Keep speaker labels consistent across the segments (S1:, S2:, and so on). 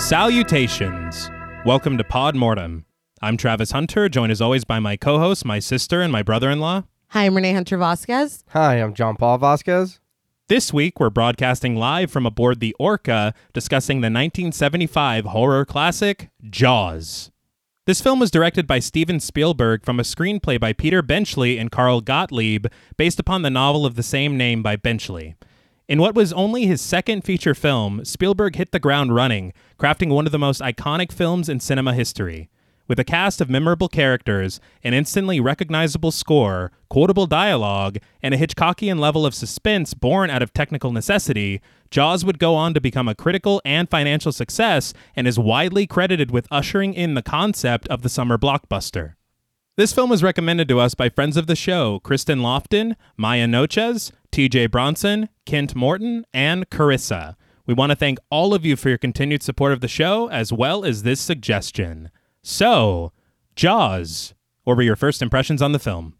S1: Salutations! Welcome to Pod Mortem. I'm Travis Hunter, joined as always by my co host, my sister, and my brother in law.
S2: Hi, I'm Renee Hunter Vasquez.
S3: Hi, I'm John Paul Vasquez.
S1: This week, we're broadcasting live from aboard the Orca, discussing the 1975 horror classic, Jaws. This film was directed by Steven Spielberg from a screenplay by Peter Benchley and Carl Gottlieb, based upon the novel of the same name by Benchley. In what was only his second feature film, Spielberg hit the ground running, crafting one of the most iconic films in cinema history. With a cast of memorable characters, an instantly recognizable score, quotable dialogue, and a Hitchcockian level of suspense born out of technical necessity, Jaws would go on to become a critical and financial success and is widely credited with ushering in the concept of the summer blockbuster. This film was recommended to us by friends of the show Kristen Lofton, Maya Noches, TJ Bronson, Kent Morton, and Carissa. We want to thank all of you for your continued support of the show as well as this suggestion. So, Jaws, what were your first impressions on the film?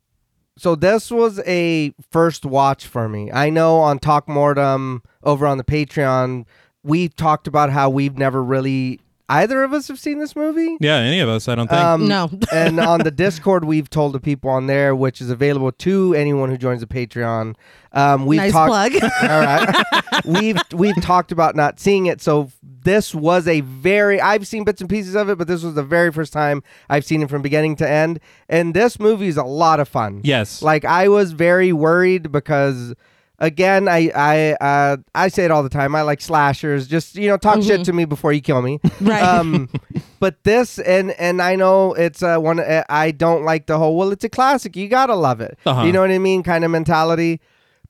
S3: So this was a first watch for me. I know on Talk Mortem over on the Patreon, we talked about how we've never really either of us have seen this movie.
S1: Yeah, any of us, I don't think.
S3: Um,
S2: No.
S3: and on the Discord, we've told the people on there, which is available to anyone who joins the Patreon. Um, we've
S2: nice
S3: talked.
S2: plug.
S3: All right. we've we've talked about not seeing it. So this was a very I've seen bits and pieces of it, but this was the very first time I've seen it from beginning to end. And this movie is a lot of fun.
S1: yes.
S3: Like I was very worried because again, I I uh, I say it all the time. I like slashers. Just you know, talk
S1: Mm-hmm.
S3: shit to me before you kill me.
S2: Right.
S3: Um, but this and and I know it's uh, one. uh, I don't like the whole. Well, it's a classic. You gotta love it.
S1: Uh-huh.
S3: You know what I mean? Kind of mentality.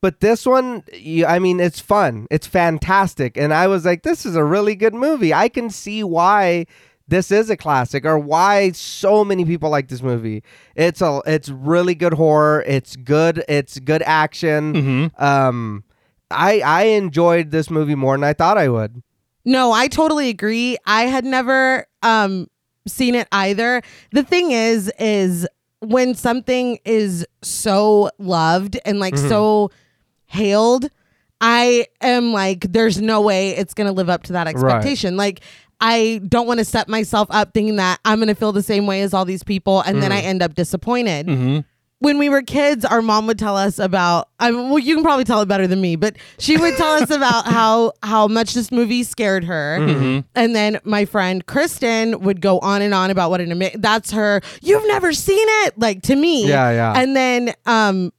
S3: But this one, you, I mean, it's fun. It's fantastic. And I was like, this is a really good movie. I can see why this is a classic or why so many people like this movie. It's a it's really good horror. It's good. It's good action.
S1: Hmm. Mm-hmm.
S3: Um I I enjoyed this movie more than I thought I would.
S2: No, I totally agree. I had never um seen it either. The thing is is when something is so loved and like so hailed, I am like there's no way it's going to live up to that expectation. Like I don't want to set myself up thinking that I'm going to feel the same way as all these people and then I end up disappointed. when we were kids, our mom would tell us about. I mean, well, you can probably tell it better than me, but she would tell us about how how much this movie scared her.
S3: Mm-hmm.
S2: And then my friend Kristen would go on and on about what an ama- that's her. You've never seen it, like to me.
S3: Yeah, yeah.
S2: And then um,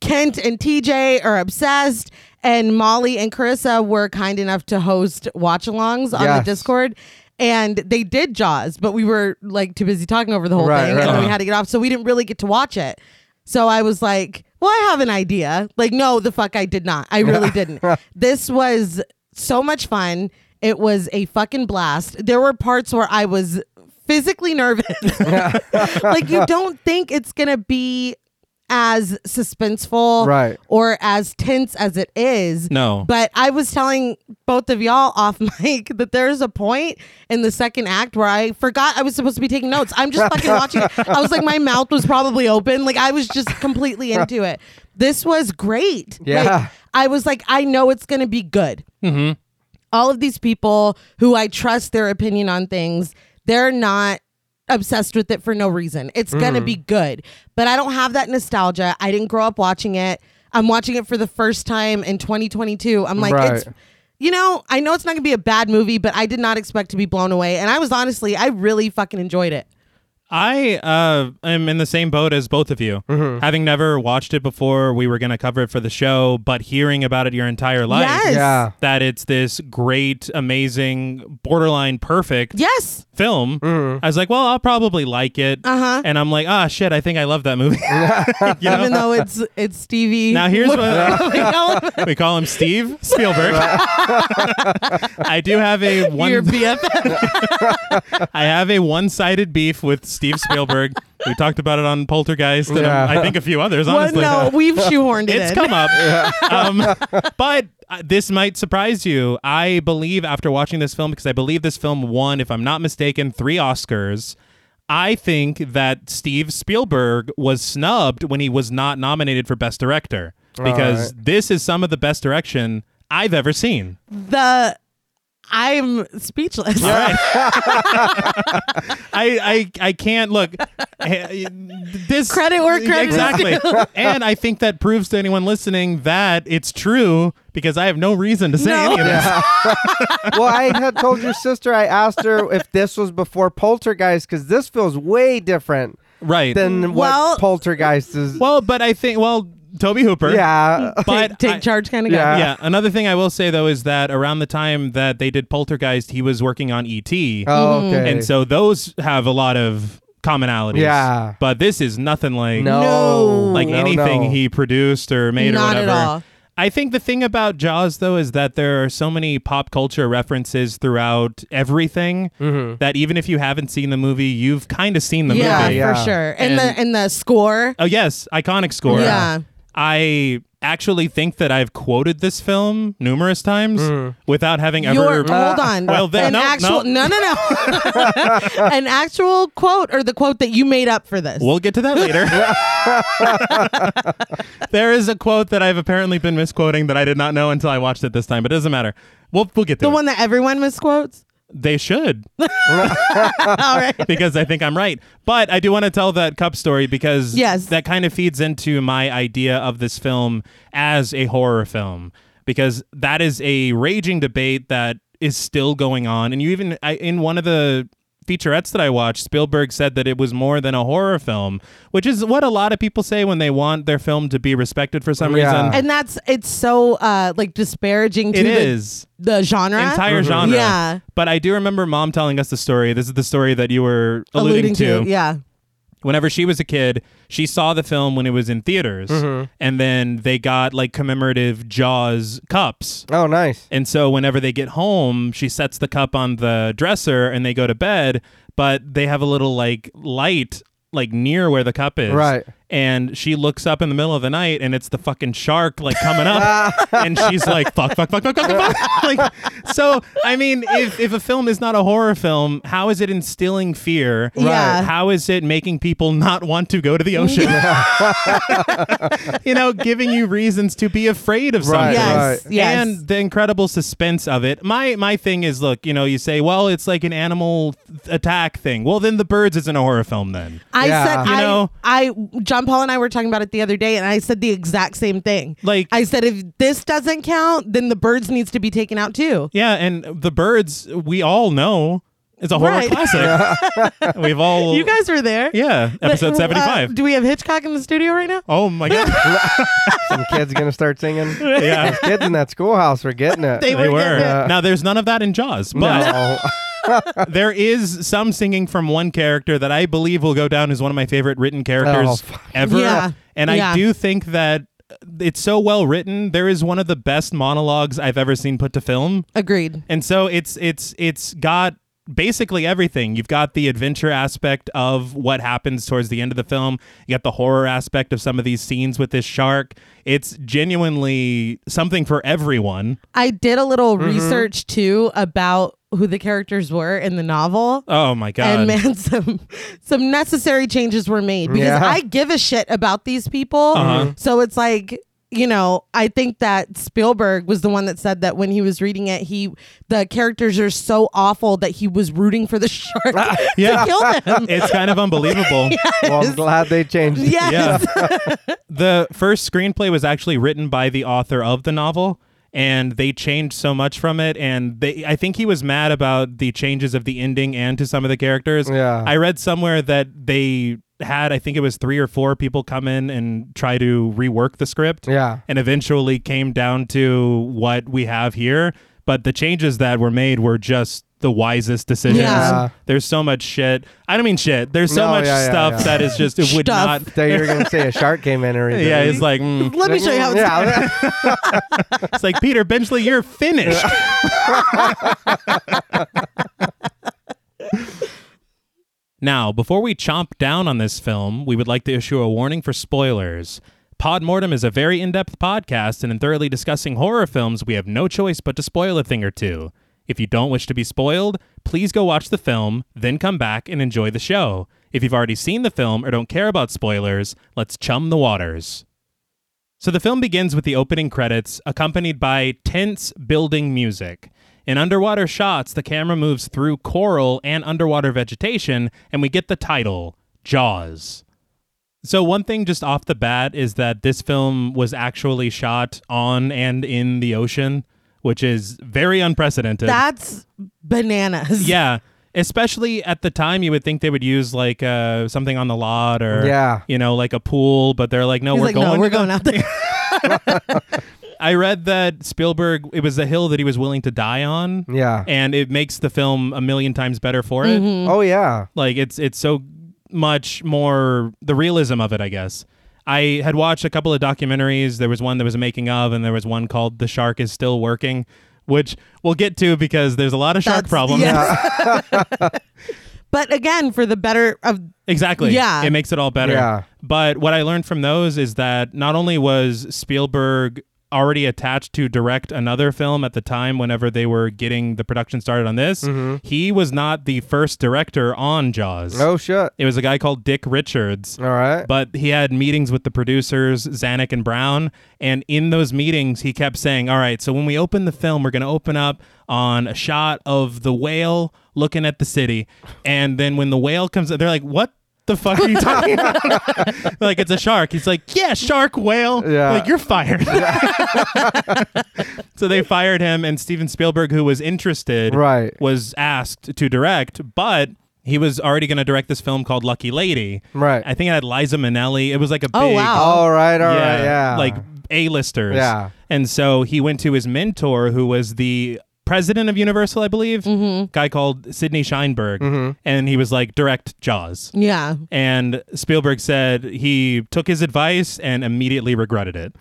S2: Kent and TJ are obsessed, and Molly and Carissa were kind enough to host watch alongs on the
S3: Yes.
S2: Discord. And they did Jaws, but we were like too busy talking over the whole
S3: Right,
S2: thing.
S3: right.
S2: And then we
S1: Uh-huh.
S2: had to get off. So we didn't really get to watch it. So I was like, well, I have an idea. Like, no, the fuck, I did not. I really didn't. This was so much fun. It was a fucking blast. There were parts where I was physically nervous. like, you don't think it's going to be as suspenseful
S3: Right.
S2: or as tense as it is.
S1: No.
S2: But I was telling both of y'all off mic that there's a point in the second act where I forgot I was supposed to be taking notes. I'm just fucking watching it. I was like, my mouth was probably open. Like I was just completely into it. This was great. Like,
S3: Yeah.
S2: I was like, I know it's gonna be good. Mm-hmm. All of these people who I trust their opinion on things, they're not obsessed with it for no reason. It's gonna
S3: Mm.
S2: be good. But I don't have that nostalgia. I didn't grow up watching it. I'm watching it for the first time in 2022. I'm like,
S3: Right.
S2: it's you know, I know it's not gonna be a bad movie, but I did not expect to be blown away. And I was honestly, I really fucking enjoyed it.
S1: I uh, am in the same boat as both of you. Having never watched it before, we were going to cover it for the show, but hearing about it your entire life,
S2: Yes.
S3: Yeah.
S1: that it's this great, amazing, borderline perfect
S2: Yes.
S1: film. I was like, well, I'll probably like it.
S2: Uh-huh.
S1: And I'm like, ah, shit, I think I love that movie. You know?
S2: Even though it's it's Stevie.
S1: Now here's what
S2: what
S1: we call him Steve Spielberg. I do have a one
S2: your BFF.
S1: I have a one-sided beef with Steve Spielberg. we talked about it on Poltergeist and um,
S3: Yeah.
S1: I think a few others,
S2: Well,
S1: honestly.
S2: no, we've shoehorned it.
S1: It's
S2: in.
S1: come up. um, but uh, this might surprise you. I believe after watching this film, because I believe this film won, if I'm not mistaken, three Oscars. I think that Steve Spielberg was snubbed when he was not nominated for Best Director because this is some of the best direction I've ever seen.
S2: the I'm speechless.
S1: I, I I can't look. eh, This
S2: Credit where credit is
S1: exactly, and I think that proves to anyone listening that it's true because I have no reason to say
S2: No.
S1: any of this.
S3: well, I had told your sister. I asked her if this was before Poltergeist because this feels way different
S1: Right.
S3: than
S2: Well-
S3: what Poltergeist is.
S1: well, but I think well, Toby Hooper.
S3: yeah,
S1: But
S2: take, take
S1: I-
S2: charge kind of guy.
S3: Yeah.
S1: yeah. Another thing I will say though is that around the time that they did Poltergeist, he was working on ET,
S3: Oh, okay.
S1: Hmm. and so those have a lot of commonalities.
S3: Yeah.
S1: But this is nothing like
S3: no,
S2: No.
S1: like
S3: No,
S1: anything
S3: no.
S1: he produced or made or
S2: Not at
S1: whatever.
S2: all.
S1: I think the thing about Jaws though is that there are so many pop culture references throughout everything that even if you haven't seen the movie, you've kind of seen the
S2: Yeah,
S1: movie.
S3: Yeah.
S2: for sure. And,
S1: And-
S2: the and the score.
S1: Oh yes, iconic score.
S2: Yeah.
S1: I actually think that I've quoted this film numerous times without having ever
S2: Your hold on.
S1: Well, then-
S2: an
S1: no,
S2: actual
S1: no.
S2: no no no an actual quote or the quote that you made up for this.
S1: We'll get to that later. there is a quote that I've apparently been misquoting that I did not know until I watched it this time, but it doesn't matter. We'll, we'll get to
S2: the
S1: it.
S2: one that everyone misquotes.
S1: they should,
S2: all right.
S1: because I think I'm right. But I do want to tell that cup story because
S2: Yes.
S1: that kind of feeds into my idea of this film as a horror film, because that is a raging debate that is still going on. And you even, I, in one of the featurettes that I watched, Spielberg said that it was more than a horror film, which is what a lot of people say when they want their film to be respected for some
S3: Yeah.
S1: reason.
S2: And that's it's so uh like disparaging to
S1: It
S2: the,
S1: is.
S2: the genre.
S1: entire
S3: Mm-hmm.
S1: genre.
S2: Yeah.
S1: But I do remember mom telling us the story. This is the story that you were alluding,
S2: alluding
S1: to.
S2: Yeah.
S1: Whenever she was a kid, she saw the film when it was in theaters, and then they got like commemorative Jaws cups.
S3: Oh, nice.
S1: And so whenever they get home, she sets the cup on the dresser and they go to bed, but they have a little like light like near where the cup is.
S3: Right.
S1: And she looks up in the middle of the night and it's the fucking shark like coming up and she's like fuck fuck fuck fuck fuck fuck. fuck. like so I mean if if a film is not a horror film, how is it instilling fear?
S2: Yeah.
S1: How is it making people not want to go to the ocean? you know, giving you reasons to be afraid of something.
S3: Right,
S2: Yes.
S3: right.
S2: Yes.
S1: And the incredible suspense of it. My my thing is, look, you know, you say, well, it's like an animal th- attack thing. Well, then the birds isn't a horror film then.
S2: I
S3: Yeah.
S2: said
S1: You
S2: I,
S1: know-
S2: I John Paul and I were talking about it the other day and I said the exact same thing.
S1: Like-
S2: I said if this doesn't count, then the birds needs to be taken out too.
S1: Yeah, and the birds we all know is a
S2: Right.
S1: horror classic. We've all
S2: You guys were there.
S1: yeah
S2: But,
S1: episode
S2: uh,
S1: seventy five.
S2: do we have Hitchcock in the studio right now?
S1: oh my god,
S3: Some kids gonna start singing.
S1: yeah.
S3: Those kids in that schoolhouse were getting it.
S2: They
S1: They
S2: were
S1: were.
S2: getting it.
S1: Now, there's none of that in Jaws, but
S3: no.
S1: there is some singing from one character that I believe will go down as one of my favorite written characters
S3: fuck.
S1: ever.
S2: Yeah.
S1: And I
S2: Yeah.
S1: do think that it's so well written. There is one of the best monologues I've ever seen put to film.
S2: Agreed.
S1: And so it's it's it's got basically everything. You've got the adventure aspect of what happens towards the end of the film. You got the horror aspect of some of these scenes with this shark. It's genuinely something for everyone.
S2: I did a little
S1: Mm-hmm.
S2: research too about who the characters were in the novel.
S1: Oh my god.
S2: and man, some some necessary changes were made because
S3: Yeah.
S2: I give a shit about these people.
S1: Uh-huh.
S2: So it's like you know, I think that Spielberg was the one that said that when he was reading it, he the characters are so awful that he was rooting for the shark
S1: Ah, Yeah.
S2: to kill them.
S1: it's kind of unbelievable.
S3: Well, I'm glad they changed. it.
S2: yes.
S1: Yeah. the first screenplay was actually written by the author of the novel and they changed so much from it and they I think he was mad about the changes of the ending and to some of the characters.
S3: Yeah.
S1: I read somewhere that they had I think it was 3 or 4 people come in and try to rework the script
S3: Yeah.
S1: and eventually came down to what we have here, but the changes that were made were just the wisest decisions.
S2: Yeah.
S1: There's so much shit. I don't mean shit. There's so
S3: No,
S1: much
S3: yeah, yeah,
S1: stuff
S3: yeah.
S1: that is just it would
S2: Stuff.
S1: not
S3: Thought you were gonna say a shark came in or anything.
S1: yeah, it's like mm.
S2: Let me show you how it's done.
S3: yeah.
S1: it's like Peter Benchley, you're finished. now, before we chomp down on this film, we would like to issue a warning for spoilers. Podmortem is a very in-depth podcast, and in thoroughly discussing horror films, we have no choice but to spoil a thing or two. If you don't wish to be spoiled, please go watch the film, then come back and enjoy the show. If you've already seen the film or don't care about spoilers, let's chum the waters. So the film begins with the opening credits, accompanied by tense building music. In underwater shots, the camera moves through coral and underwater vegetation, and we get the title Jaws. So, one thing just off the bat is that this film was actually shot on and in the ocean, which is very unprecedented.
S2: That's bananas.
S1: yeah. Especially at the time, you would think they would use like uh, something on the lot or,
S3: Yeah.
S1: you know, like a pool, but they're like, no,
S2: He's
S1: we're
S2: like,
S1: going.
S2: no,
S1: to the-
S2: we're going out there.
S1: I read that Spielberg, it was the hill that he was willing to die on.
S3: Yeah.
S1: And it makes the film a million times better for it.
S3: Oh yeah.
S1: Like it's it's so much more the realism of it, I guess. I had watched a couple of documentaries. There was one that was a making of, and there was one called "The Shark Is Still Working," which we'll get to because there's a lot of shark
S2: That's-
S1: problems.
S2: yes. but again, for the better of
S1: Exactly.
S2: Yeah.
S1: It makes it all better.
S3: Yeah.
S1: But what I learned from those is that not only was Spielberg already attached to direct another film at the time whenever they were getting the production started on this,
S3: Mm-hmm.
S1: he was not the first director on Jaws.
S3: Oh shit.
S1: It was a guy called Dick Richards.
S3: All right.
S1: But he had meetings with the producers, Zanuck and Brown. And in those meetings, he kept saying, All right, so when we open the film, we're going to open up on a shot of the whale looking at the city. And then when the whale comes, they're like, What? The fuck are you talking about? like it's a shark. He's like, yeah, shark, whale.
S3: Yeah.
S1: Like you're fired. so they fired him, and Steven Spielberg, who was interested,
S3: Right.
S1: was asked to direct, but he was already going to direct this film called Lucky Lady.
S3: Right.
S1: I think it had Liza Minnelli. It was like a
S2: Oh,
S1: big,
S2: wow.
S3: all right. All right. yeah,
S1: like A-listers.
S3: Yeah.
S1: And so he went to his mentor, who was the president of Universal, I believe,
S2: Mm-hmm.
S1: guy called Sidney Sheinberg,
S3: Mm-hmm.
S1: and he was like, direct Jaws.
S2: yeah.
S1: And Spielberg said he took his advice and immediately regretted it.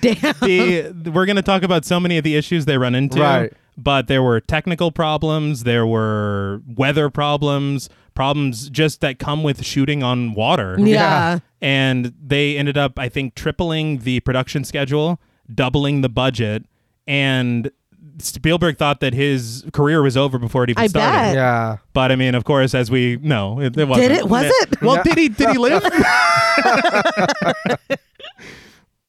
S2: Damn.
S1: the, we're going to talk about so many of the issues they run into.
S3: Right.
S1: But there were technical problems, there were weather problems, problems just that come with shooting on water.
S2: Yeah.
S1: And they ended up, I think, tripling the production schedule, doubling the budget, and Spielberg thought that his career was over before it even
S2: I
S1: started.
S2: bet.
S3: yeah.
S1: But I mean, of course, as we know, it, it wasn't.
S2: it? Was
S1: Yeah.
S2: it?
S1: Well, did he? Did he live?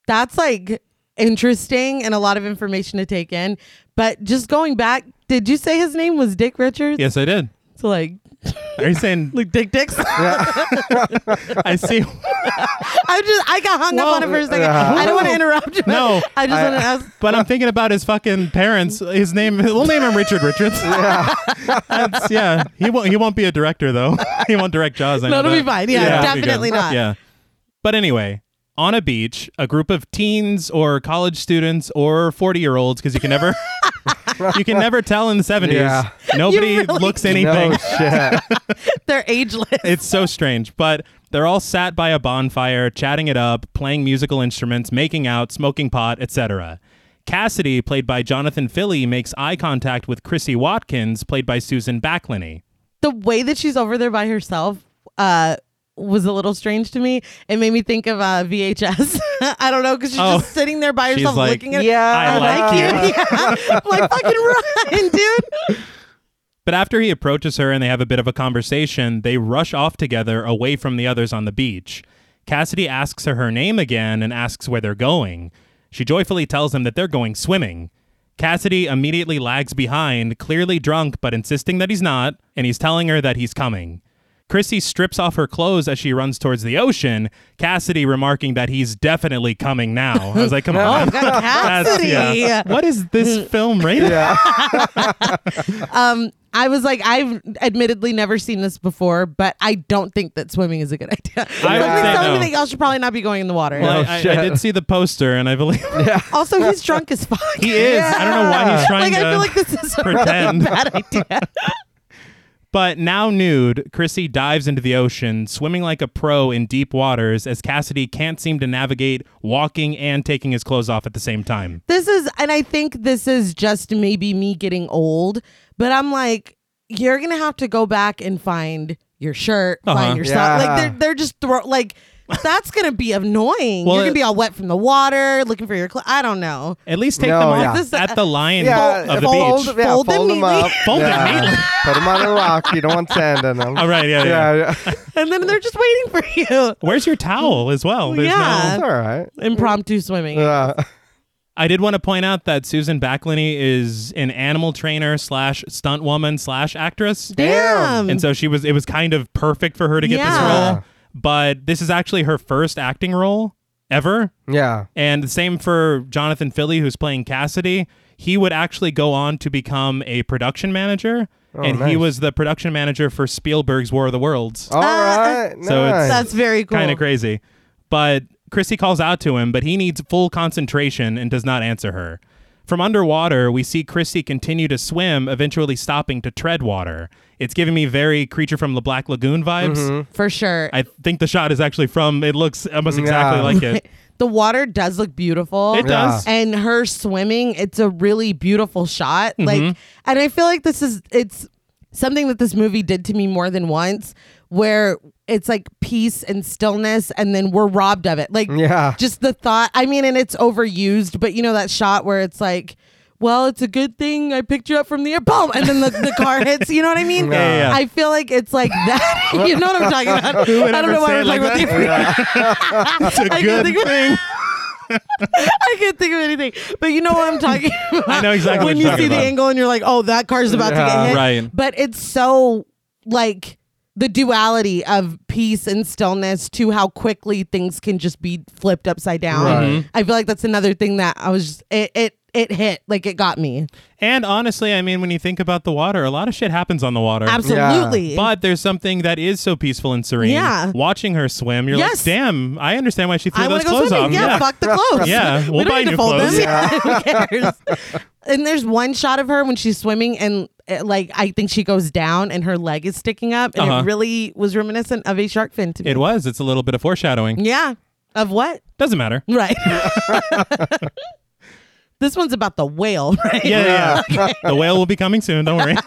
S2: That's like interesting and a lot of information to take in. But just going back, did you say his name was Dick Richards?
S1: yes, I did.
S2: So like,
S1: Are you saying
S2: like Dick Dicks.
S1: I see?
S2: I just I got hung
S1: Well,
S2: up on it for a second. I don't want to interrupt you. but
S1: No.
S2: I just
S3: I-
S2: want to ask.
S1: But I'm thinking about his fucking parents. His name, we'll name him Richard Richards. Yeah, That's, yeah. He won't. He won't be a director though. he won't direct Jaws. I
S2: No,
S1: know
S2: it'll
S1: that.
S2: be fine. Yeah,
S1: it'll be
S2: definitely
S1: good.
S2: not.
S1: Yeah. But anyway, on a beach, a group of teens or college students or 40 year olds, because you can never, you can never tell in the 70s.
S3: Yeah.
S1: Nobody
S2: really
S1: looks
S2: can't.
S1: anything.
S3: No shit.
S2: They're ageless.
S1: It's so strange, but they're all sat by a bonfire, chatting it up, playing musical instruments, making out, smoking pot, etc. Cassidy, played by Jonathan Philly, makes eye contact with Chrissy Watkins, played by Susan Backlini.
S2: the way that she's over there by herself uh was a little strange to me. It made me think of uh, VHS. I don't know because she's
S1: Oh.
S2: just sitting there by
S1: She's
S2: herself
S1: like,
S2: looking at.
S3: Yeah.
S1: I
S2: I like you.
S1: like
S2: Yeah. I'm like fucking run, dude.
S1: But after he approaches her and they have a bit of a conversation, they rush off together away from the others on the beach. Cassidy asks her her name again and asks where they're going. She joyfully tells him that they're going swimming. Cassidy immediately lags behind, clearly drunk but insisting that he's not, and he's telling her that he's coming. Chrissy strips off her clothes as she runs towards the ocean, Cassidy remarking that he's definitely coming now. I was like,
S3: Oh,
S1: come on.
S2: God,
S1: That's-
S2: Cassidy.
S1: yeah. What is this film rated?
S2: Um, I was like, I've admittedly never seen this before, but I don't think that swimming is a good idea.
S1: I would
S2: Somebody's
S1: say
S2: telling me
S1: no.
S2: that y'all should probably not be going in the water.
S1: Well,
S3: Oh,
S1: I, I,
S3: shit.
S1: I did see the poster, and I believe
S2: Also, he's drunk as fuck.
S1: He is. I don't know why he's trying
S2: Like, I
S1: to
S2: feel like this is a really
S1: pretend.
S2: bad idea.
S1: But now nude, Chrissy dives into the ocean, swimming like a pro in deep waters as Cassidy can't seem to navigate walking and taking his clothes off at the same time.
S2: This is, and I think this is just maybe me getting old, but I'm like, you're gonna have to go back and find your shirt,
S1: Uh-huh.
S2: find your sock.
S3: Yeah.
S2: Like they're they're just throw like that's gonna be annoying.
S1: Well,
S2: you're gonna
S1: it-
S2: be all wet from the water, looking for your clothes. I don't know.
S1: At least take
S3: No,
S1: them off
S3: yeah.
S2: This-
S1: at the line
S3: Yeah.
S1: of the
S3: fold,
S1: beach.
S3: Yeah,
S2: Fold
S3: fold,
S2: them
S3: them
S2: neatly.
S3: up.
S1: Fold them
S3: yeah.
S1: neatly.
S3: Put them on a rock. You don't want sand in them.
S1: Oh, right, yeah, yeah.
S3: Yeah. yeah.
S2: And then they're just waiting for you.
S1: Where's your towel as well? There's
S2: Yeah.
S1: no.
S3: It's all right.
S2: Impromptu swimming.
S3: Yeah.
S1: I did want to point out that Susan Backlini is an animal trainer slash stunt woman slash actress.
S2: Damn.
S1: And so she was it was kind of perfect for her to get
S2: Yeah.
S1: this role. But this is actually her first acting role ever.
S3: Yeah.
S1: And the same for Jonathan Philly, who's playing Cassidy. He would actually go on to become a production manager.
S2: Oh,
S1: and he
S3: nice.
S1: was the production manager for Spielberg's War of the Worlds.
S2: Uh,
S3: All right.
S1: So it's-
S3: nice.
S2: That's very cool.
S1: Kind of crazy. But Chrissy calls out to him, but he needs full concentration and does not answer her. From underwater, we see Chrissy continue to swim, eventually stopping to tread water. It's giving me very creature from the Black Lagoon vibes.
S2: For sure.
S1: I think the shot is actually from it looks almost exactly
S3: Yeah.
S1: like it.
S2: the water does look beautiful.
S1: It does.
S2: And her swimming, it's a really beautiful shot.
S1: Mm-hmm.
S2: Like and I feel like this is it's something that this movie did to me more than once where it's like peace and stillness and then we're robbed of it. Like
S3: Yeah.
S2: just the thought. I mean, and it's overused, but you know that shot where it's like well, it's a good thing I picked you up from the air. Boom! And then the, the car hits. You know what I mean?
S1: Yeah, yeah, yeah.
S2: I feel like it's like that. you know what I'm talking about.
S1: would
S2: I don't
S1: ever
S2: know why
S1: say
S2: we're
S1: it like
S2: talking about
S1: that?
S2: the air.
S1: It's a
S2: I
S1: good
S2: can think of-
S1: thing.
S2: I can't think of anything, but you know what I'm talking about.
S1: I know exactly
S2: when
S1: what
S2: you
S1: you're
S2: see
S1: talking
S2: the
S1: about.
S2: angle and you're like, "Oh, that car's about to get
S3: Yeah.
S2: hit."
S1: Right.
S2: But it's so like the duality of peace and stillness to how quickly things can just be flipped upside down.
S3: Right.
S2: I feel like that's another thing that I was just, it it it hit like it got me
S1: And honestly, I mean, when you think about the water, a lot of shit happens on the water.
S2: absolutely.
S1: But there's something that is so peaceful and serene.
S2: Yeah.
S1: Watching her swim, you're
S2: Yes.
S1: like, damn, I understand why she threw
S2: I
S1: those
S2: want to go
S1: clothes
S2: swimming.
S1: off.
S2: Yeah, fuck the clothes.
S1: Yeah,
S2: we
S1: we'll
S2: don't
S1: buy
S2: need to
S1: new
S2: fold
S1: clothes.
S2: them. Yeah. Who cares? And there's one shot of her when she's swimming, and uh, like I think she goes down, and her leg is sticking up, and
S1: Uh-huh.
S2: it really was reminiscent of a shark fin to me.
S1: It was. It's a little bit of foreshadowing.
S2: yeah, of what?
S1: Doesn't matter.
S2: Right. this one's about the whale, right?
S1: Yeah, yeah. yeah. the whale will be coming soon. Don't worry.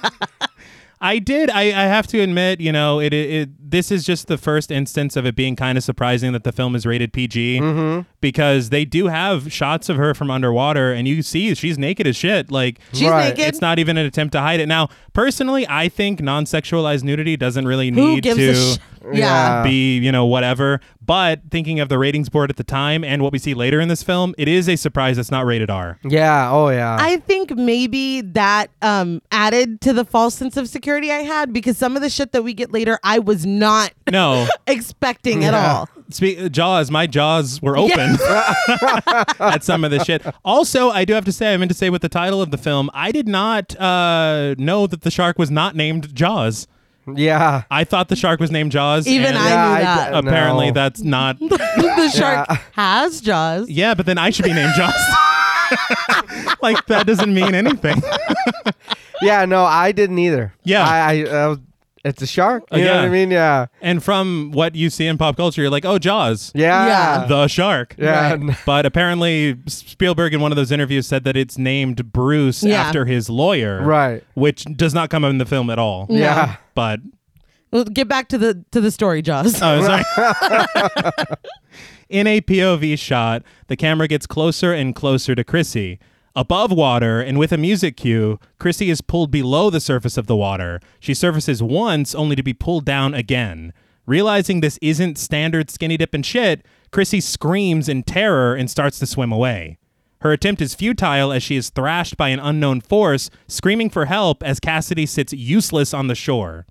S1: I did. I, I have to admit, you know, it, it, it. This is just the first instance of it being kind of surprising that the film is rated PG
S3: Mm-hmm.
S1: because they do have shots of her from underwater, and you see she's naked as shit. Like
S2: She's
S3: Right.
S2: naked.
S1: it's not even an attempt to hide it. Now, personally, I think non-sexualized nudity doesn't really
S2: Who
S1: need
S2: gives
S1: to
S2: a sh- yeah.
S3: Yeah.
S1: be, you know, whatever. But thinking of the ratings board at the time and what we see later in this film, it is a surprise it's not rated R.
S3: Yeah. Oh yeah.
S2: I think maybe that um, added to the false sense of security I had because some of the shit that we get later, I was not
S1: No.
S2: expecting at
S3: Yeah.
S2: all.
S1: Spe- jaws, my jaws were open at some of this shit. Also, I do have to say, I meant to say with the title of the film, I did not uh, know that the shark was not named Jaws.
S3: yeah.
S1: I thought the shark was named Jaws.
S2: Even
S1: and
S2: I
S3: yeah,
S2: knew
S3: d-
S2: that.
S3: no.
S1: Apparently, that's not.
S2: the shark has jaws.
S1: Yeah, but then I should be named Jaws. like that doesn't mean anything.
S3: Yeah. No, I didn't either.
S1: Yeah.
S3: I. I, I was, it's a shark. You know
S1: Yeah.
S3: what I mean? Yeah.
S1: And from what you see in pop culture, you're like, oh, Jaws,
S3: Yeah.
S1: the shark.
S3: Uh, Yeah.
S2: Right.
S1: But apparently, Spielberg in one of those interviews said that it's named Bruce
S2: Yeah.
S1: after his lawyer,
S3: Right.
S1: Which does not come up in the film at all.
S3: Yeah.
S1: But
S2: Well, get back to the to the story, Jaws.
S1: oh, sorry. in a POV shot, the camera gets closer and closer to Chrissy. Above water and with a music cue, Chrissy is pulled below the surface of the water. She surfaces once only to be pulled down again. Realizing this isn't standard skinny dip and shit, Chrissy screams in terror and starts to swim away. Her attempt is futile as she is thrashed by an unknown force, screaming for help as Cassidy sits useless on the shore.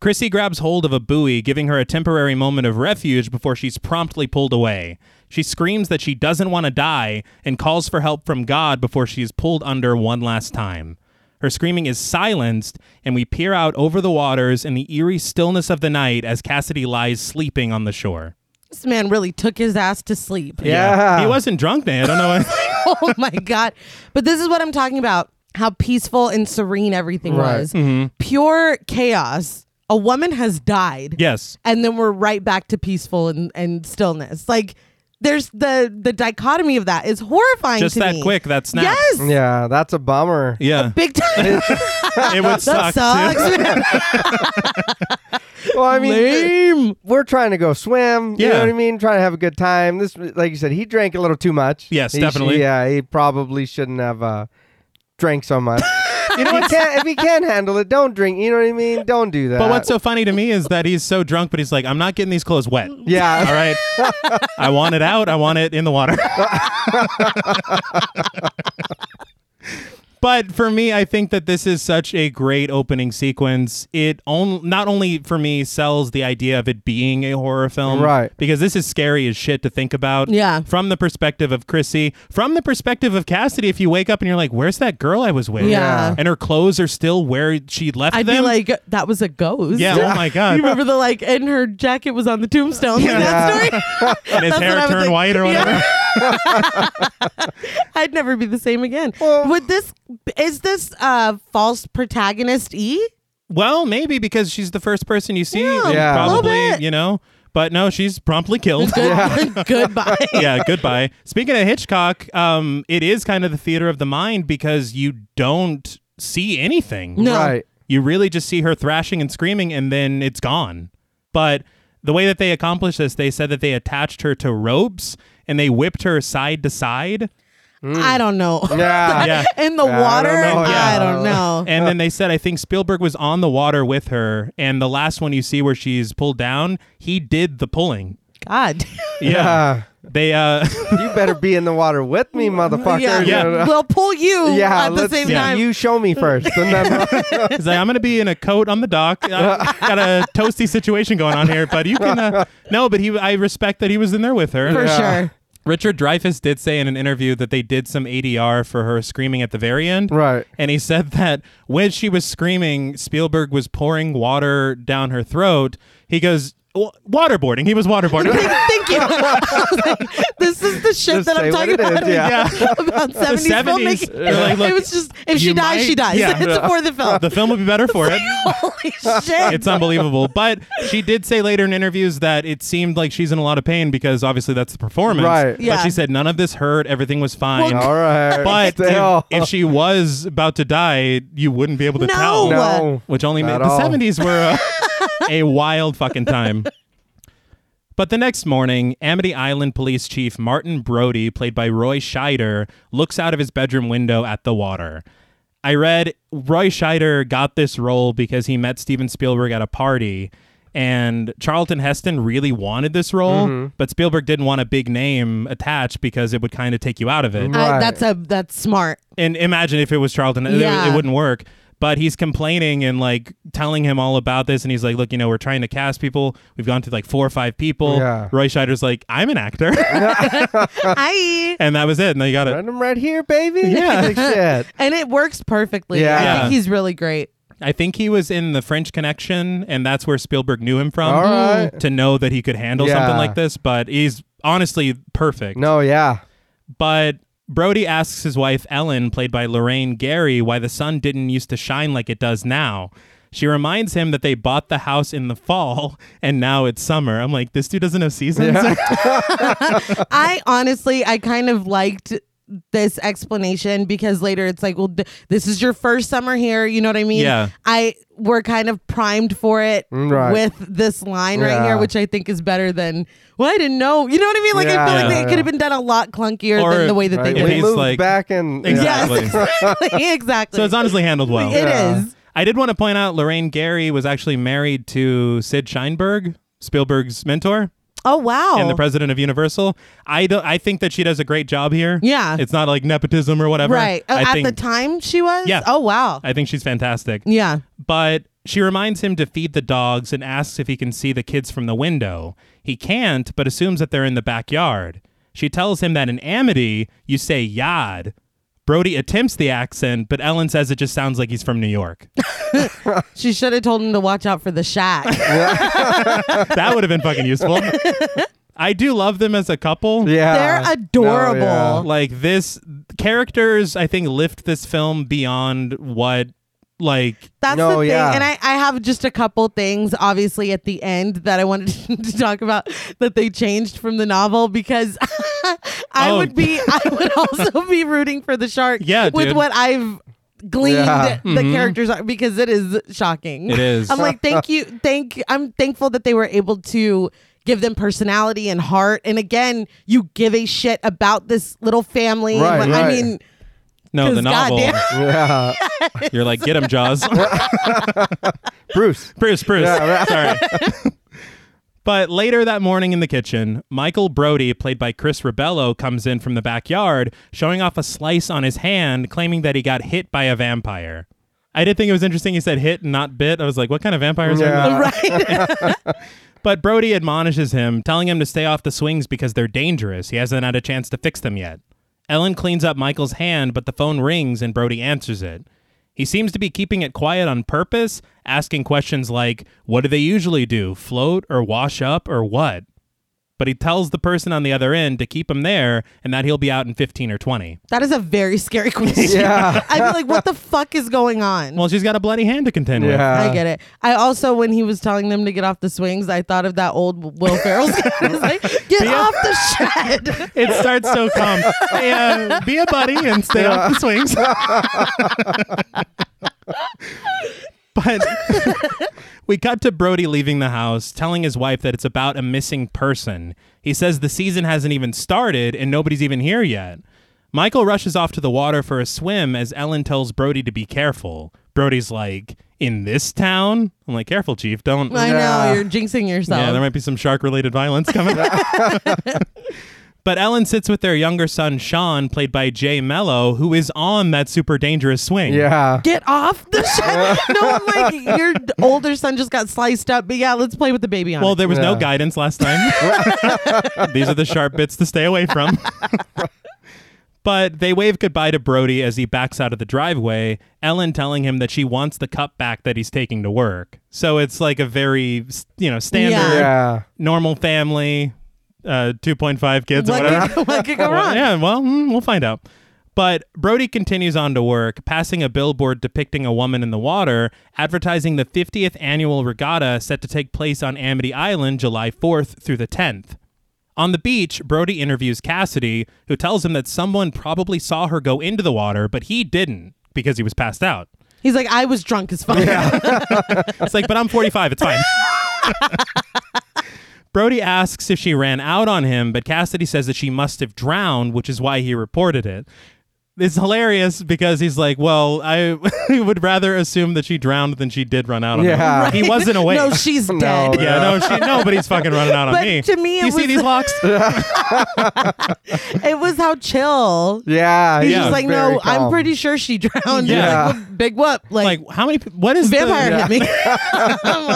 S1: Chrissy grabs hold of a buoy, giving her a temporary moment of refuge before she's promptly pulled away. She screams that she doesn't want to die and calls for help from God before she is pulled under one last time. Her screaming is silenced, and we peer out over the waters in the eerie stillness of the night as Cassidy lies sleeping on the shore.
S2: This man really took his ass to sleep.
S3: Yeah.
S1: He wasn't drunk, man. I don't know. What-
S2: oh my god! But this is what I'm talking about: how peaceful and serene everything
S3: Right.
S2: was.
S1: Mm-hmm.
S2: Pure chaos. A woman has died,
S1: yes.
S2: and then we're right back to peaceful and, and stillness. Like there's the the dichotomy of that is horrifying.
S1: Just
S2: to
S1: that
S2: me.
S1: quick, that snap.
S2: Yes.
S3: Yeah. That's a bummer.
S1: Yeah.
S2: Big time.
S1: It would
S2: that
S1: suck.
S2: sucks.
S1: too.
S2: man.
S3: Well, I mean,
S2: Lame.
S3: we're trying to go swim. You
S1: Yeah.
S3: know what I mean? Trying to have a good time. This, like you said, he drank a little too much.
S1: Yes,
S3: He sh-
S1: definitely.
S3: yeah, he probably shouldn't have uh, drank so much. you know, what, can't, if you can't handle it, don't drink. You know what I mean? Don't do that.
S1: But what's so funny to me is that he's so drunk, but he's like, I'm not getting these clothes wet.
S3: Yeah.
S1: All right. I want it out. I want it in the water. but for me, I think that this is such a great opening sequence. It on- not only for me sells the idea of it being a horror film,
S3: Right.
S1: Because this is scary as shit to think about.
S2: Yeah.
S1: From the perspective of Chrissy, from the perspective of Cassidy, if you wake up and you're like, "Where's that girl I was with?"
S2: Yeah.
S1: And her clothes are still where she left
S2: I'd
S1: them.
S2: be like, that was a ghost.
S1: Yeah, oh my God.
S2: You remember the like, and her jacket was on the tombstone. Yeah. That story.
S1: and his
S2: That's
S1: hair
S2: what I would
S1: turned
S2: think.
S1: white or whatever.
S2: I'd never be the same again. Would this is this uh false protagonist E?
S1: Well, maybe because she's the first person you see, and
S3: Yeah.
S2: little
S1: probably
S2: bit.
S1: you know. But no, she's promptly killed.
S2: Good, goodbye.
S1: yeah, goodbye. Speaking of Hitchcock, um, it is kind of the theater of the mind because you don't see anything.
S2: No.
S3: right?
S1: You really just see her thrashing and screaming, and then it's gone. But the way that they accomplished this, they said that they attached her to ropes and they whipped her side to side.
S2: I don't know.
S3: Hmm. Yeah.
S1: Yeah.
S2: In the
S3: Yeah, I don't
S2: water, I
S3: know.
S2: don't know.
S3: Yeah.
S2: Oh.
S1: and then they said I think Spielberg was on the water with her, and the last one you see where she's pulled down, he did the pulling.
S2: God.
S1: Yeah, they uh,
S3: You better be in the water with me, motherfucker.
S2: yeah.
S1: Yeah.
S2: We'll pull you
S3: Yeah,
S2: at the
S3: let's-
S2: same
S1: yeah.
S2: time.
S3: You show me first, and then
S1: he's like, I'm gonna be in a coat on the dock. I got a toasty situation going on here, but you can uh, no, but he I respect that he was in there with her.
S2: for
S3: Yeah.
S2: sure.
S1: Richard Dreyfuss did say in an interview that they did some ADR for her screaming at the very end.
S3: Right.
S1: And he said that when she was screaming, Spielberg was pouring water down her throat. He goes, "Wa- waterboarding. He was waterboarding.
S2: Thank, thank you. I was like, this is the shit
S3: Just
S2: that
S3: say
S2: I'm
S3: what
S2: talking
S3: it
S2: about.
S3: is, yeah.
S2: About 70s
S1: 70s,
S2: filmmaking.
S1: they're uh, like, look,
S2: it was just, if she
S1: you
S2: dies, she
S1: might-
S2: dies.
S1: yeah.
S2: it's for the film.
S1: the film would be better for it.
S2: Holy shit.
S1: It's unbelievable. But she did say later in interviews that it seemed like she's in a lot of pain because obviously that's the performance.
S3: Right.
S1: But
S2: Yeah.
S1: she said none of this hurt. Everything was fine.
S3: all right.
S1: but if,
S3: Still.
S1: if she was about to die, you wouldn't be able to
S2: No.
S1: tell.
S3: no,
S1: Which only made
S3: At
S1: the
S3: all.
S1: 70s were a, a wild fucking time. But the next morning, Amity Island Police Chief Martin Brody, played by Roy Scheider, looks out of his bedroom window at the water. I read Roy Scheider got this role because he met Steven Spielberg at a party, and Charlton Heston really wanted this role, but Spielberg didn't want a big name attached because it would kind of take you out of it
S2: I-
S3: Right.
S2: Uh, that's a that's smart.
S1: and imagine if it was Charlton, it-
S2: Yeah.
S1: it, wouldn't work. But he's complaining and like telling him all about this, and he's like, "Look, you know, we're trying to cast people. We've gone through like four or five people."
S3: Yeah.
S1: Roy Scheider's like, "I'm an actor,"
S2: I
S1: and that was it. And they got it.
S3: random right here, baby.
S1: Yeah.
S3: Like, shit.
S2: and it works perfectly.
S3: Yeah.
S2: I
S1: Yeah.
S2: think he's really great.
S1: I think he was in The French Connection, and that's where Spielberg knew him from
S3: All right.
S1: to know that he could handle
S3: Yeah.
S1: something like this. But he's honestly perfect.
S3: No, yeah.
S1: But Brody asks his wife, Ellen, played by Lorraine Gary, why the sun didn't used to shine like it does now. She reminds him that they bought the house in the fall and now it's summer. I'm like, this dude doesn't have seasons.
S2: I honestly, I kind of liked this explanation because later it's like, well, th- this is your first summer here. You know what I mean?
S1: Yeah.
S2: I we're kind of primed for it
S3: Mm, Right.
S2: with this line right
S3: Yeah.
S2: here, which I think is better than. Well, I didn't know. You know what I mean? Like I
S3: Yeah.
S2: feel like
S3: Yeah.
S2: it could have been done a lot clunkier
S1: Or-
S2: than the way that
S3: Right.
S2: they
S1: If
S3: We
S2: did.
S1: he's
S3: moved
S1: like-
S3: back and
S1: Exactly.
S2: Yes, exactly. exactly.
S1: so it's honestly handled well.
S2: It
S3: Yeah.
S2: is.
S1: I did want to point out Lorraine Gary was actually married to Sid Sheinberg, Spielberg's mentor
S2: Oh wow.
S1: and the president of Universal. I don't I think that she does a great job here.
S2: Yeah.
S1: It's not like nepotism or whatever.
S2: right Oh,
S1: I
S2: at
S1: think,
S2: the time she was.
S1: Yeah.
S2: Oh wow.
S1: I think she's fantastic.
S2: yeah.
S1: but she reminds him to feed the dogs and asks if he can see the kids from the window. He can't, but assumes that they're in the backyard. She tells him that in Amity, you say yad. Brody attempts the accent, but Ellen says it just sounds like he's from New York.
S2: She should have told him to watch out for the shack.
S1: That would have been fucking useful. I do love them as a couple.
S3: yeah.
S2: They're adorable.
S3: No,
S1: Like this characters I think lift this film beyond what like
S2: That's
S3: No,
S2: the thing.
S3: yeah.
S2: And I, I have just a couple things, obviously, at the end that I wanted to talk about that they changed from the novel because I
S1: Oh.
S2: would be, I would also be rooting for the shark
S1: Yeah,
S2: with
S1: dude. Mm-hmm.
S2: what I've gleaned
S3: Yeah.
S2: the characters are because it is shocking.
S1: It is.
S2: I'm like, thank you. Thank, I'm thankful that they were able to give them personality and heart. And again, you give a shit about this little family. and
S3: Right,
S2: what- I
S3: right.
S2: mean,
S1: No, the
S2: 'Cause
S1: novel.
S2: goddamn-
S3: Yeah.
S1: You're like, get him, Jaws.
S3: Bruce.
S1: Bruce, Bruce.
S3: Yeah, right.
S1: Sorry. but later that morning in the kitchen, Michael Brody, played by Chris Ribello, comes in from the backyard, showing off a slice on his hand, claiming that he got hit by a vampire. I did think it was interesting he said hit and not bit. I was like, what kind of vampires are
S3: Yeah.
S1: that?
S2: right.
S1: But Brody admonishes him, telling him to stay off the swings because they're dangerous. He hasn't had a chance to fix them yet. Ellen cleans up Michael's hand, but the phone rings and Brody answers it. He seems to be keeping it quiet on purpose, asking questions like, What do they usually do? Float or wash up or what? But he tells the person on the other end to keep him there and that he'll be out in 15 or 20.
S2: That is a very scary question.
S3: Yeah.
S2: I feel like, what the fuck is going on?
S1: Well, uh, she's got a bloody hand to contend with.
S3: Yeah.
S2: I get it. I also, when he was telling them to get off the swings, I thought of that old Will Ferrell. skit. It's like, get off the shed.
S1: It starts so calm. Hey, uh, be a buddy and stay off the swings. but we cut to Brody leaving the house, telling his wife that it's about a missing person. He says the season hasn't even started and nobody's even here yet. Michael rushes off to the water for a swim as Ellen tells Brody to be careful. Brody's like, "In this town?" I'm like, "Careful, chief. Don't
S2: I
S3: Yeah.
S2: know you're jinxing yourself.
S1: yeah, there might be some shark related violence coming. but Ellen sits with their younger son, Sean, played by Jay Mello, who is on that super dangerous swing.
S3: Yeah.
S2: Get off the shed. no, I'm like, your older son just got sliced up, but yeah, let's play with the baby on
S1: Well,
S2: it.
S1: there was no
S3: Yeah.
S1: guidance last time. These are the sharp bits to stay away from. but they wave goodbye to Brody as he backs out of the driveway, Ellen telling him that she wants the cup back that he's taking to work. So it's like a very, you know, standard,
S2: Yeah.
S3: Yeah.
S1: normal family, uh, 2.5 kids or
S2: What
S1: whatever.
S2: could, what could go
S1: Well,
S2: wrong?
S1: yeah, well, mm, we'll find out. But Brody continues on to work, passing a billboard depicting a woman in the water, advertising the 50th annual regatta set to take place on Amity Island July 4th through the 10th. On the beach, Brody interviews Cassidy, who tells him that someone probably saw her go into the water, but he didn't because he was passed out.
S2: He's like, I was drunk as fuck.
S1: It's like, but I'm 45. It's fine. Brody asks if she ran out on him, but Cassidy says that she must have drowned, which is why he reported it. It's hilarious because he's like, "Well, I would rather assume that she drowned than she did run out on him."
S3: Yeah.
S1: He wasn't awake.
S2: No, she's
S3: No.
S2: dead.
S1: yeah, no, she nobody's fucking running out on
S2: But
S1: me.
S2: to me,
S1: you
S2: it
S1: see
S2: was-
S1: these locks?
S2: It was how chill.
S3: Yeah.
S2: He's
S1: Yeah.
S2: just like,
S3: very
S2: no, I'm
S3: calm.
S2: pretty sure she drowned.
S1: Yeah.
S2: Like, whoop, big whoop.
S1: Like,
S2: Like,
S1: how many? pe- What is the-
S2: vampire hit me. I don't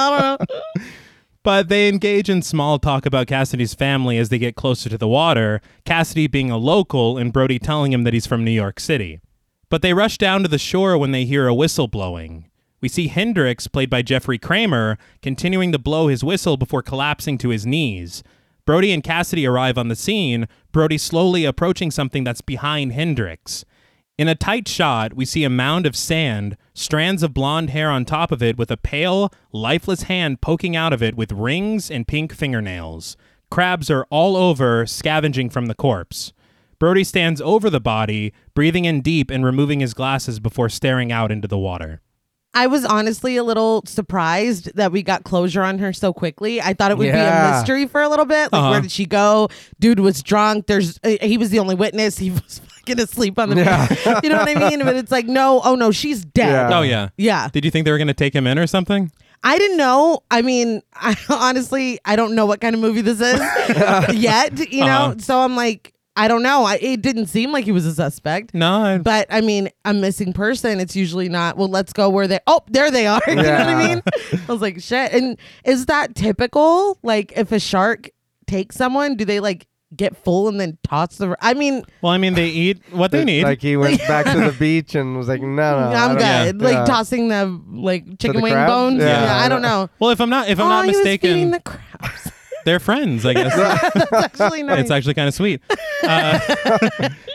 S2: know.
S1: But they engage in small talk about Cassidy's family as they get closer to the water, Cassidy being a local and Brody telling him that he's from New York City. But they rush down to the shore when they hear a whistle blowing. We see Hendrix, played by Jeffrey Kramer, continuing to blow his whistle before collapsing to his knees. Brody and Cassidy arrive on the scene, Brody slowly approaching something that's behind Hendrix. In a tight shot, we see a mound of sand, strands of blonde hair on top of it, with a pale, lifeless hand poking out of it with rings and pink fingernails. Crabs are all over, scavenging from the corpse. Brody stands over the body, breathing in deep and removing his glasses before staring out into the water.
S2: I was honestly a little surprised that we got closure on her so quickly. I thought it would be a
S3: Yeah. Uh-huh.
S2: mystery for a little bit. Like, where did she go? Dude was drunk. There's uh, he was the only witness. He was fucking asleep on the bed. you know what I mean? But it's like, no, oh no, she's dead.
S3: Yeah.
S1: Oh, yeah.
S2: Yeah.
S1: Did you think they were going to take him in or something?
S2: I didn't know. I mean, I honestly, I don't know what kind of movie this is yet. You know,
S1: Uh-huh.
S2: so I'm like, I don't know. I, it didn't seem like he was a suspect.
S1: No. I-
S2: But I mean, a missing person, it's usually not, well, let's go where they oh, there they are. you know what I
S3: Yeah.
S2: mean? I was like, shit. And is that typical? Like if a shark takes someone, do they like get full and then toss the I mean,
S1: well, I mean, they eat what they need.
S3: Like he went back to the beach and was like, no, no. Uh, I
S2: I'm
S3: don't-
S2: good. Like
S3: Yeah.
S2: tossing the like chicken
S3: the
S2: wing
S3: crabs?
S2: bones.
S3: Yeah.
S2: Yeah. I don't know.
S1: well, if I'm not if I'm not
S2: oh, he was
S1: mistaken,
S2: feeding the crabs.
S1: they're friends, I guess.
S2: That's actually nice.
S1: It's actually kind of sweet. Uh,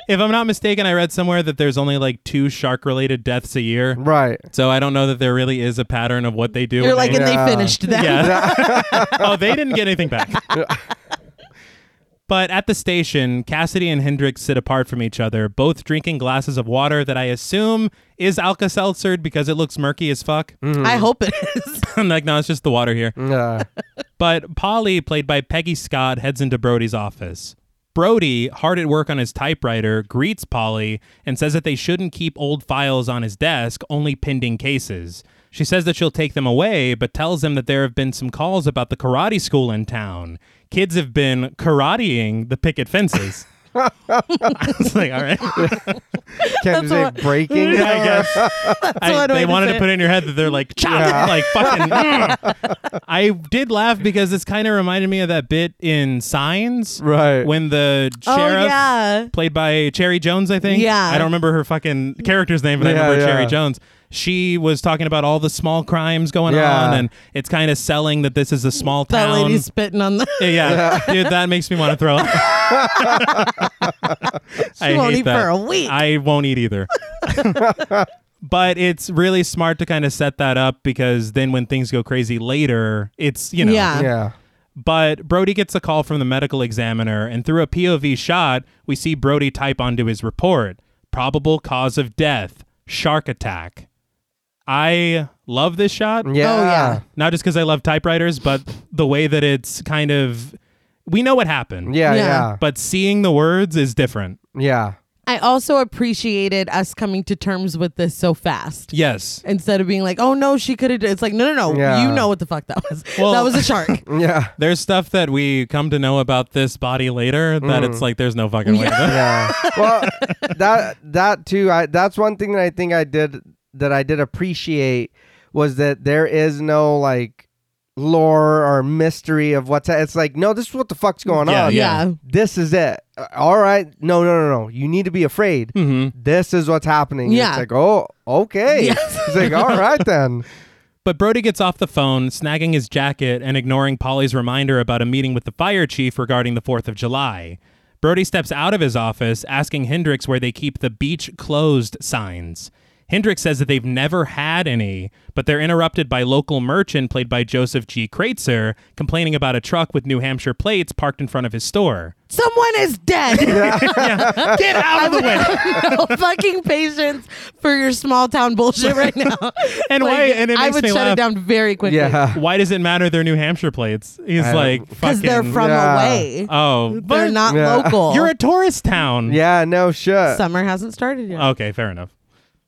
S1: if I'm not mistaken, I read somewhere that there's only like two shark related deaths a year.
S3: Right.
S1: So I don't know that there really is a pattern of what they do.
S2: You're
S1: when
S2: like,
S1: they-
S2: and
S3: Yeah.
S2: they finished them.
S1: yeah. oh, they didn't get anything back. But at the station, Cassidy and Hendrix sit apart from each other, both drinking glasses of water that I assume is Alka Seltzered because it looks murky as fuck.
S2: I hope it is.
S1: I'm like, no, it's just the water here.
S3: Yeah.
S1: But Polly, played by Peggy Scott, heads into Brody's office. Brody, hard at work on his typewriter, greets Polly and says that they shouldn't keep old files on his desk, only pending cases. She says that she'll take them away, but tells him that there have been some calls about the karate school in town. Kids have been karateing the picket fences. I was like, all right.
S3: Can you say
S2: what-
S3: breaking?
S1: Yeah, I guess. I-
S2: one way
S1: they
S2: to
S1: wanted
S2: say
S1: to
S2: it.
S1: put it in your head that they're like, chop, like fucking. mm. I did laugh because this kind of reminded me of that bit in Signs,
S3: Right.
S1: When the sheriff,
S2: Oh, yeah.
S1: played by Cherry Jones, I think.
S2: Yeah.
S1: I don't remember her fucking character's name, but I
S3: Yeah,
S1: remember Cherry
S3: yeah.
S1: Jones. She was talking about all the small crimes going
S3: Yeah.
S1: on, and it's kind of selling that this is a small
S2: That
S1: town.
S2: lady spitting on the.
S1: Yeah, yeah. dude, that makes me want to throw up. I
S2: won't
S1: hate
S2: eat
S1: that.
S2: for a week.
S1: I won't eat either. but it's really smart to kind of set that up because then when things go crazy later, it's you know.
S2: Yeah.
S3: yeah.
S1: But Brody gets a call from the medical examiner, and through a POV shot, we see Brody type onto his report: probable cause of death, shark attack. I love this shot
S3: Yeah.
S2: yeah.
S1: not just because I love typewriters, but the way that it's kind of we know what happened.
S3: Yeah. Yeah.
S2: Yeah.
S3: Yeah.
S1: But seeing the words is different.
S2: I also appreciated us coming to terms with this so fast.
S1: Yes.
S2: Instead of being like, "Oh no, she could have," it's like, "No, no, no,
S3: Yeah.
S2: you know what the fuck that was?
S1: Well-
S2: that was a shark."
S3: Yeah.
S1: There's stuff that we come to know about this body later that
S3: Mm.
S1: it's like there's no fucking way.
S3: Yeah. well, that that too. I that's one thing that I think I did that I did appreciate was that there is no like lore or mystery of what's. It's like no, this is what the fuck's going
S1: Yeah,
S3: on.
S1: yeah.
S3: This is it. Uh, All right. No, no, no, no. You need to be afraid.
S1: Mhm.
S3: This is what's happening.
S2: Yeah.
S3: It's like oh, okay.
S2: Yes.
S3: It's like all right then.
S1: But Brody gets off the phone, snagging his jacket and ignoring Polly's reminder about a meeting with the fire chief regarding the 4th of July. Brody steps out of his office, asking Hendricks where they keep the beach closed signs. Hendricks says that they've never had any, but they're interrupted by local merchant played by Joseph G. Kratzer complaining about a truck with New Hampshire plates parked in front of his store.
S2: Someone is dead.
S1: Get out of the way!
S2: no fucking patience for your small town bullshit right now.
S1: And why- and it
S2: I
S1: makes
S2: would
S1: me
S2: shut
S1: laugh.
S2: it down very quickly.
S3: Yeah.
S1: Why does it matter they're New Hampshire plates? He's
S3: I
S1: like,
S3: don't-
S2: Because
S1: fucking.
S2: they're from
S3: Yeah.
S2: away.
S1: Oh, but
S2: they're not
S3: Yeah.
S2: local.
S1: You're a tourist town.
S3: Yeah. No shit.
S2: Summer hasn't started yet.
S1: Okay, fair enough.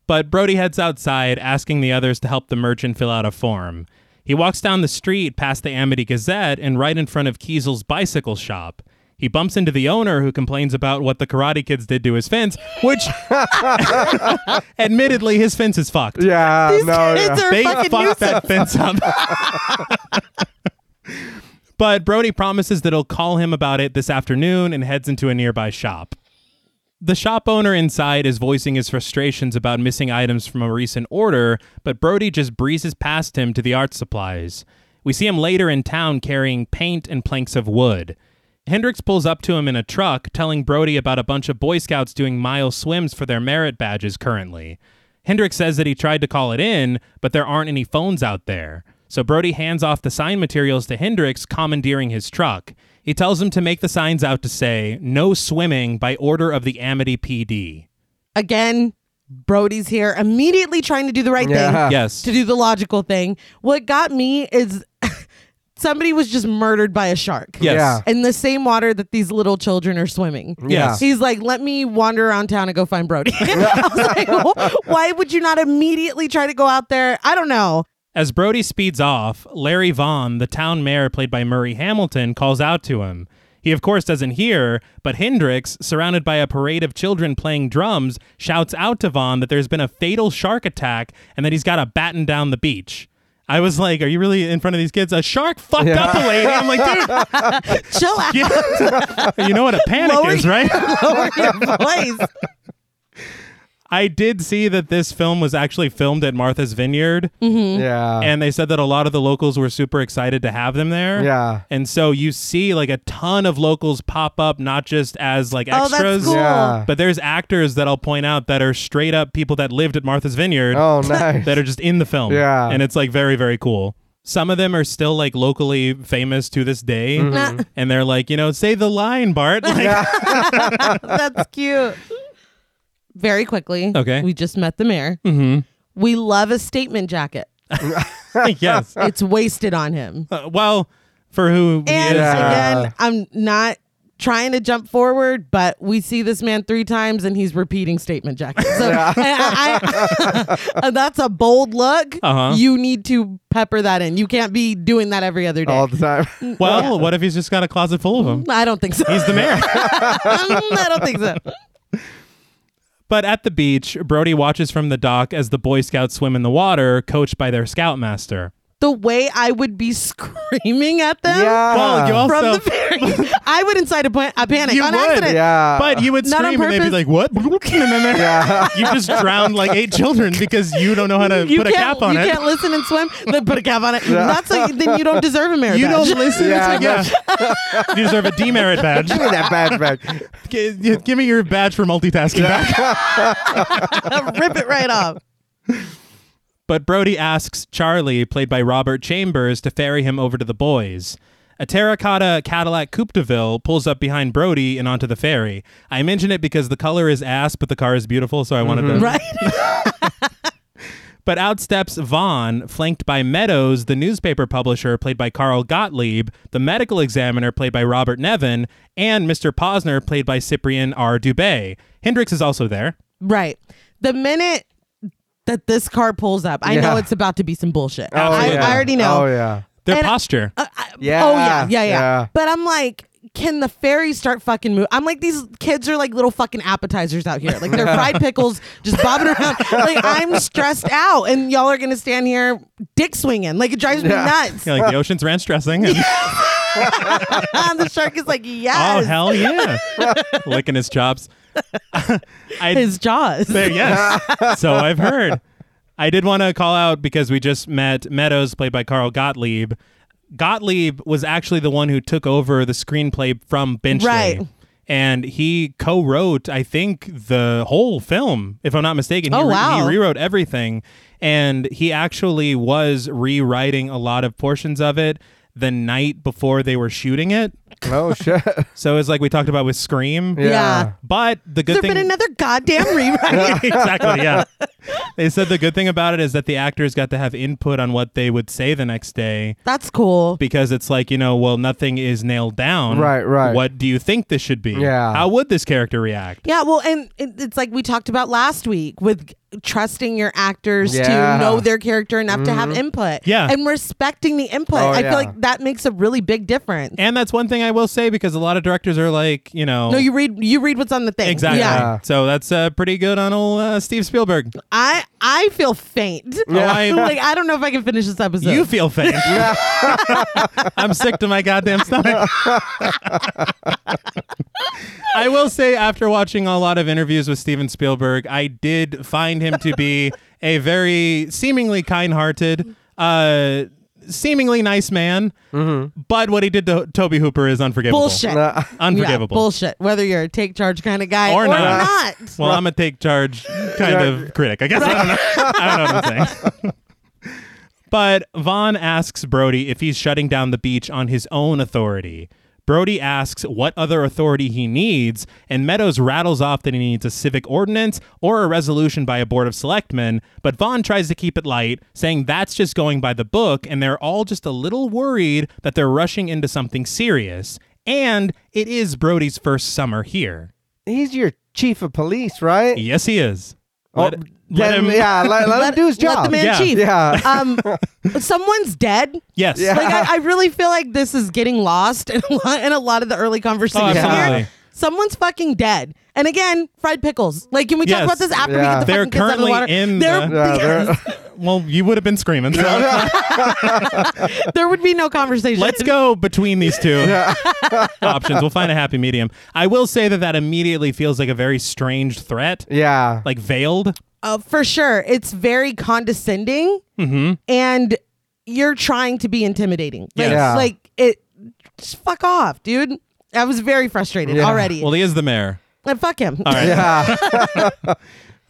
S1: But Brody heads outside, asking the others to help the merchant fill out a form. He walks down the street past the Amity Gazette and right in front of Kiesel's bicycle shop. He bumps into the owner who complains about what the karate kids did to his fence, which admittedly his fence is fucked.
S3: yeah.
S2: These
S3: no.
S2: kids
S3: yeah.
S2: are
S1: They
S2: fucking
S1: fucked that fence up. but Brody promises that he'll call him about it this afternoon and heads into a nearby shop. The shop owner inside is voicing his frustrations about missing items from a recent order, but Brody just breezes past him to the art supplies. We see him later in town carrying paint and planks of wood. Hendricks pulls up to him in a truck, telling Brody about a bunch of Boy Scouts doing mile swims for their merit badges currently. Hendricks says that he tried to call it in, but there aren't any phones out there. So Brody hands off the sign materials to Hendricks, commandeering his truck. He tells him to make the signs out to say, No swimming by order of the Amity PD.
S2: Again, Brody's here immediately trying to do the right
S3: Yeah.
S2: thing.
S1: Yes.
S2: Ah. To do the logical thing. What got me is somebody was just murdered by a shark.
S1: Yes.
S3: Yeah.
S2: In the same water that these little children are swimming.
S1: Yes.
S2: He's like, let me wander around town and go find Brody. I was like, why would you not immediately try to go out there? I don't know.
S1: As Brody speeds off, Larry Vaughn, the town mayor played by Murray Hamilton, calls out to him. He, of course, doesn't hear, but Hendricks, surrounded by a parade of children playing drums, shouts out to Vaughn that there's been a fatal shark attack and that he's got to batten down the beach. I was like, Are you really in front of these kids? A shark fucked up a lady. I'm like, Dude,
S2: Chill out.
S1: yeah. you know what a panic
S2: Lower
S1: is,
S2: your-
S1: right?
S2: Lower your voice.
S1: I did see that this film was actually filmed at Martha's Vineyard.
S3: Yeah.
S1: and they said that a lot of the locals were super excited to have them there.
S3: Yeah.
S1: And so you see like a ton of locals pop up, not just as like
S2: Oh,
S1: extras,
S2: that's cool.
S3: Yeah.
S1: but there's actors that I'll point out that are straight up people that lived at Martha's Vineyard
S3: oh, nice.
S1: that are just in the film.
S3: Yeah.
S1: And it's like very, very cool. Some of them are still like locally famous to this day.
S3: Mm-hmm.
S2: Nah,
S1: And they're like, you know, say the line, Bart. Like,
S2: that's cute. Very quickly.
S1: Okay. Mm-hmm.
S2: We just met the mayor. We love a statement jacket.
S1: yes.
S2: It's wasted on him.
S1: Uh, well, for who he
S2: And
S1: is,
S3: Yeah.
S2: again, I'm not trying to jump forward, but we see this man three times and he's repeating statement jacket. So I- I- I- that's a bold look.
S1: Uh-huh.
S2: You need to pepper that in. You can't be doing that every other day.
S3: all the time.
S1: Well, what if he's just got a closet full of them?
S2: I don't think so.
S1: He's the mayor.
S2: I don't think so.
S1: But at the beach, Brody watches from the dock as the Boy Scouts swim in the water, coached by their scoutmaster.
S2: The way I would be screaming at them
S3: yeah.
S1: Well, you
S2: from
S1: also,
S2: the ferry, I would incite a, pan- a panic
S1: You
S2: on
S1: would,
S2: accident.
S3: yeah.
S1: but you would
S2: Not on
S1: scream and they'd be like,
S2: purpose.
S1: "What?" And then they're-
S3: yeah.
S1: you just drowned like eight children because you don't know how to
S2: You
S1: put a
S2: can't,
S1: cap on
S2: you
S1: it.
S2: can't listen and swim. Then put a cap on it. That's like then you don't deserve a marriage.
S1: You don't listen.
S3: Yeah,
S1: It's like, yeah. you deserve a demerit badge.
S3: Give me that badge back.
S1: G- y- Give me your badge for multitasking back.
S2: rip it right off.
S1: But Brody asks Charlie, played by Robert Chambers, to ferry him over to the boys. A terracotta Cadillac Coupe de Ville pulls up behind Brody and onto the ferry. I mention it because the color is ass, but the car is beautiful, so I wanted to.
S2: Right?
S1: But out steps Vaughn, flanked by Meadows, the newspaper publisher, played by Carl Gottlieb, the medical examiner, played by Robert Nevin, and Mr. Posner, played by Cyprian R. Dubay. Hendrix is also there.
S2: right. The minute that this car pulls up, I know
S3: Yeah.
S2: it's about to be some bullshit.
S3: Oh,
S2: I,
S3: yeah.
S2: I already know.
S3: Oh yeah.
S1: Their
S2: And-
S1: posture.
S2: Uh, I-
S3: Yeah,
S2: Oh yeah, yeah, yeah,
S3: yeah.
S2: But I'm like, can the fairies start fucking moving? I'm like, these kids are like little fucking appetizers out here. Like they're fried pickles just bobbing around. Like I'm stressed out, and y'all are gonna stand here dick swinging. Like it drives me
S3: Yeah.
S2: nuts.
S1: Yeah, like the ocean's ranch dressing. And,
S2: the shark is like,
S1: oh
S2: yes,
S1: hell yeah, licking his chops. I
S2: his jaws.
S1: There, yes. so I've heard. I did want to call out because we just met Meadows, played by Carl Gottlieb. Gottlieb was actually the one who took over the screenplay from Benchley.
S2: Right.
S1: And he co wrote, I think, the whole film, if I'm not mistaken. He
S2: Oh,
S1: re-
S2: wow.
S1: He rewrote everything. And he actually was rewriting a lot of portions of it the night before they were shooting it.
S3: Oh shit.
S1: So it's like we talked about with Scream.
S3: Yeah.
S1: But the good
S2: There's
S1: thing
S2: been another goddamn rewrite.
S1: exactly. Yeah. They said the good thing about it is that the actors got to have input on what they would say the next day
S2: That's cool.
S1: because it's like, you know, well, nothing is nailed down.
S3: Right, right.
S1: What do you think this should be?
S3: Yeah.
S1: How would this character react?
S2: Yeah, well, and it, it's like we talked about last week with trusting your actors
S3: Yeah. Mm-hmm.
S2: to know their character enough to have input.
S1: Yeah.
S2: And respecting the input.
S3: Oh,
S2: I
S3: yeah.
S2: feel like that makes a really big difference.
S1: And that's one thing I will say because a lot of directors are like, you know,
S2: no, you read you read what's on the thing.
S1: exactly.
S2: Yeah.
S3: Yeah.
S1: So that's uh, pretty good on old uh, Steve Spielberg.
S2: I I feel faint.
S1: Yeah. Oh, I-
S2: like I don't know if I can finish this episode.
S1: You feel faint. I'm sick to my goddamn stomach. I will say, after watching a lot of interviews with Steven Spielberg, I did find him to be a very seemingly kind hearted, uh, seemingly nice man. But what he did to Toby Hooper is unforgivable.
S2: bullshit.
S3: Nah.
S1: Unforgivable.
S2: Yeah, bullshit. Whether you're a take charge kind of guy
S1: Or
S2: or,
S1: not.
S2: not.
S1: Well, I'm a take charge kind of critic. I guess I don't know. I don't know what I'm saying. but Vaughn asks Brody if he's shutting down the beach on his own authority. Brody asks what other authority he needs, and Meadows rattles off that he needs a civic ordinance or a resolution by a board of selectmen. But Vaughn tries to keep it light, saying that's just going by the book, and they're all just a little worried that they're rushing into something serious. And it is Brody's first summer here.
S3: He's your chief of police, right?
S1: Yes, he is.
S3: Oh,
S1: Let, let
S3: then-
S1: him.
S3: Yeah. Let, let him do his job.
S2: Let the man
S1: Yeah.
S2: chief.
S3: Yeah.
S2: Um, someone's dead.
S1: Yes.
S3: Yeah.
S2: Like I, I really feel like this is getting lost in a lot, in a lot of the early conversations
S1: absolutely.
S2: here. Someone's fucking dead. And again, fried pickles. Like, can we
S1: Yes.
S2: talk about this after
S3: Yeah.
S2: we get the
S1: They're
S2: fucking kids out of the
S1: currently
S2: water?
S1: in
S2: there,
S1: the-
S3: Yeah, they're-
S1: Well, you would have been screaming. So
S2: there would be no conversation.
S1: let's go between these two options. We'll find a happy medium. I will say that that immediately feels like a very strange threat,
S3: yeah.
S1: like veiled.
S2: Uh, for sure. It's very condescending,
S1: Mm-hmm.
S2: and you're trying to be intimidating. Like,
S3: Yeah.
S2: like it. Just fuck off, dude. I was very frustrated
S3: Yeah.
S2: already.
S1: Well, he is the mayor.
S2: Uh, fuck him.
S3: yeah.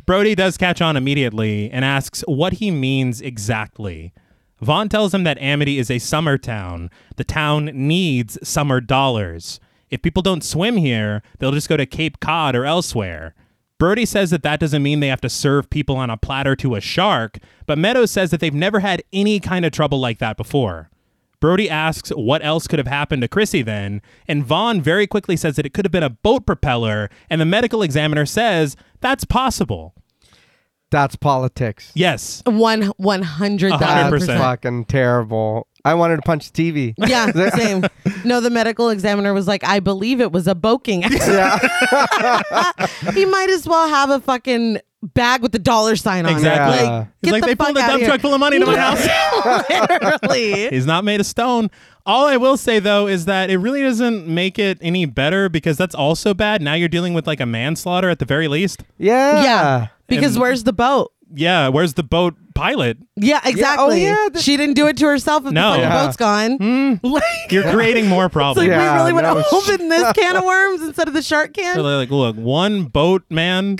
S1: Brody does catch on immediately and asks what he means exactly. Vaughn tells him that Amity is a summer town. The town needs summer dollars. If people don't swim here, they'll just go to Cape Cod or elsewhere. Brody says that that doesn't mean they have to serve people on a platter to a shark, but Meadows says that they've never had any kind of trouble like that before. Brody asks what else could have happened to Chrissy then, and Vaughn very quickly says that it could have been a boat propeller, and the medical examiner says that's possible.
S3: That's politics.
S1: Yes.
S2: One one hundred
S1: hundred
S2: thousand
S3: That's
S1: percent.
S2: percent.
S3: fucking terrible. I wanted to punch the TV.
S2: Yeah, same. No, the medical examiner was like, I believe it was a boking accident. he might as well have a fucking bag with the dollar sign on
S1: Exactly.
S2: it.
S3: Yeah.
S2: Like,
S1: He's
S2: Oh, get
S1: like,
S2: the
S1: they
S2: fuck
S1: pulled a
S2: out of
S1: dump
S2: here.
S1: truck full of money into my house.
S2: Literally.
S1: He's not made of stone. All I will say though is that it really doesn't make it any better because that's also bad. Now you're dealing with like a manslaughter at the very least.
S3: Yeah.
S2: Yeah. Because
S1: And-
S2: where's the boat?
S1: Yeah, where's the boat pilot?
S2: Yeah, exactly.
S3: yeah, the-
S2: she didn't do it to herself if
S1: No. Hmm.
S2: the fucking
S1: Yeah.
S2: boat's gone. Like,
S1: You're creating more
S2: it's like
S1: problems.
S3: Yeah,
S2: we really would
S3: no
S2: have opened this can of worms instead of the shark can.
S1: They're like, look, one boat man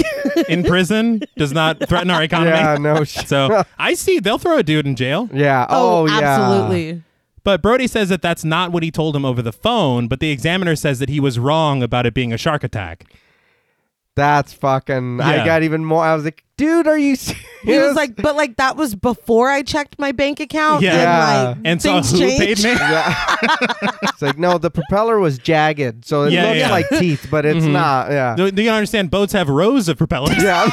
S1: in prison does not threaten our economy.
S3: Yeah, no shit.
S1: So I see they'll throw a dude in jail.
S3: Yeah. Oh, yeah.
S2: absolutely.
S1: But Brody says that that's not what he told him over the phone, but the examiner says that he was wrong about it being a shark attack.
S3: That's fucking.
S1: Yeah.
S3: I got even more. I was like, dude, are you serious?
S2: He was like, but like that was before I checked my bank account.
S1: Yeah.
S2: And,
S3: Yeah.
S2: like,
S1: And so
S2: things
S1: who
S2: changed.
S1: paid me?
S3: Yeah. it's like, no, the propeller was jagged, so it
S1: Yeah,
S3: looks
S1: yeah.
S3: like teeth, but it's not. Yeah.
S1: Do, do you understand? Boats have rows of propellers.
S3: Yeah.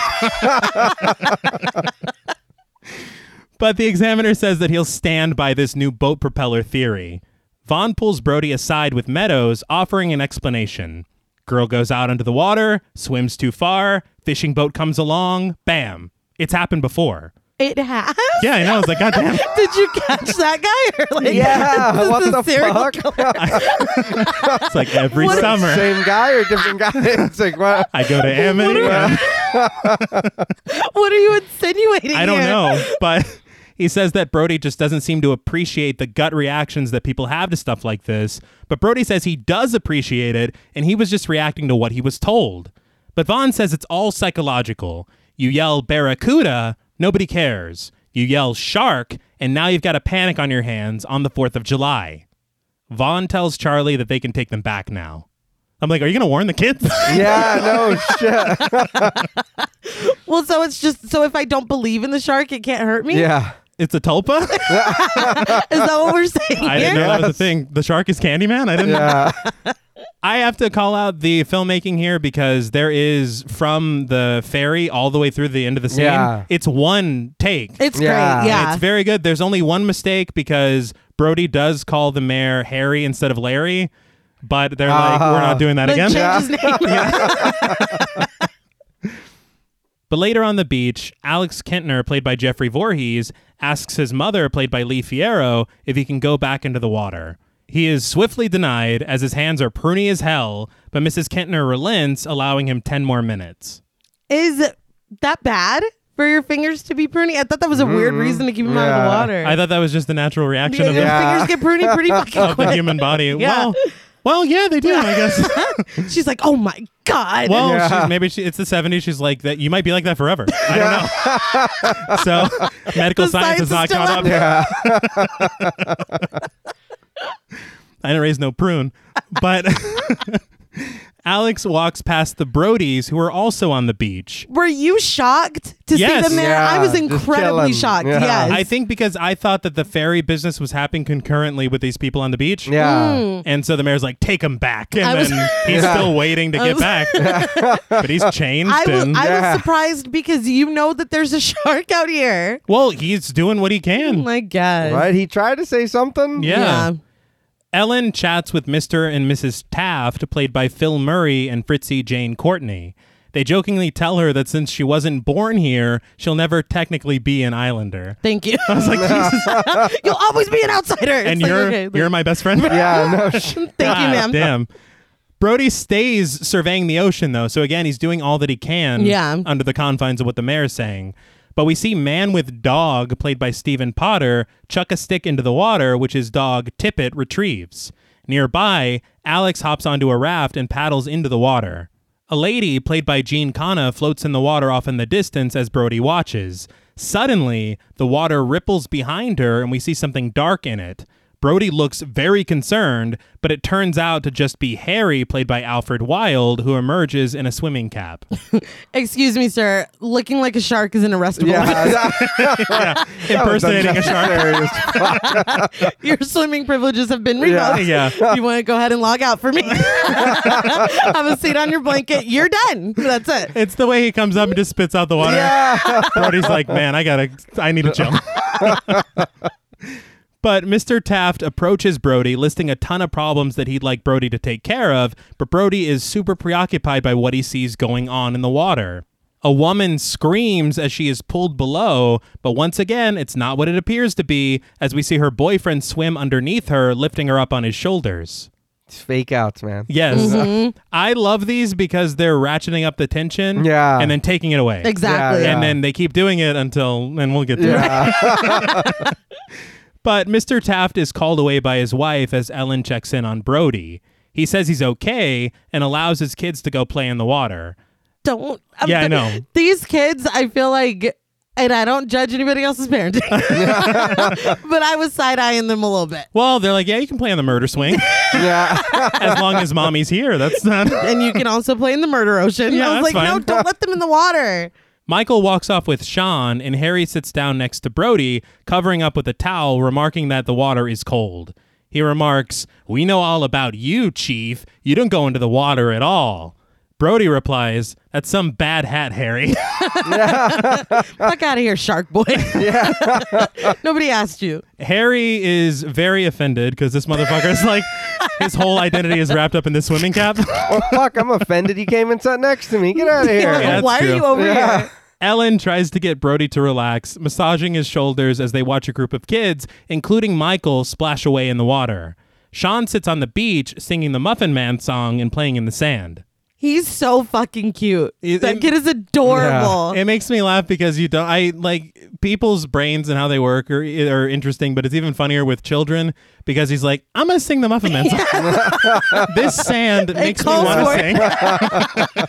S1: But the examiner says that he'll stand by this new boat propeller theory. Vaughn pulls Brody aside with Meadows, offering an explanation. Girl goes out into the water, swims too far, fishing boat comes along, bam. It's happened before.
S2: It has.
S1: Yeah, I know. I was like, God damn.
S2: Did you catch that guy? Or like,
S3: Yeah,
S2: this is
S3: what
S2: a
S3: the
S2: serial
S3: fuck?
S1: It's like every
S2: What a-
S1: summer
S3: Same guy or different guy? It's like, what?
S1: I go to Amity. and-
S2: What are you insinuating?
S1: I don't
S2: here?
S1: know, but he says that Brody just doesn't seem to appreciate the gut reactions that people have to stuff like this. But Brody says he does appreciate it, and he was just reacting to what he was told. But Vaughn says it's all psychological. You yell barracuda, nobody cares. You yell shark, and now you've got a panic on your hands on the 4th of July. Vaughn tells Charlie that they can take them back now. I'm like, are you going to warn the kids?
S3: Yeah, no shit.
S2: Well, so it's just so if I don't believe in the shark, it can't hurt me.
S3: Yeah.
S1: it's a tulpa?
S2: Is that what we're saying?
S1: I didn't
S2: here?
S1: know that was a thing. The shark is Candyman? I didn't
S3: Yeah.
S1: I have to call out the filmmaking here because there is from the ferry all the way through the end of the scene.
S3: Yeah.
S1: It's one take.
S2: It's
S3: Yeah.
S2: great. Yeah.
S1: It's very good. There's only one mistake because Brody does call the mayor Harry instead of Larry, but they're like,
S3: Ah.
S1: we're not doing that
S2: Like,
S1: again.
S2: change his name.
S1: But later on the beach, Alex Kintner, played by Jeffrey Voorhees, asks his mother, played by Lee Fierro, if he can go back into the water. He is swiftly denied, as his hands are pruny as hell, but Mrs. Kintner relents, allowing him 10 more minutes.
S2: Is that bad for your fingers to be pruny? I thought that was a weird reason to keep them out of the
S3: Yeah.
S2: water.
S1: Mm-hmm. I thought that was just the natural reaction
S2: yeah,
S1: of,
S2: your
S1: the,
S2: fingers
S3: Yeah.
S2: get pruny pretty fucking
S1: of the
S2: quick.
S1: human body.
S2: Yeah.
S1: Well, well, yeah, they do, I guess.
S2: She's like, oh my god.
S1: Well,
S3: Yeah.
S1: she's, maybe she, it's the 70s. She's like, that. you might be like that forever. I don't know. so medical
S2: The
S1: science,
S2: science
S1: is
S2: is
S1: not
S2: still
S1: caught
S2: out
S1: up. I didn't raise no prune. But Alex walks past the Brodies, who are also on the beach.
S2: Were you shocked to
S1: Yes.
S2: see them there?
S3: Yeah,
S2: I was
S3: just
S2: incredibly
S3: chilling.
S2: shocked.
S3: Yeah.
S2: Yes.
S1: I think because I thought that the ferry business was happening concurrently with these people on the beach.
S3: Yeah.
S1: And so the mayor's like, take him back. And
S2: Mm. I was-
S1: then he's
S3: Yeah.
S1: still waiting to get
S2: was-
S1: back. but he's changed.
S2: I was,
S1: and-
S2: I
S3: Yeah.
S2: was surprised because you know that there's a shark out here. Oh
S1: well, he's doing what he can.
S2: My God.
S3: Right? He tried to say something.
S1: yeah. Ellen chats with Mr. and Mrs. Taft, played by Phil Murray and Fritzie Jane Courtney. They jokingly tell her that since she wasn't born here, she'll never technically be an islander.
S2: Thank you.
S1: I was like, Jesus.
S2: You'll always be an outsider. It's
S1: and
S2: like,
S1: you're
S2: okay, like,
S1: you're my best friend.
S3: Yeah, no shit.
S2: Thank you,
S1: God
S2: ma'am.
S1: Damn. Brody stays surveying the ocean though, so again he's doing all that he can
S2: Yeah.
S1: under the confines of what the mayor's saying. But we see Man with Dog, played by Stephen Potter, chuck a stick into the water, which his dog Tippet retrieves. Nearby, Alex hops onto a raft and paddles into the water. A lady, played by Jean Kana, floats in the water off in the distance as Brody watches. Suddenly, the water ripples behind her and we see something dark in it. Brody looks very concerned, but it turns out to just be Harry, played by Alfred Wilde, who emerges in a swimming cap.
S2: Excuse me, sir. Looking like a shark is an arrestable.
S3: Yeah.
S1: Impersonating a shark.
S2: Your swimming privileges have been
S3: Yeah.
S2: revoked.
S1: Yeah.
S2: You want to go ahead and log out for me? Have a seat on your blanket. You're done. That's it.
S1: It's the way he comes up and just spits out the water.
S3: yeah.
S1: Brody's like, man, I gotta, I need to jump. but Mr. Taft approaches Brody, listing a ton of problems that he'd like Brody to take care of, but Brody is super preoccupied by what he sees going on in the water. A woman screams as she is pulled below, but once again, it's not what it appears to be as we see her boyfriend swim underneath her, lifting her up on his shoulders.
S3: It's fake outs, man.
S1: Yes. I love these because they're ratcheting up the tension
S3: Yeah.
S1: and then taking it away.
S2: Exactly.
S3: Yeah.
S1: And then they keep doing it until, and we'll get to it.
S3: Yeah.
S1: But Mr. Taft is called away by his wife as Ellen checks in on Brody. He says he's okay and allows his kids to go play in the water.
S2: Don't. I'm
S1: Yeah, I
S2: th-
S1: know.
S2: These kids, I feel like, and I don't judge anybody else's parenting, but I was side eyeing them a little bit.
S1: Well, they're like, yeah, you can play on the murder swing
S3: yeah.
S1: as long as mommy's here. That's not.
S2: And you can also play in the murder ocean.
S1: Yeah,
S2: I was
S1: that's
S2: like, no,
S1: fine.
S2: don't let them in the water.
S1: Michael walks off with Sean, and Harry sits down next to Brody, covering up with a towel, remarking that the water is cold. He remarks, We know all about you, Chief. You don't go into the water at all. Brody replies, That's some bad hat, Harry.
S2: Fuck out of here, shark boy. Nobody asked you.
S1: Harry is very offended because this motherfucker is like, his whole identity is wrapped up in this swimming cap.
S3: Oh, fuck, I'm offended you came and sat next to me. Get out of here.
S1: Yeah. that's
S2: Why
S1: true.
S2: are you over here?
S1: Ellen tries to get Brody to relax, massaging his shoulders as they watch a group of kids, including Michael, splash away in the water. Sean sits on the beach singing the Muffin Man song and playing in the sand.
S2: He's so fucking cute.
S1: It-
S2: that
S1: it-
S2: kid is adorable.
S1: It makes me laugh because you don't. I like people's brains and how they work are, are interesting, but it's even funnier with children because he's like, "I'm gonna sing the Muffin Man song." this sand makes me
S2: calls
S1: want
S2: for
S1: to sing.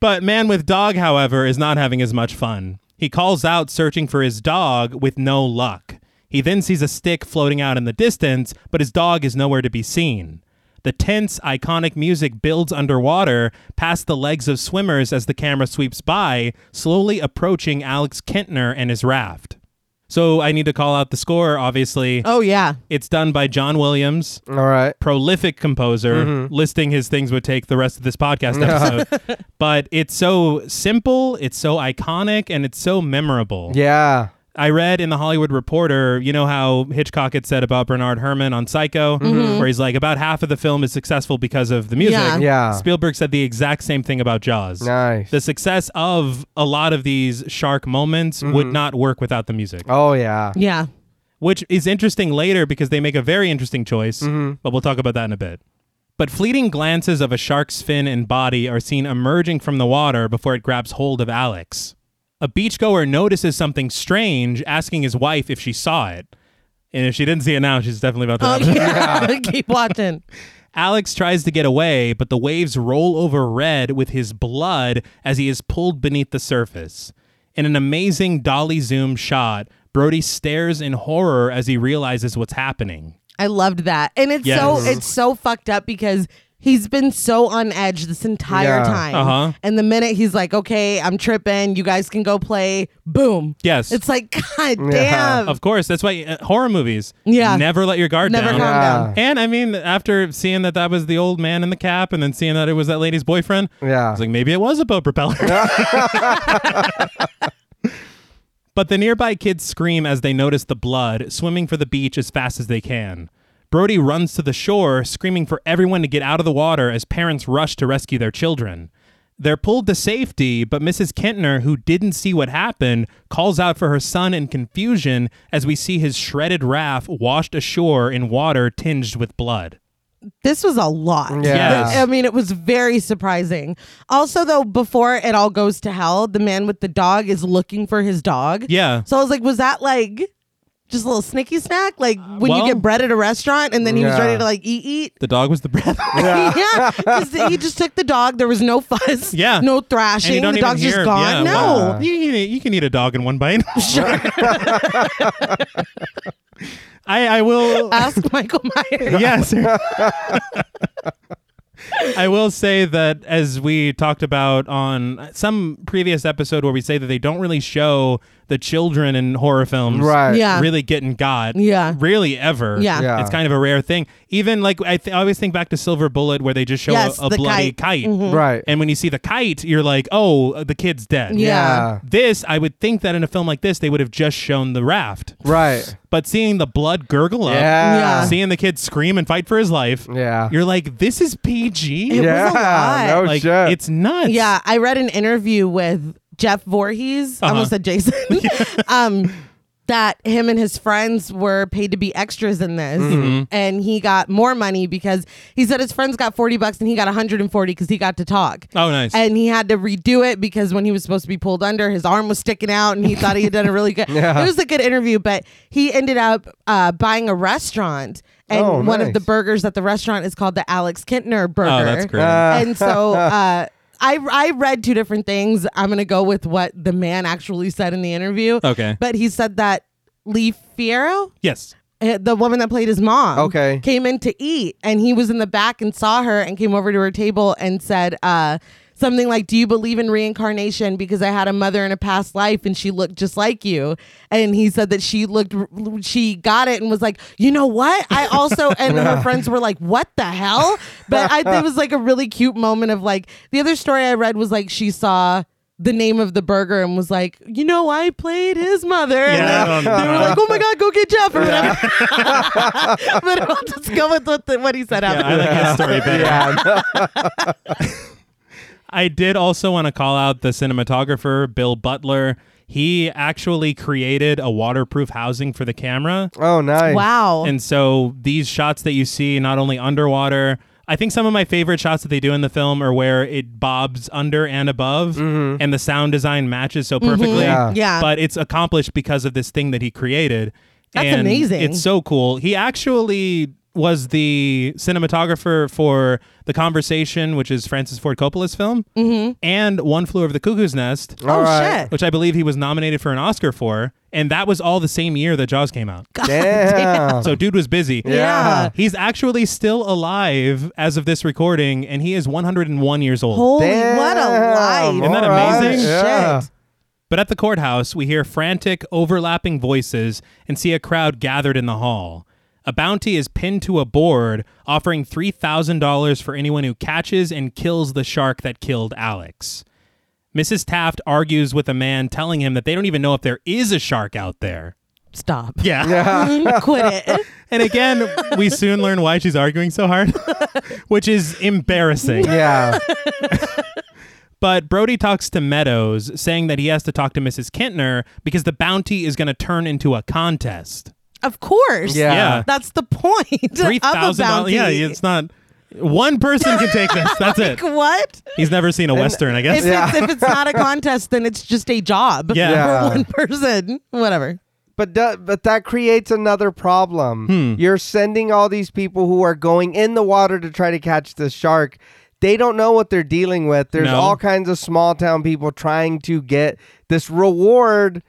S1: but man with dog, however, is not having as much fun. He calls out searching for his dog with no luck. He then sees a stick floating out in the distance, but his dog is nowhere to be seen. The tense, iconic music builds underwater, past the legs of swimmers as the camera sweeps by, slowly approaching Alex Kintner and his raft. So I need to call out the score, obviously.
S2: oh yeah.
S1: It's done by John Williams,
S3: All right.
S1: prolific composer.
S3: Mm-hmm.
S1: Listing his things would take the rest of this podcast episode. but it's so simple, it's so iconic, and it's so memorable.
S3: Yeah.
S1: I read in the Hollywood Reporter, you know how Hitchcock had said about Bernard Herrmann on
S3: Mm-hmm.
S1: Psycho, where he's like, about half of the film is successful because of the music.
S2: Yeah.
S3: Yeah.
S1: Spielberg said the exact same thing about Jaws.
S3: Nice.
S1: The success of a lot of these shark moments would
S3: Mm-hmm.
S1: not work without the music,
S3: Oh, yeah.
S2: Yeah.
S1: which is interesting later because they make a very interesting choice,
S2: Mm-hmm.
S1: but we'll talk about that in a bit. But fleeting glances of a shark's fin and body are seen emerging from the water before it grabs hold of Alex. A beachgoer notices something strange, asking his wife if she saw it. And if she didn't see it now, she's definitely about to.
S2: Oh, yeah. Keep watching.
S1: Alex tries to get away, but the waves roll over Red with his blood as he is pulled beneath the surface. In an amazing dolly zoom shot, Brody stares in horror as he realizes what's happening.
S2: I loved that. And it's
S1: Yes.
S2: so it's so fucked up because he's been so on edge this entire
S3: Yeah.
S2: time.
S1: Uh-huh.
S2: And the minute he's like, "Okay, I'm tripping. You guys can go play." Boom.
S1: Yes.
S2: It's like, God
S3: Yeah.
S2: damn.
S1: Of course, that's why uh, horror movies.
S2: Mm. Yeah.
S1: Never let your guard
S2: Never
S1: down.
S2: calm down.
S1: And I mean, after seeing that that was the old man in the cap, and then seeing that it was that lady's boyfriend, I
S3: Yeah.
S1: was like, maybe it was a boat propeller. but the nearby kids scream as they notice the blood, swimming for the beach as fast as they can. Brody runs to the shore, screaming for everyone to get out of the water as parents rush to rescue their children. They're pulled to safety, but Mrs. Kentner, who didn't see what happened, calls out for her son in confusion as we see his shredded raft washed ashore in water tinged with blood.
S2: This was a lot.
S3: Yeah.
S2: I mean, it was very surprising. Also, though, before it all goes to hell, the man with the dog is looking for his dog.
S1: Yeah.
S2: So I was like, was that like just a little snicky snack? Like when
S1: well-
S2: you get bread at a restaurant and then he was
S3: Yeah.
S2: ready to like eat, eat?
S1: The dog was the breath.
S2: yeah, because he just took the dog. There was no fuzz.
S1: Yeah.
S2: no
S1: And you
S2: thrashing.
S1: don't
S2: The
S1: even
S2: dog's
S1: hear-
S2: just gone.
S1: yeah,
S2: no,
S1: well, you, can eat, you can eat a dog in one bite. I, I will.
S2: Ask Michael Myers.
S1: yes. I will say that as we talked about on some previous episode where we say that they don't really show the children in horror films
S3: Right.
S2: Yeah.
S1: really getting got
S2: Yeah.
S1: really ever
S2: Yeah.
S3: Yeah.
S1: it's kind of a rare thing even like I, th- I always think back to Silver Bullet where they just show
S2: Yes,
S1: a, a
S2: the
S1: bloody kite,
S2: kite. Mm-hmm.
S3: Right.
S1: and when you see the kite you're like oh the kid's dead
S2: Yeah.
S3: Ah.
S1: this I would think that in a film like this they would have just shown the raft
S3: Right.
S1: but seeing the blood gurgle up
S3: Yeah.
S2: Yeah.
S1: seeing the kid scream and fight for his life
S3: Yeah.
S1: you're like, this is PG.
S2: It
S3: yeah.
S2: was a lot.
S3: No
S1: like
S3: shit.
S1: it's nuts.
S2: Yeah, I read an interview with Jeff Voorhees,
S1: Uh-huh.
S2: I almost said Jason, um, that him and his friends were paid to be extras in this,
S1: Mm-hmm.
S2: and he got more money because he said his friends got forty bucks and he got one hundred and forty because he got to talk.
S1: Oh, nice.
S2: And he had to redo it because when he was supposed to be pulled under, his arm was sticking out, and he thought he had done a really good.
S3: Yeah.
S2: It was a good interview, but he ended up uh, buying a restaurant, and
S3: Oh,
S2: one
S3: nice.
S2: of the burgers at the restaurant is called the Alex Kintner Burger
S1: oh, that's great.
S3: Uh,
S2: and so uh, I I read two different things. I'm gonna go with what the man actually said in the interview.
S1: Okay.
S2: but he said that Lee Fierro,
S1: yes.
S2: uh, the woman that played his mom,
S3: Okay.
S2: came in to eat, and he was in the back and saw her and came over to her table and said. Uh, Something like, do you believe in reincarnation? Because I had a mother in a past life and she looked just like you. And he said that she looked, she got it and was like, you know what? I also, and her friends were like, what the hell? But I think it was like a really cute moment of like, the other story I read was like, she saw the name of the burger and was like, you know, I played his mother. And
S1: Yeah, I
S2: then
S1: don't
S2: they were
S1: know.
S2: like, oh my God, go get Jeff or whatever. but I'll just go with what, the, what he said
S1: Yeah,
S2: after
S1: I like that story better.
S3: yeah.
S1: I did also want to call out the cinematographer, Bill Butler. He actually created a waterproof housing for the camera.
S3: oh, nice.
S2: Wow.
S1: And so these shots that you see, not only underwater, I think some of my favorite shots that they do in the film are where it bobs under and above, and the sound design matches so perfectly.
S3: Yeah.
S2: Mm-hmm. Yeah.
S1: But it's accomplished because of this thing that he created.
S2: That's
S1: And
S2: amazing.
S1: It's so cool. He actually was the cinematographer for The Conversation, which is Francis Ford Coppola's film,
S2: Mm-hmm.
S1: and One Flew Over the Cuckoo's Nest,
S2: oh,
S3: All right.
S2: shit.
S1: which I believe he was nominated for an Oscar for. And that was all the same year that Jaws came out.
S3: Damn.
S1: So, dude was busy.
S3: Uh-huh. Yeah.
S1: He's actually still alive as of this recording, and he is 101 years old.
S2: Holy,
S3: Damn.
S2: what a life.
S1: Isn't that
S3: All right.
S1: amazing?
S3: Yeah.
S2: Shit.
S1: But at the courthouse, we hear frantic, overlapping voices and see a crowd gathered in the hall. A bounty is pinned to a board, offering $3,000 for anyone who catches and kills the shark that killed Alex. Mrs. Taft argues with a man, telling him that they don't even know if there is a shark out there.
S2: Stop.
S1: Yeah.
S2: Mm, Quit it.
S1: And again, we soon learn why she's arguing so hard, which is embarrassing.
S3: Yeah.
S1: But Brody talks to Meadows, saying that he has to talk to Mrs. Kintner because the bounty is going to turn into a contest.
S2: Of course.
S3: Yeah.
S1: Yeah.
S2: That's the point.
S1: Three
S2: of a
S1: thousand dollars.
S2: bounty.
S1: Yeah, it's not. One person can take this. That's it.
S2: Like, what?
S1: He's never seen a western, I
S2: If,
S1: guess.
S3: Yeah.
S2: it's, if it's not a contest, then it's just a job
S1: Yeah.
S3: Yeah.
S2: for one person. Whatever.
S3: But do- but that creates another problem.
S1: Hmm.
S3: You're sending all these people who are going in the water to try to catch the shark. They don't know what they're dealing with. There's
S1: No.
S3: all kinds of small town people trying to get this reward.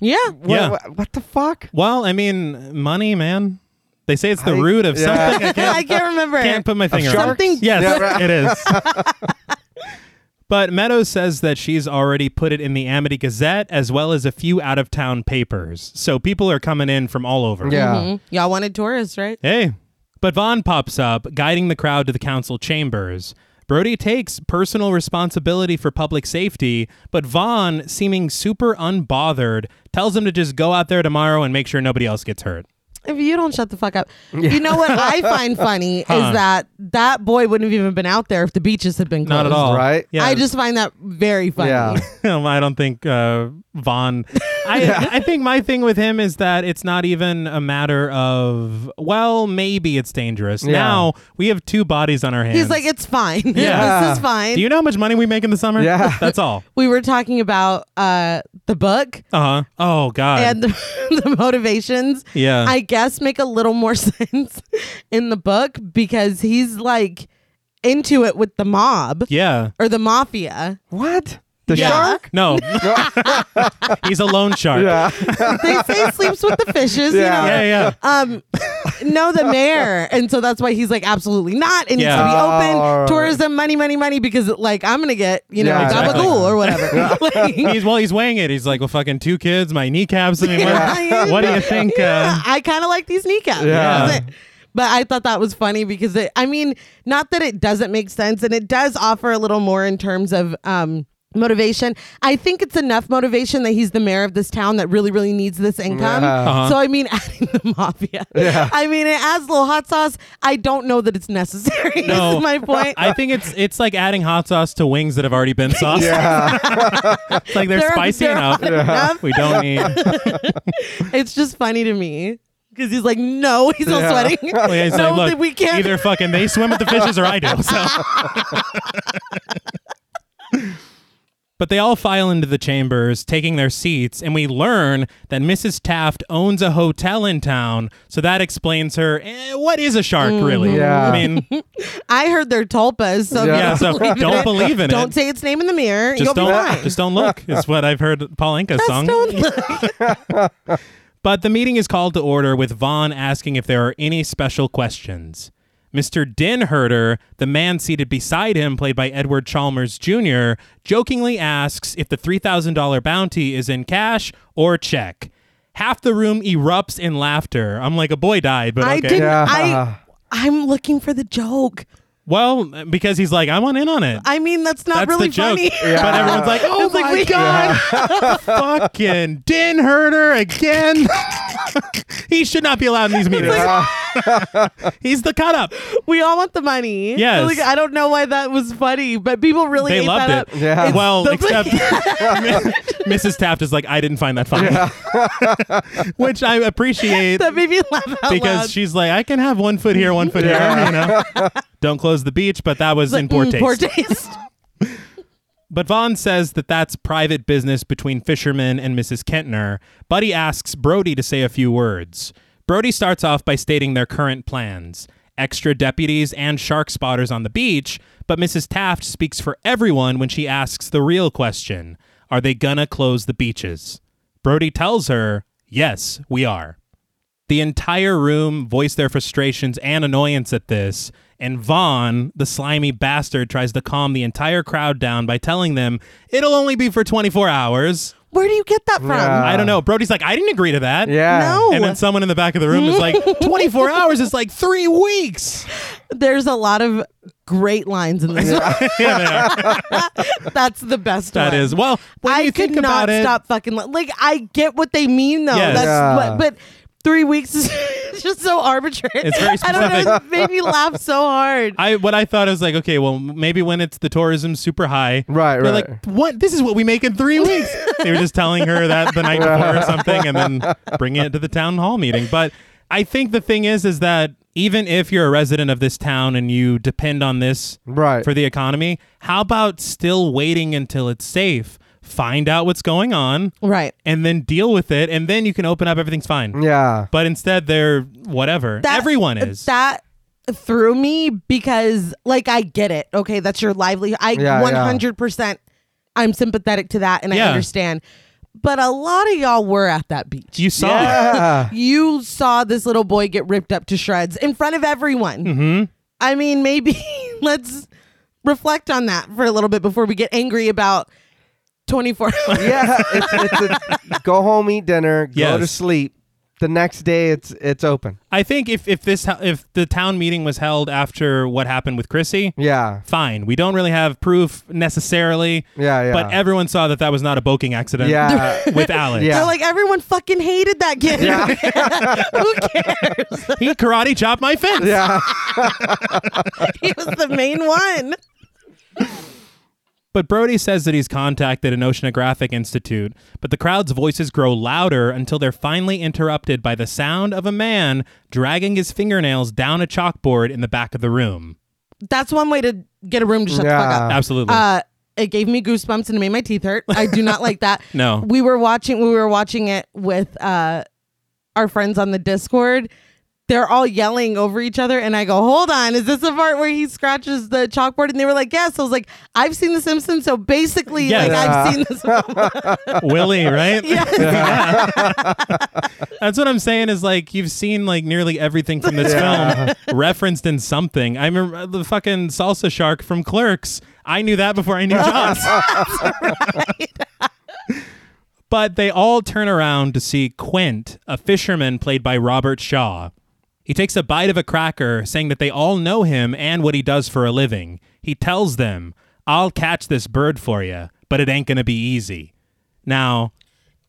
S2: Yeah.
S3: What,
S1: Yeah.
S3: what, what the fuck?
S1: Well, I mean, money, man. They say it's the
S3: I-
S1: root of
S3: yeah.
S1: something. I
S2: I
S1: can't,
S2: can't remember.
S1: can't put my finger on. it.
S2: Something.
S1: Yes,
S3: Yeah, right.
S1: it is. but Meadows says that she's already put it in the Amity Gazette as well as a few out of town papers. So people are coming in from all over.
S3: Yeah.
S2: Mhm. Y'all wanted tourists, right?
S1: Hey. But Vaughn pops up, guiding the crowd to the council chambers. Brody takes personal responsibility for public safety, but Vaughn, seeming super unbothered, tells him to just go out there tomorrow and make sure nobody else gets hurt.
S2: If you don't shut the fuck up. You know what I find funny is that that boy wouldn't have even been out there if the beaches had been closed.
S1: Not at all.
S3: Right.
S1: Yeah.
S2: I just find that very funny.
S3: Yeah.
S1: Um, I don't think uh, Vaughn. I, I think my thing with him is that it's not even a matter of, well, maybe it's dangerous. Now we have two bodies on our hands.
S2: He's like, it's fine.
S1: Yeah.
S2: this is fine.
S1: Do you know how much money we make in the summer?
S3: Yeah.
S1: That's all.
S2: we were talking about uh, the book
S1: Uh huh. Oh, God.
S2: and the, the motivations.
S1: Yeah.
S2: I guess make a little more sense in the book because he's like into it with the mob
S1: yeah.
S2: or the mafia.
S3: What? The
S1: Yeah.
S3: shark?
S1: No, he's a lone shark. Yeah,
S3: Yeah.
S2: they say he sleeps with the fishes.
S3: Yeah.
S2: You know?
S1: yeah.
S2: Um, no, the mayor, and so that's why he's like, absolutely not. It needs
S1: Yeah.
S2: to be
S3: Oh,
S2: open.
S3: all right.
S2: Tourism, money, money, money, because like I'm gonna get you know
S3: Yeah,
S1: exactly.
S2: gabagool or whatever. Like,
S1: He's well, he's weighing it. He's like, well, fucking two kids, my kneecaps. I mean,
S2: Yeah.
S1: what, what do you think?
S2: yeah,
S1: Uh,
S2: I kind of like these kneecaps.
S3: Yeah.
S2: That's it. But I thought that was funny because it, I mean, not that it doesn't make sense, and it does offer a little more in terms of um, motivation. I think it's enough motivation that he's the mayor of this town that really, really needs this income.
S3: Yeah.
S1: Uh-huh.
S2: So I mean, adding the mafia.
S3: Yeah.
S2: I mean, it adds a little hot sauce. I don't know that it's necessary.
S1: No.
S2: is my point.
S1: I think it's it's like adding hot sauce to wings that have already been sauced.
S3: yeah.
S1: It's like they're,
S2: They're-
S1: spicy
S2: they're
S1: enough.
S2: hot enough.
S1: We don't need.
S2: it's just funny to me because he's like, no, he's not
S3: Yeah.
S2: sweating.
S1: Well, yeah, he's
S2: no,
S1: like,
S2: that
S1: look,
S2: we can't.
S1: either fucking they swim with the fishes or I do. So. but they all file into the chambers, taking their seats, and we learn that Mrs. Taft owns a hotel in town. So that explains her. eh, what is a shark really?
S3: Yeah.
S1: I mean,
S2: I heard they're tulpas, so if you
S1: yeah. So
S2: believe
S1: don't
S2: it,
S1: believe in
S2: Don't
S1: it.
S2: say its name in the mirror. You'll
S1: just
S2: be fine.
S1: don't. Just don't look. Is what I've heard Paul Inca's song.
S2: Don't look.
S1: But the meeting is called to order with Vaughn asking if there are any special questions. Mr. Dinherder, the man seated beside him, played by Edward Chalmers Jr., jokingly asks if the $3,000 bounty is in cash or check. Half the room erupts in laughter. I'm like, a boy died, but
S2: I
S1: okay.
S2: didn't.
S3: Yeah.
S2: I. I'm looking for the joke.
S1: Well, because he's like, I want in on it.
S2: I mean, that's not
S1: That's
S2: really
S1: the joke.
S2: funny.
S1: But everyone's like, oh
S2: It's like,
S1: my
S2: we-
S1: God. Fucking Dinherder again. he should not be allowed in these meetings. He's the cut up.
S2: We all want the money.
S1: Yes.
S2: Like, I don't know why that was funny, but people really
S1: They
S2: ate
S1: loved
S2: that
S1: it.
S2: up.
S3: Yeah.
S2: It's
S1: Well,
S2: the-
S1: except Mrs. Taft is like, I didn't find that funny, which I appreciate
S2: that made me laugh out
S1: because
S2: loud.
S1: she's like, I can have one foot here, one foot here. You know, don't close the beach, but that was in poor
S2: Mm,
S1: taste.
S2: Poor taste.
S1: But Vaughn says that that's private business between Fisherman and Mrs. Kentner. Buddy asks Brody to say a few words. Brody starts off by stating their current plans extra deputies and shark spotters on the beach, but Mrs. Taft speaks for everyone when she asks the real question Are they gonna close the beaches? Brody tells her, Yes, we are. The entire room voice their frustrations and annoyance at this, and Vaughn, the slimy bastard, tries to calm the entire crowd down by telling them it'll only be for 24 hours.
S2: Where do you get that from?
S3: Yeah.
S2: Uh.
S1: I don't know. Brody's like, I didn't agree to that.
S3: Yeah.
S2: No.
S1: And then someone in the back of the room is like, 24 hours is like three weeks.
S2: There's a lot of great lines in this. That's the best.
S1: That
S2: one.
S1: is, well, when
S2: I
S1: you
S2: could
S1: think
S2: not
S1: about it,
S2: stop fucking. li- Like I get what they mean though.
S1: Yes.
S2: That's
S3: Yeah.
S2: what, but three weeks is it's just so arbitrary.
S1: It's very
S2: I don't know.
S1: specific.
S2: It made me laugh so hard.
S1: I what I thought is like, okay, well, maybe when it's the tourism super high,
S3: Right,
S1: They're
S3: right.
S1: like, what? This is what we make in three weeks. they were just telling her that the night before or something, and then bringing it to the town hall meeting. But I think the thing is, is that even if you're a resident of this town and you depend on this
S3: Right.
S1: for the economy, how about still waiting until it's safe? Find out what's going on,
S2: right.
S1: and then deal with it, and then you can open up. Everything's
S3: Mm.
S1: fine.
S3: yeah.
S1: But instead, they're whatever.
S2: That-
S1: Everyone is.
S2: that threw me because like I get it. Okay, that's your livelihood. I
S3: Yeah, yeah.
S2: 100% I'm sympathetic to that and I
S1: Yeah.
S2: understand. But a lot of y'all were at that beach.
S1: you saw. it.
S3: Yeah.
S2: You saw this little boy get ripped up to shreds in front of everyone.
S3: Mm-hmm.
S2: I mean, maybe let's reflect on that for a little bit before we get angry about 24
S3: yeah. It's, it's a, go home, eat dinner, go to
S1: Yes.
S3: sleep. The next day, it's it's open.
S1: I think if if this if the town meeting was held after what happened with
S3: Mm.
S1: Chrissy,
S3: Yeah.
S1: fine. We don't really have proof necessarily.
S3: Yeah, yeah.
S1: But everyone saw that that was not a boking accident.
S3: Yeah.
S1: With Alex,
S3: Yeah.
S2: They're like, everyone fucking hated that kid. Who cares?
S1: he karate chopped my fence.
S3: yeah.
S2: he was the main one.
S1: But Brody says that he's contacted an oceanographic institute, but the crowd's voices grow louder until they're finally interrupted by the sound of a man dragging his fingernails down a chalkboard in the back of the room.
S2: That's one way to get a room to shut the fuck
S3: Yeah.
S2: up.
S1: Absolutely.
S2: Uh, it gave me goosebumps and it made my teeth hurt. I do not like that.
S1: No.
S2: we were watching. We were watching it with uh, our friends on the Discord. they're all yelling over each other. And I go, hold on, is this the part where he scratches the chalkboard? And they were like, yes. I was like, I've seen The Simpsons. So basically,
S1: Yes.
S2: like, I've seen this.
S1: Willie, right?
S2: Yes.
S1: That's what I'm saying is like you've seen like nearly everything from this film referenced in something. I remember uh, the fucking salsa shark from Clerks. I knew that before I knew Jaws. but they all turn around to see Quint, a fisherman played by Robert Shaw. He takes a bite of a cracker, saying that they all know him and what he does for a living. He tells them, "I'll catch this bird for you, but it ain't gonna be easy." Now,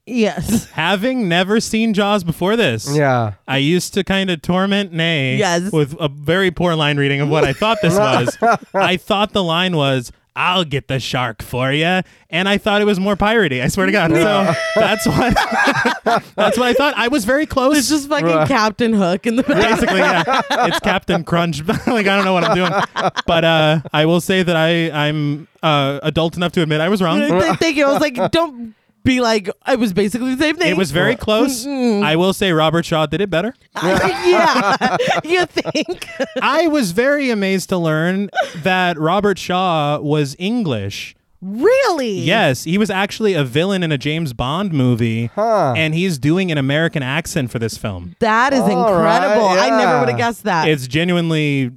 S2: yes.
S1: having never seen Jaws before this,
S3: Yeah.
S1: I used to kind of torment Nay
S2: Yes.
S1: with a very poor line reading of what I thought this was. I thought the line was, I'll get the shark for you. And I thought it was more piratey. I swear to God. So that's what, that's what I thought. I was very close.
S2: It's just fucking Captain Hook in the back.
S1: Basically, yeah, it's Captain Crunch. like I don't know what I'm doing, but uh, I will say that I I'm uh, adult enough to admit I was wrong.
S2: Th- Thank you. I was like, don't be like, I was basically the same thing. Mm-hmm.
S1: It was very close. I will say Robert Shaw did it better.
S2: yeah. you think?
S1: I was very amazed to learn that Robert Shaw was English.
S2: really?
S1: Yes, he was actually a villain in a James Bond movie, and he's doing an American accent for this film.
S2: That is
S3: All right,
S2: incredible. I never
S3: yeah.
S2: would have guessed that.
S1: It's genuinely,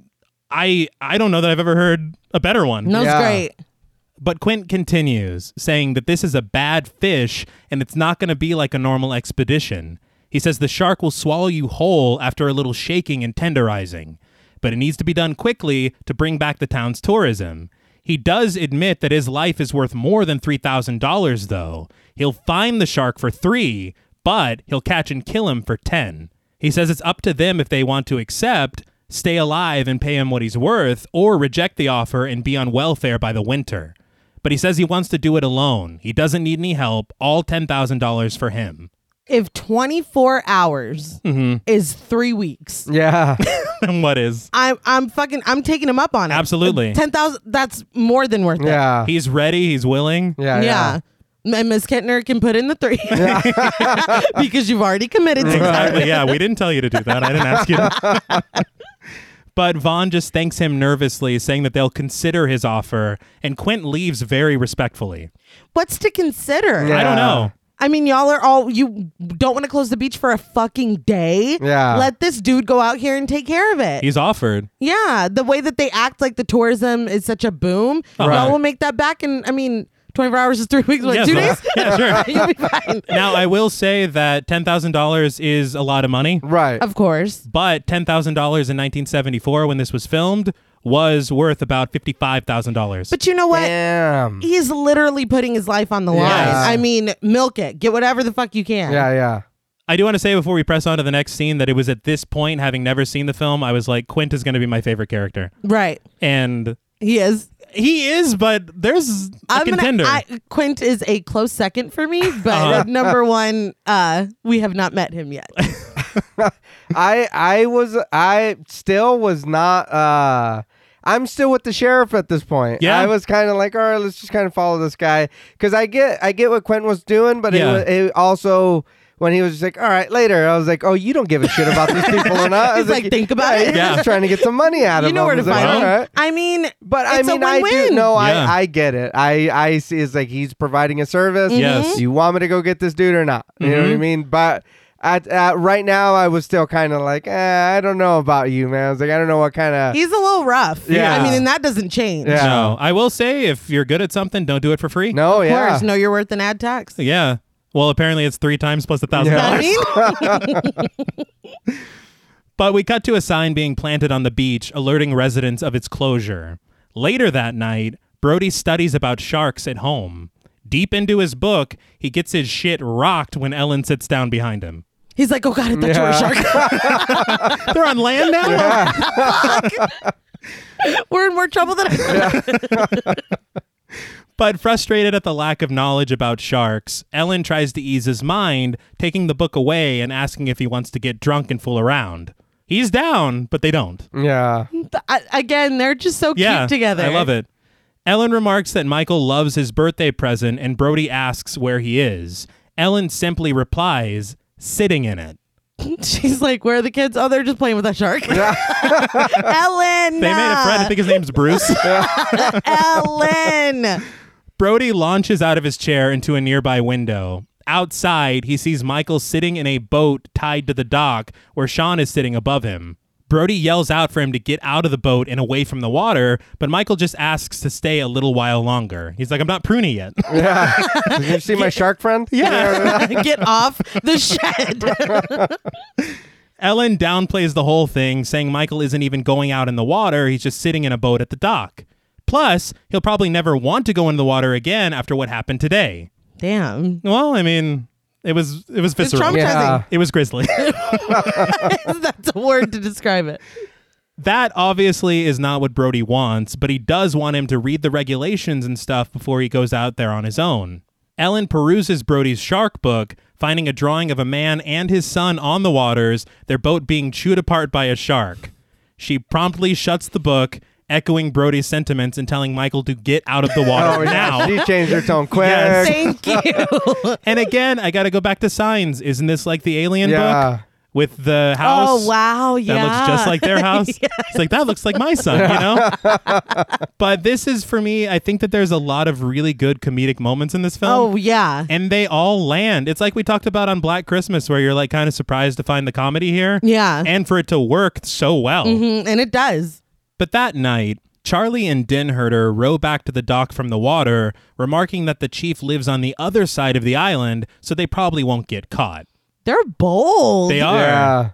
S1: I I don't know that I've ever heard a better one.
S2: no, it's
S3: Yeah.
S2: great.
S1: But Quint continues, saying that this is a bad fish and it's not going to be like a normal expedition. He says the shark will swallow you whole after a little shaking and tenderizing, but it needs to be done quickly to bring back the town's tourism. He does admit that his life is worth more than $3,000, though. He'll find the shark for three, but he'll catch and kill him for 10. He says it's up to them if they want to accept, stay alive and pay him what he's worth, or reject the offer and be on welfare by the winter. But he says he wants to do it alone. He doesn't need any help. All $10,000 for him.
S2: If 24 hours
S1: Mm-hmm.
S2: is three weeks,
S3: Yeah.
S1: and what is?
S2: I'm I'm fucking I'm taking him up on it.
S1: Absolutely.
S2: Ten thousand. That's more than worth it.
S3: Yeah.
S1: He's ready. He's willing.
S3: Yeah.
S2: Yeah. And Miss Kettner can put in the three because you've already committed to that.
S1: Exactly. Yeah. We didn't tell you to do that. I didn't ask you to. but Vaughn just thanks him nervously, saying that they'll consider his offer. And Quint leaves very respectfully.
S2: What's to consider?
S3: Yeah.
S1: I don't know.
S2: I mean, y'all are all you don't want to close the beach for a fucking day.
S3: Yeah.
S2: Let this dude go out here and take care of it.
S1: He's offered.
S2: yeah. The way that they act like the tourism is such a boom.
S1: Uh-huh. Right.
S2: Y'all will make that back in I mean, twenty four hours is three weeks, what,
S1: Yeah,
S2: two
S1: so-
S2: days?
S1: Yeah, sure.
S2: You'll be fine.
S1: Now, I will say that $10,000 is a lot of money.
S3: Right.
S2: Of course.
S1: But ten thousand dollars in nineteen seventy four, when this was filmed, was worth about fifty five thousand dollars.
S2: But you know what?
S3: Damn.
S2: He's literally putting his life on the line.
S3: Yes.
S2: I mean, milk it. Get whatever the fuck you can.
S3: Yeah. Yeah.
S1: I do want to say before we press on to the next scene that it was at this point, having never seen the film, I was like, Quint is going to be my favorite character,
S2: Right.
S1: and
S2: He is.
S1: he is. But there's a
S2: I'm
S1: contender. Uh-huh.
S2: Gonna, I, Quint is a close second for me, but number one, uh, we have not met him yet.
S3: I I was I still was not uh I'm still with the sheriff at this point.
S1: Yeah.
S3: I was kind of like, all right, let's just kind of follow this guy because I get I get what Quentin was doing, but
S1: Yeah.
S3: it, wa- it also when he was just like, all right, later, I was like, oh, you don't give a shit about these people or not. I
S2: He's
S3: was
S2: like, think about
S3: yeah,
S2: it.
S1: Yeah.
S3: Yeah, just trying to get some money out
S2: you
S3: of
S2: know where
S3: them.
S2: to
S3: I was like,
S2: find him.
S3: all right.
S2: I mean,
S3: But I
S2: it's a
S3: mean, I do.
S2: win-win.
S3: No,
S1: Yeah.
S3: I, I get it. I, I see. It's like he's providing a service.
S2: Mm-hmm.
S1: Yes. Mm-hmm.
S3: You want me to go get this dude or not? You know what I mean? But at, at right now, I was still kind of like, eh, I don't know about you, man. I was like, I don't know what kind of.
S2: he's a little rough.
S3: Yeah.
S2: I mean, and that doesn't change.
S3: Yeah.
S1: no, I will say if you're good at something, don't do it for free.
S3: No,
S2: Of
S3: yeah.
S2: course, know your worth and add tax.
S1: Yeah. Well, apparently it's three times plus a thousand
S3: Yeah.
S2: I
S1: dollars.
S2: mean,
S1: But we cut to a sign being planted on the beach, alerting residents of its closure. Later that night, Brody studies about sharks at home. Deep into his book, he gets his shit rocked when Ellen sits down behind him.
S2: he's like, oh god, I thought you were a shark.
S1: They're on land now?
S2: we're in more trouble than I thought.
S1: But frustrated at the lack of knowledge about sharks, Ellen tries to ease his mind, taking the book away and asking if he wants to get drunk and fool around. He's down, but they don't.
S3: Yeah.
S2: I- Again, they're just so
S1: yeah,
S2: cute together.
S1: I love it. Ellen remarks that Michael loves his birthday present, and Brody asks where he is. Ellen simply replies, sitting in it.
S2: She's like, where are the kids? Oh, they're just playing with a shark. Ellen.
S1: They made a friend. I think his name's Bruce.
S2: uh, Ellen.
S1: Brody launches out of his chair into a nearby window. Outside, he sees Michael sitting in a boat tied to the dock where Sean is sitting above him. Brody yells out for him to get out of the boat and away from the water, but Michael just asks to stay a little while longer. He's like, I'm not pruny yet.
S3: Yeah. Did you see my shark friend?
S2: Get off the shed.
S1: Ellen downplays the whole thing, saying Michael isn't even going out in the water, he's just sitting in a boat at the dock. Plus, he'll probably never want to go in the water again after what happened today.
S2: Damn.
S1: Well, I mean, it was it was
S2: It's
S1: visceral.
S2: traumatizing.
S3: Yeah.
S1: It was grisly.
S2: That's a word to describe it.
S1: that obviously is not what Brody wants, but he does want him to read the regulations and stuff before he goes out there on his own. Ellen peruses Brody's shark book, finding a drawing of a man and his son on the waters, their boat being chewed apart by a shark. She promptly shuts the book, echoing Brody's sentiments and telling Michael to get out of the water
S3: Oh, yeah.
S1: now.
S3: She changed her tone quick.
S1: Yes.
S2: Thank you.
S1: And again, I got to go back to signs. Isn't this like the alien
S3: Yeah.
S1: book with the house?
S2: Oh wow, yeah.
S1: that looks just like their house. It's like that looks like my son, you know. but this is for me. I think that there's a lot of really good comedic moments in this film.
S2: Oh yeah.
S1: And they all land. It's like we talked about on Black Christmas, where you're like kind of surprised to find the comedy here.
S2: Yeah.
S1: And for it to work so well.
S2: Mm, and it does.
S1: But that night, Charlie and Den Herder row back to the dock from the water, remarking that the chief lives on the other side of the island, so they probably won't get caught.
S2: They're bold.
S1: They are.
S3: Yeah.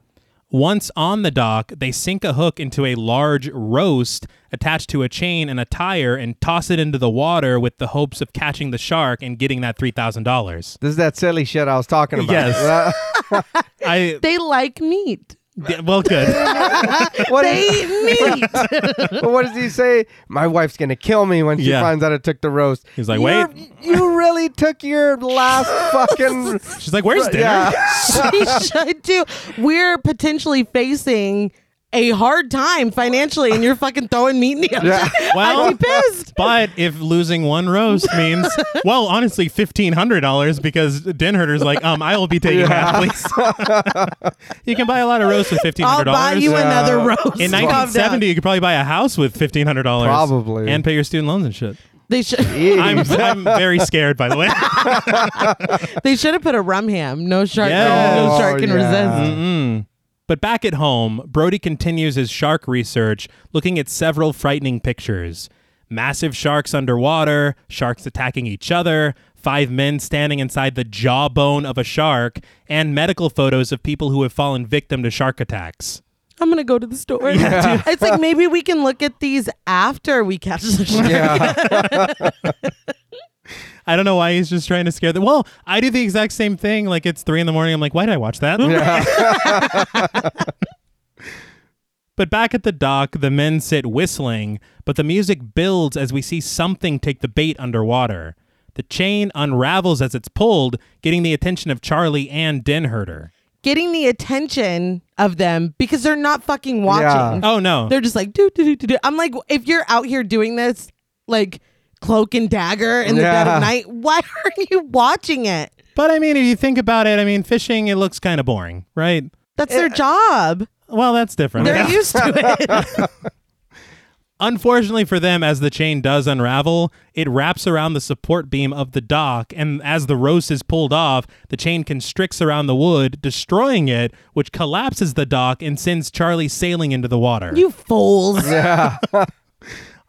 S1: Once on the dock, they sink a hook into a large roast attached to a chain and a tire and toss it into the water with the hopes of catching the shark and getting that $3,000.
S3: This is that silly shit I was talking about.
S1: Yes. I
S2: They like meat.
S1: yeah, well good.
S3: what,
S2: They
S3: is,
S2: eat meat.
S3: what does he say? My wife's gonna kill me when she
S1: Yeah.
S3: finds out I took the roast.
S1: He's like,
S3: You're-
S1: "Wait."
S3: you really took your last fucking
S1: She's like, "Where's dinner?"
S3: yeah."
S2: she should do. We're potentially facing a hard time financially, and you're fucking throwing meat in the ocean.
S1: Well,
S2: I'd be pissed.
S1: But if losing one roast means, well, honestly, fifteen hundred dollars because Den Herder's like, um, I will be taking half, please. you can buy a lot of roast with fifteen
S2: I'll
S1: hundred dollars.
S2: buy you another roast.
S1: In
S2: Calm down.
S1: 1970, you could probably buy a house with fifteen hundred dollars,
S3: Probably.
S1: and pay your student loans and shit.
S2: they should.
S3: Jeez.
S1: I'm, I'm very scared, by the way.
S2: They should have put a rum ham. No shark.
S1: Yeah.
S2: No shark
S3: Oh,
S2: can
S3: yeah.
S2: resist.
S1: But back at home, Brody continues his shark research, looking at several frightening pictures massive sharks underwater, sharks attacking each other, five men standing inside the jawbone of a shark, and medical photos of people who have fallen victim to shark attacks.
S2: I'm gonna go to the store. It's like maybe we can look at these after we catch the shark.
S3: yeah.
S1: I don't know why he's just trying to scare them. Well, I do the exact same thing. Like it's three in the morning. I'm like, why did I watch that? But back at the dock, the men sit whistling, but the music builds as we see something take the bait underwater. The chain unravels as it's pulled, getting the attention of Charlie and Denherder.
S2: Getting the attention of them because they're not fucking watching.
S1: Oh no.
S2: They're just like do do do do do. I'm like, if you're out here doing this, like cloak and dagger in the dead
S3: Yeah.
S2: of night, why are you watching it?
S1: But I mean, if you think about it, I mean, fishing, it looks kind of boring, right?
S2: That's
S1: Eh,
S2: their
S1: uh,
S2: job.
S1: Well, that's different.
S2: They're used to it.
S1: Unfortunately for them, as the chain does unravel, it wraps around the support beam of the dock, and as the roast is pulled off, the chain constricts around the wood, destroying it, which collapses the dock and sends Charlie sailing into the water.
S2: you fools.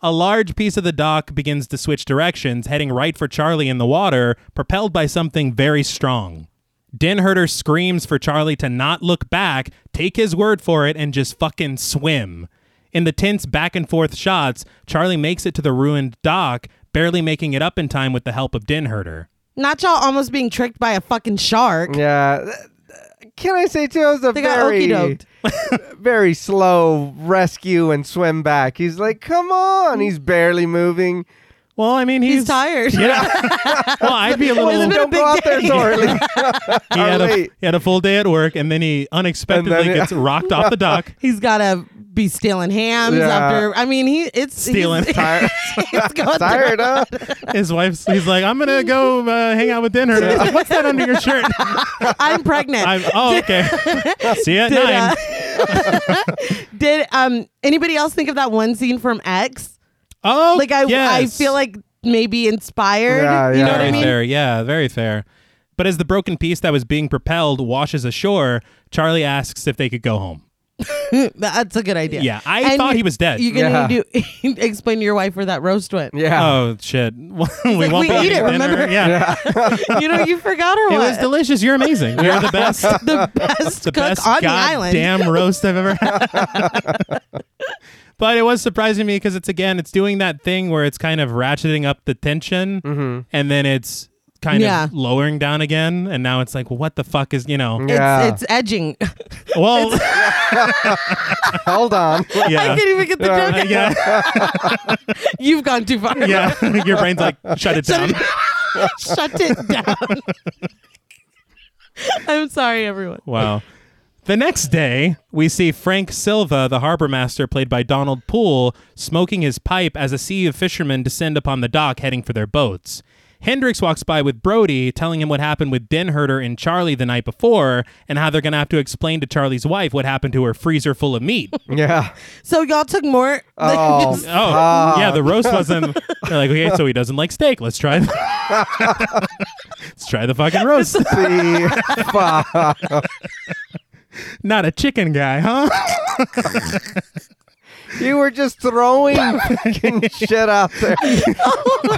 S1: A large piece of the dock begins to switch directions, heading right for Charlie in the water, propelled by something very strong. Den Herder screams for Charlie to not look back, take his word for it, and just fucking swim. In the tense back and forth shots, Charlie makes it to the ruined dock, barely making it up in time with the help of Den Herder.
S2: Not y'all almost being tricked by a fucking shark.
S3: Yeah. Can I say too? It was a
S2: They got okey
S3: very,
S2: doked.
S3: very slow rescue and swim back. He's like, "Come on!" He's barely moving.
S1: Well, I mean, he's,
S2: He's tired.
S1: Well, I'd be a little.
S2: It's been a
S3: Don't
S2: big
S3: go out there
S2: day.
S3: so early.
S1: he, had a,
S3: late.
S1: he had a full day at work, and then he unexpectedly
S3: he-
S1: gets rocked off the dock.
S2: He's got a be stealing hams
S3: Yeah.
S2: after. I mean, he it's he's-
S1: Stealing.
S3: Tired.
S2: it's going
S3: Tired of.
S1: Oh. His wife's. He's like, I'm gonna go uh, hang out with dinner. What's that under your shirt?
S2: through- I'm pregnant.
S1: I'm, oh, okay. See you at
S2: Did,
S1: nine.
S2: uh, did um anybody else think of that one scene from X?
S1: oh,
S2: Like I I
S1: yes.
S2: feel like maybe inspired.
S3: Yeah,
S2: You
S3: yeah.
S2: know what
S1: very
S2: I mean?
S1: fair. Yeah, very fair. But as the broken piece that was being propelled washes ashore, Charlie asks if they could go home.
S2: That's a good idea.
S1: Yeah, I
S2: And
S1: thought
S2: you-
S1: he was dead.
S2: You're gonna need to explain to your wife where that roast went.
S3: Yeah.
S1: oh shit! we
S2: like,
S1: won't
S2: "We
S1: be
S2: ate
S1: eating
S2: it,
S1: dinner.
S2: remember?
S1: Yeah.
S2: you know, you forgot her
S1: It
S2: one.
S1: was delicious. You're amazing. You're the best.
S2: the best
S1: the
S2: cook
S1: best
S2: on the island.
S1: goddamn roast I've ever had. but it was surprising to me because it's again, it's doing that thing where it's kind of ratcheting up the tension, and then it's kind
S2: Yeah.
S1: of lowering down again, and now it's like, well, what the fuck is you know?
S2: It's,
S3: Yeah.
S2: it's edging.
S1: Well,
S3: Hold on.
S2: I
S1: yeah,
S2: can't even get the
S3: Yeah.
S2: joke out.
S1: yeah.
S2: You've gone too far.
S1: Yeah, your brain's like, shut it down.
S2: Shut it down. I'm sorry, everyone.
S1: Wow. The next day, we see Frank Silva, the harbor master, played by Donald Poole, smoking his pipe as a sea of fishermen descend upon the dock heading for their boats. Hendricks walks by with Brody, telling him what happened with Den Herder and Charlie the night before, and how they're going to have to explain to Charlie's wife what happened to her freezer full of meat.
S3: Yeah.
S2: So y'all took more. than
S3: Oh.
S2: just-
S1: Oh, yeah, the roast wasn't. They're like, okay, so he doesn't like steak. Let's try. Let's try the fucking roast.
S3: See. Fuck.
S1: Not a chicken guy, huh?
S3: You were just throwing fucking shit out there.
S2: Oh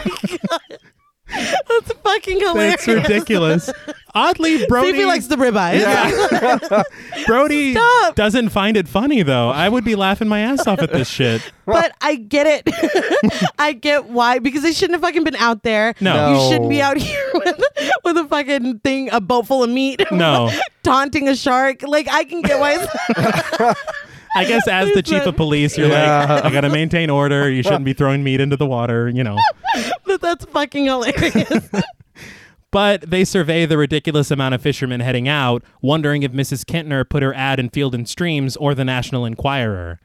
S2: that's fucking hilarious.
S1: That's ridiculous. Oddly, Brody
S2: Stevie likes the ribeye.
S1: Brody
S2: Stop.
S1: doesn't find it funny though. I would be laughing my ass off at this shit.
S2: But I get it. I get why. Because they shouldn't have fucking been out there.
S1: No.
S2: You shouldn't be
S3: No.
S2: out here with, with a fucking thing, a boat full of meat.
S1: No.
S2: Taunting a shark. Like, I can get why. it's-
S1: I guess as the chief of police, you're
S3: Yeah.
S1: like, I gotta maintain order. You shouldn't be throwing meat into the water, you know.
S2: but that's fucking hilarious.
S1: But they survey the ridiculous amount of fishermen heading out, wondering if Mrs. Kentner put her ad in Field and Streams or the National Enquirer.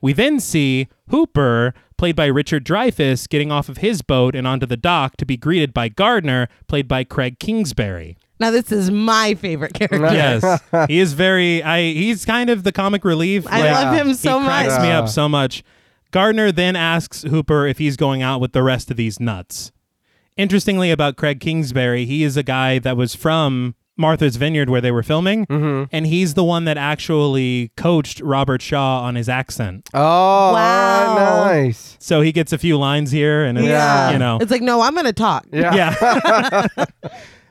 S1: We then see Hooper, played by Richard Dreyfuss, getting off of his boat and onto the dock to be greeted by Gardner, played by Craig Kingsbury.
S2: now, this is my favorite character.
S1: yes he is very i he's kind of the comic relief
S2: I
S1: Like,
S2: love him so
S1: he cracks
S2: much.
S1: me
S3: Yeah.
S1: up so much gardner then asks hooper if he's going out with the rest of these nuts interestingly about craig kingsbury he is a guy that was from martha's vineyard where they were filming and he's the one that actually coached robert shaw on his accent
S3: Oh,
S2: Wow.
S3: nice.
S1: so he gets a few lines here and it's,
S3: Yeah.
S1: you know
S2: It's like, no, I'm going to talk.
S3: Yeah.
S1: yeah.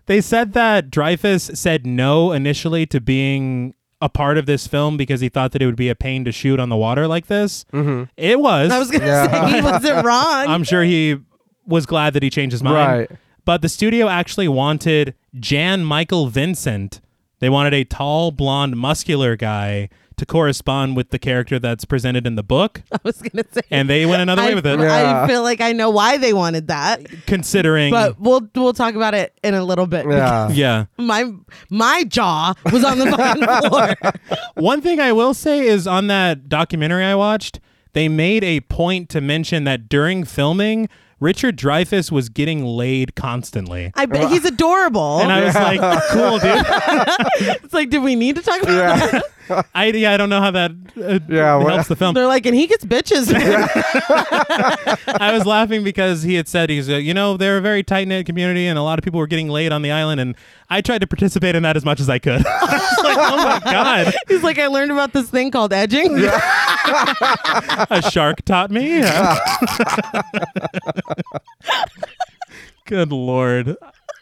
S1: they said that Dreyfus said no initially to being a part of this film because he thought that it would be a pain to shoot on the water like this. Mm-hmm. It was.
S2: I was going to
S3: Yeah.
S2: say he wasn't wrong.
S1: I'm sure he was glad that he changed his mind.
S3: Right.
S1: But the studio actually wanted Jan Michael Vincent. They wanted a tall, blonde, muscular guy to correspond with the character that's presented in the book.
S2: I was going to say.
S1: And they went another
S2: I,
S1: way with it,
S2: I feel like I know why they wanted that,
S1: considering.
S2: but we'll we'll talk about it in a little bit.
S3: Yeah.
S1: Mm. yeah.
S2: my my jaw was on the fucking floor.
S1: One thing I will say is on that documentary I watched, they made a point to mention that during filming, Richard Dreyfuss was getting laid constantly.
S2: I bet he's adorable.
S1: And I was like, cool, dude.
S2: it's like, did we need to talk about that?
S1: I, yeah, I don't know how that uh,
S3: Yeah, well-
S1: helps the film.
S2: They're like, and he gets bitches. man."
S1: I was laughing because he had said, he's, uh, you know, they're a very tight knit community and a lot of people were getting laid on the island. And I tried to participate in that as much as I could. I was like, oh my God.
S2: he's like, I learned about this thing called edging.
S1: a shark taught me. Yeah. Good lord.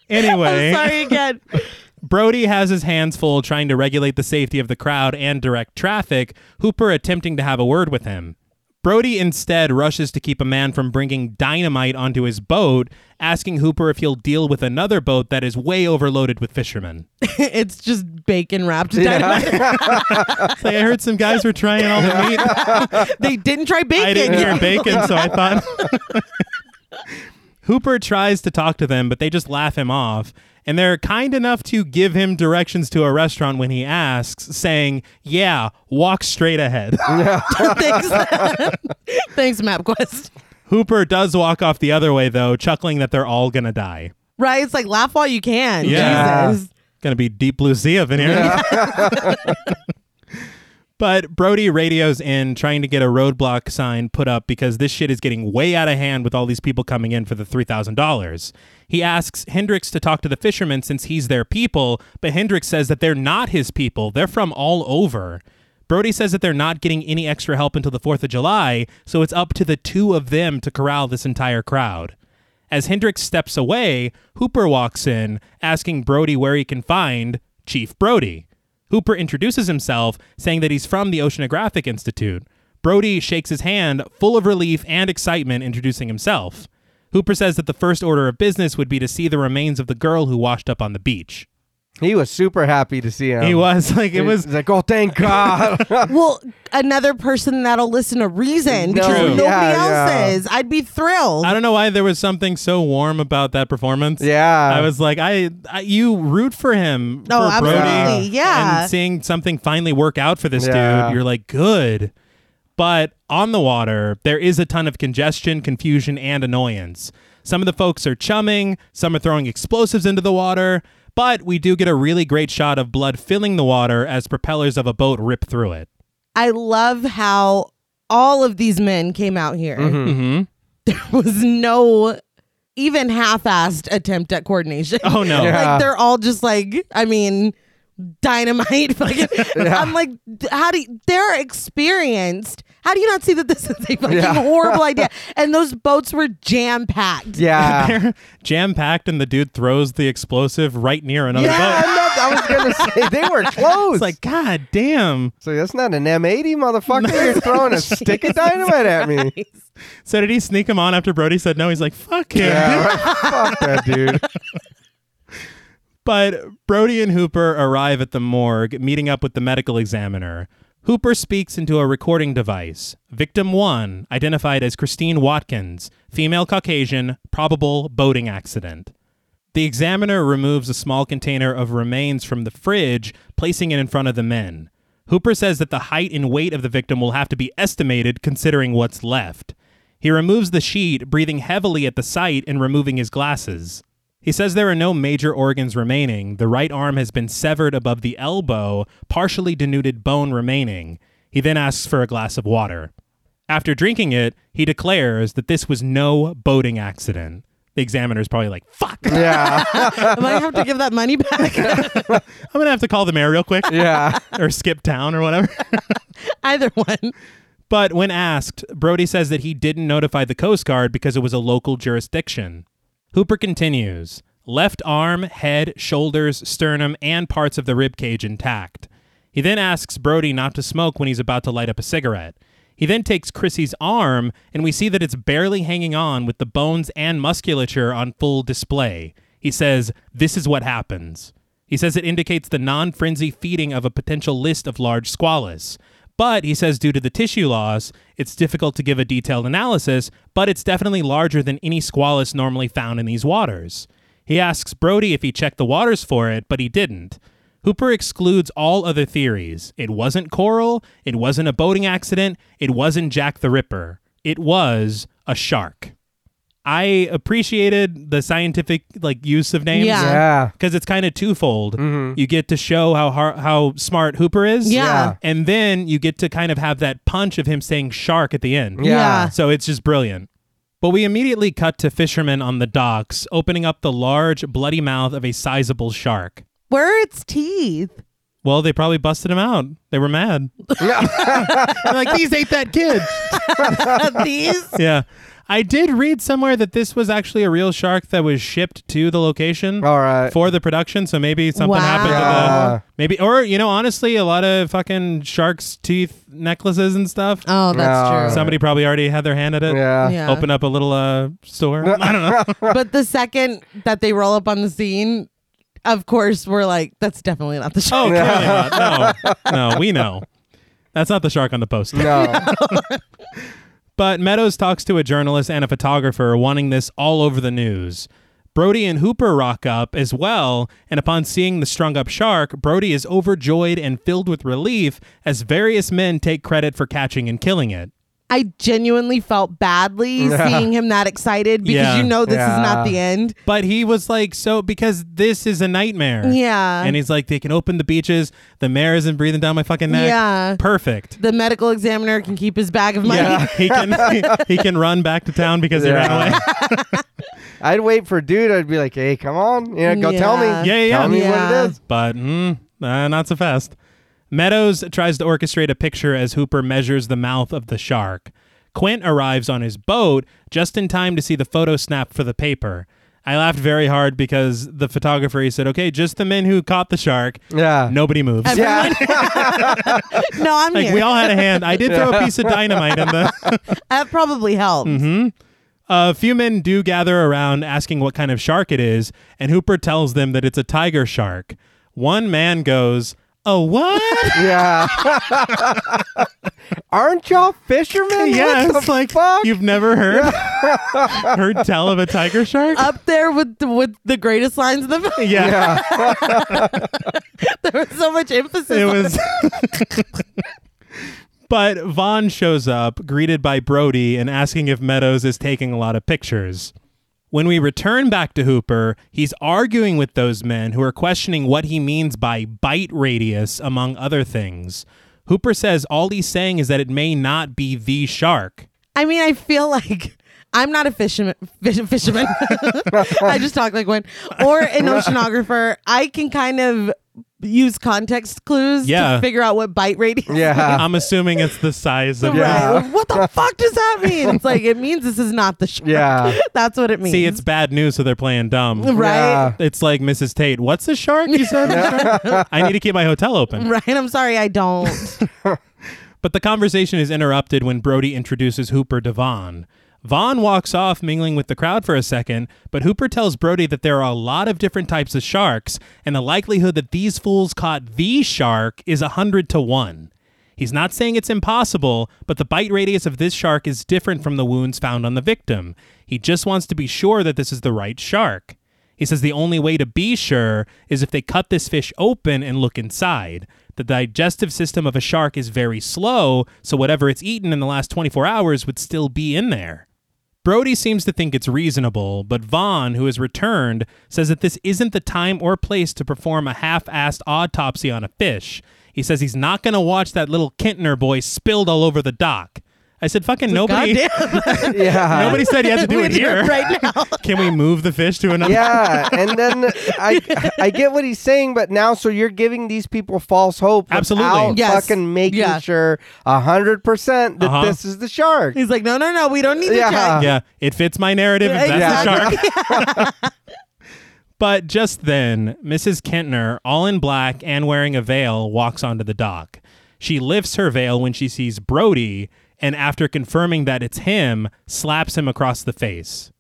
S1: Anyway,
S2: Sorry again.
S1: Brody has his hands full trying to regulate the safety of the crowd and direct traffic, Hooper attempting to have a word with him. Brody instead rushes to keep a man from bringing dynamite onto his boat, asking Hooper if he'll deal with another boat that is way overloaded with fishermen.
S2: it's just bacon wrapped dynamite.
S3: Yeah.
S1: It's like, I heard some guys were trying all the meat.
S2: They didn't try bacon.
S1: I didn't hear bacon, so I thought. Hooper tries to talk to them, but they just laugh him off. and they're kind enough to give him directions to a restaurant when he asks, saying, "Yeah, walk straight ahead."
S2: Thanks, thanks, MapQuest.
S1: Hooper does walk off the other way though, chuckling that they're all gonna die.
S2: Right? It's like laugh while you can.
S1: Yeah.
S2: Jesus.
S1: Gonna be deep blue sea up in here. but Brody radios in trying to get a roadblock sign put up because this shit is getting way out of hand with all these people coming in for the $3,000. He asks Hendrix to talk to the fishermen since he's their people, but Hendrix says that they're not his people. They're from all over. Brody says that they're not getting any extra help until the 4th of July, so it's up to the two of them to corral this entire crowd. As Hendrix steps away, Hooper walks in, asking Brody where he can find Chief Brody. Hooper introduces himself, saying that he's from the Oceanographic Institute. Brody shakes his hand, full of relief and excitement, introducing himself. Hooper says that the first order of business would be to see the remains of the girl who washed up on the beach.
S3: He was super happy to see him.
S1: He was like, it was
S3: He's like, oh, thank God.
S2: Well, another person that'll listen to reason because
S3: True.
S2: nobody
S3: Yeah,
S2: else
S3: yeah.
S2: is. I'd be thrilled.
S1: I don't know why there was something so warm about that performance.
S3: Yeah.
S1: I was like, I, I you root for him.
S2: Oh,
S1: for Brody,
S2: absolutely. Yeah.
S1: And seeing something finally work out for this
S3: Yeah.
S1: dude, you're like, good. But on the water, there is a ton of congestion, confusion, and annoyance. Some of the folks are chumming, some are throwing explosives into the water, but we do get a really great shot of blood filling the water as propellers of a boat rip through it.
S2: I love how all of these men came out here.
S1: Mm-hmm.
S2: There was no even half-assed attempt at coordination.
S1: Oh, no.
S3: Yeah.
S2: like they're all just like, I mean, dynamite. Fucking, I'm like, d- how do you, they're experienced? How do you not see that this is a fucking
S3: Yeah.
S2: horrible idea? And those boats were jam packed.
S3: yeah.
S1: They're jam packed, and the dude throws the explosive right near another
S3: Yeah,
S1: boat.
S3: no, I was gonna say they were close.
S1: It's like, God damn.
S3: so that's not an M80, motherfucker. You're throwing a stick of dynamite at me.
S1: So did he sneak him on after Brody said no? He's like, fuck him.
S3: Yeah, right. fuck that dude.
S1: But Brody and Hooper arrive at the morgue, meeting up with the medical examiner. Hooper speaks into a recording device. Victim one, identified as Christine Watkins, female Caucasian, probable boating accident. The examiner removes a small container of remains from the fridge, placing it in front of the men. Hooper says that the height and weight of the victim will have to be estimated considering what's left. He removes the sheet, breathing heavily at the sight and removing his glasses. He says there are no major organs remaining. The right arm has been severed above the elbow, partially denuded bone remaining. He then asks for a glass of water. After drinking it, he declares that this was no boating accident. The examiner's probably like, fuck, I'm
S3: Yeah,
S2: I might have to give that money back.
S1: gonna have to call the mayor real quick
S3: yeah.
S1: or skip town or whatever.
S2: Either one.
S1: But when asked, Brody says that he didn't notify the Coast Guard because it was a local jurisdiction. Hooper continues left arm, head, shoulders, sternum, and parts of the rib cage intact. He then asks Brody not to smoke when he's about to light up a cigarette. He then takes Chrissy's arm, and we see that it's barely hanging on with the bones and musculature on full display. He says, This is what happens. He says it indicates the non frenzy feeding of a potential list of large squalus. But he says, due to the tissue loss, it's difficult to give a detailed analysis, but it's definitely larger than any squalus normally found in these waters. He asks Brody if he checked the waters for it, but he didn't. Hooper excludes all other theories. It wasn't coral, it wasn't a boating accident, it wasn't Jack the Ripper. It was a shark. I appreciated the scientific like use of names
S2: Yeah.
S3: Yeah.
S1: because it's kind of twofold. You get to show how har- how smart Hooper is,
S2: Yeah.
S1: and then you get to kind of have that punch of him saying shark at the end.
S3: Yeah.
S2: Yeah.
S1: So it's just brilliant. But we immediately cut to fishermen on the docks, opening up the large, bloody mouth of a sizable shark.
S2: Where are its teeth?
S1: Well, they probably busted him out. They were mad. They're like these ate that kid.
S2: These?
S1: Yeah. I did read somewhere that this was actually a real shark that was shipped to the location
S3: All right.
S1: for the production. So maybe something
S2: Wow.
S1: happened to
S3: Yeah.
S1: the maybe or you know honestly a lot of fucking sharks teeth necklaces and stuff.
S2: Oh, that's
S3: No.
S2: true.
S1: Somebody probably already had their hand at it.
S3: Yeah.
S2: Yeah.
S1: Open up a little uh, store. I don't know.
S2: but the second that they roll up on the scene, of course, we're like, that's definitely not the
S1: Oh,
S2: show.
S1: clearly not. No, no, we know. That's not the shark on the poster.
S3: No.
S1: But Meadows talks to a journalist and a photographer, wanting this all over the news. Brody and Hooper rock up as well, and upon seeing the strung up shark, Brody is overjoyed and filled with relief as various men take credit for catching and killing it.
S2: I genuinely felt badly seeing him that excited because
S1: Yeah.
S2: you know this is not
S3: Yeah.
S2: the end.
S1: But he was like, so because this is a nightmare.
S2: Yeah.
S1: And he's like, they can open the beaches. The mayor isn't breathing down my fucking neck.
S2: Yeah.
S1: Perfect.
S2: The medical examiner can keep his bag of money.
S1: Yeah. he can he can run back to town because he
S3: Yeah.
S1: ran away.
S3: I'd wait for dude. I'd be like, hey, come on, you know, go tell me,
S2: Yeah.
S1: Yeah, yeah, yeah.
S3: tell me
S2: Yeah.
S3: what it is.
S1: But mm, uh, not so fast. Meadows tries to orchestrate a picture as Hooper measures the mouth of the shark. Quint arrives on his boat just in time to see the photo snap for the paper. I laughed very hard because the photographer he said, "Okay, just the men who caught the shark.
S3: Yeah,
S1: Nobody moves.
S3: yeah.
S2: No, I'm
S1: Like
S2: here.
S1: we all had a hand. I did throw a piece of dynamite in the.
S2: that probably helped.
S1: Mm-hmm. a few men do gather around asking what kind of shark it is, and Hooper tells them that it's a tiger shark. One man goes, "A what?"
S3: Yeah. Aren't y'all fishermen?
S1: Yeah,
S3: What
S1: it's
S3: the
S1: like
S3: fuck?
S1: you've never heard heard tell of a tiger shark.
S3: Uh,
S2: Up there with the, with the greatest lines of the movie.
S1: yeah,
S2: There was so much emphasis.
S1: it
S2: on
S1: was. but Vaughn shows up, greeted by Brody and asking if Meadows is taking a lot of pictures. When we return back to Hooper, he's arguing with those men who are questioning what he means by bite radius, among other things. Hooper says all he's saying is that it may not be the shark.
S2: I mean, I feel like I'm not a fisherman. Fish, fisherman. I just talk like one, or an oceanographer. I can kind of use context clues
S1: Yeah.
S2: to figure out what bite radius.
S3: yeah.
S1: I'm assuming it's the size of
S2: Right.
S3: Uh. Yeah.
S2: What the fuck does that mean? It's like it means this is not the shark.
S3: Yeah.
S2: That's what it means.
S1: See, it's bad news, so they're playing dumb.
S2: right.
S3: Yeah.
S1: It's like Mrs. Tate. What's a shark? You said a shark? I need to keep my hotel open.
S2: Right. I'm sorry, I don't.
S1: But the conversation is interrupted when Brody introduces Hooper to Vaughn. Vaughn walks off, mingling with the crowd for a second, but Hooper tells Brody that there are a lot of different types of sharks, and the likelihood that these fools caught the shark is 100 to 1. He's not saying it's impossible, but the bite radius of this shark is different from the wounds found on the victim. He just wants to be sure that this is the right shark. He says the only way to be sure is if they cut this fish open and look inside. The digestive system of a shark is very slow, so whatever it's eaten in the last 24 hours would still be in there. Brody seems to think it's reasonable, but Vaughn, who has returned, says that this isn't the time or place to perform a half assed autopsy on a fish. He says he's not going to watch that little Kintner boy spilled all over the dock. I said, fucking nobody.
S2: Goddamn.
S3: Yeah.
S1: Nobody said you had to do
S2: We
S1: it here.
S2: right now.
S1: Can we move the fish to another?
S3: yeah, and then I I get what he's saying, but now so you're giving these people false hope
S1: Absolutely.
S3: without
S2: Yes.
S3: fucking making
S2: Yeah.
S3: sure hundred percent that
S1: Uh-huh.
S3: this is the shark.
S2: He's like, no, no, no, we don't need
S3: Yeah.
S2: to check.
S1: yeah, it fits my narrative. If that's the shark. but just then, Mrs. Kentner, all in black and wearing a veil, walks onto the dock. She lifts her veil when she sees Brody, and after confirming that it's him, slaps him across the face.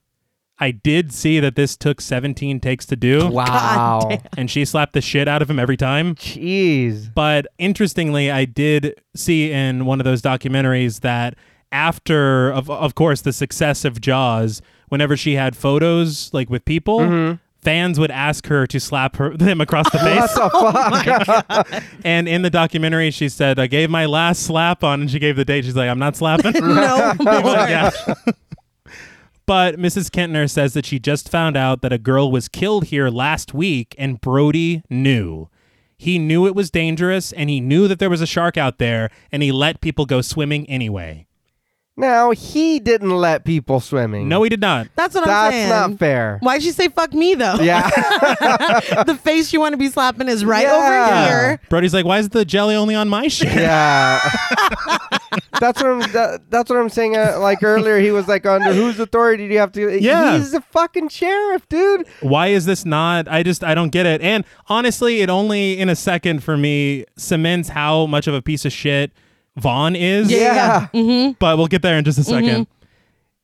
S1: I did see that this took 17 takes to do,
S2: God
S3: Wow.
S2: damn.
S1: and she slapped the shit out of him every time.
S3: Jeez.
S1: But interestingly, I did see in one of those documentaries that after, of, of course, the success of Jaws, whenever she had photos like with people, fans would ask her to slap her them across the face. and in the documentary, she said, "I gave my last slap on," and she gave the date. She's like, "I'm not slapping."
S2: No
S1: People-
S2: more.
S1: yeah. But Mrs. Kentner says that she just found out that a girl was killed here last week, and Brody knew. He knew it was dangerous, and he knew that there was a shark out there, and he let people go swimming anyway.
S3: Now he didn't let people swimming.
S1: No, he did not.
S2: That's what I'm
S3: that's
S2: saying.
S3: not fair.
S2: Why'd she say fuck me though?
S3: Yeah.
S2: the face you want to be slapping is right
S3: Yeah.
S2: over here.
S1: Brody's like, why is the jelly only on my shit?
S3: Yeah. that's what I'm. That, that's what I'm saying. Uh, like earlier, he was like, "Under whose authority do you have to?"
S1: Yeah.
S3: he's the fucking sheriff, dude.
S1: Why is this not? I just, I don't get it. And honestly, it only in a second for me cements how much of a piece of shit Vaughn is.
S3: Yeah.
S1: but we'll get there in just a 2nd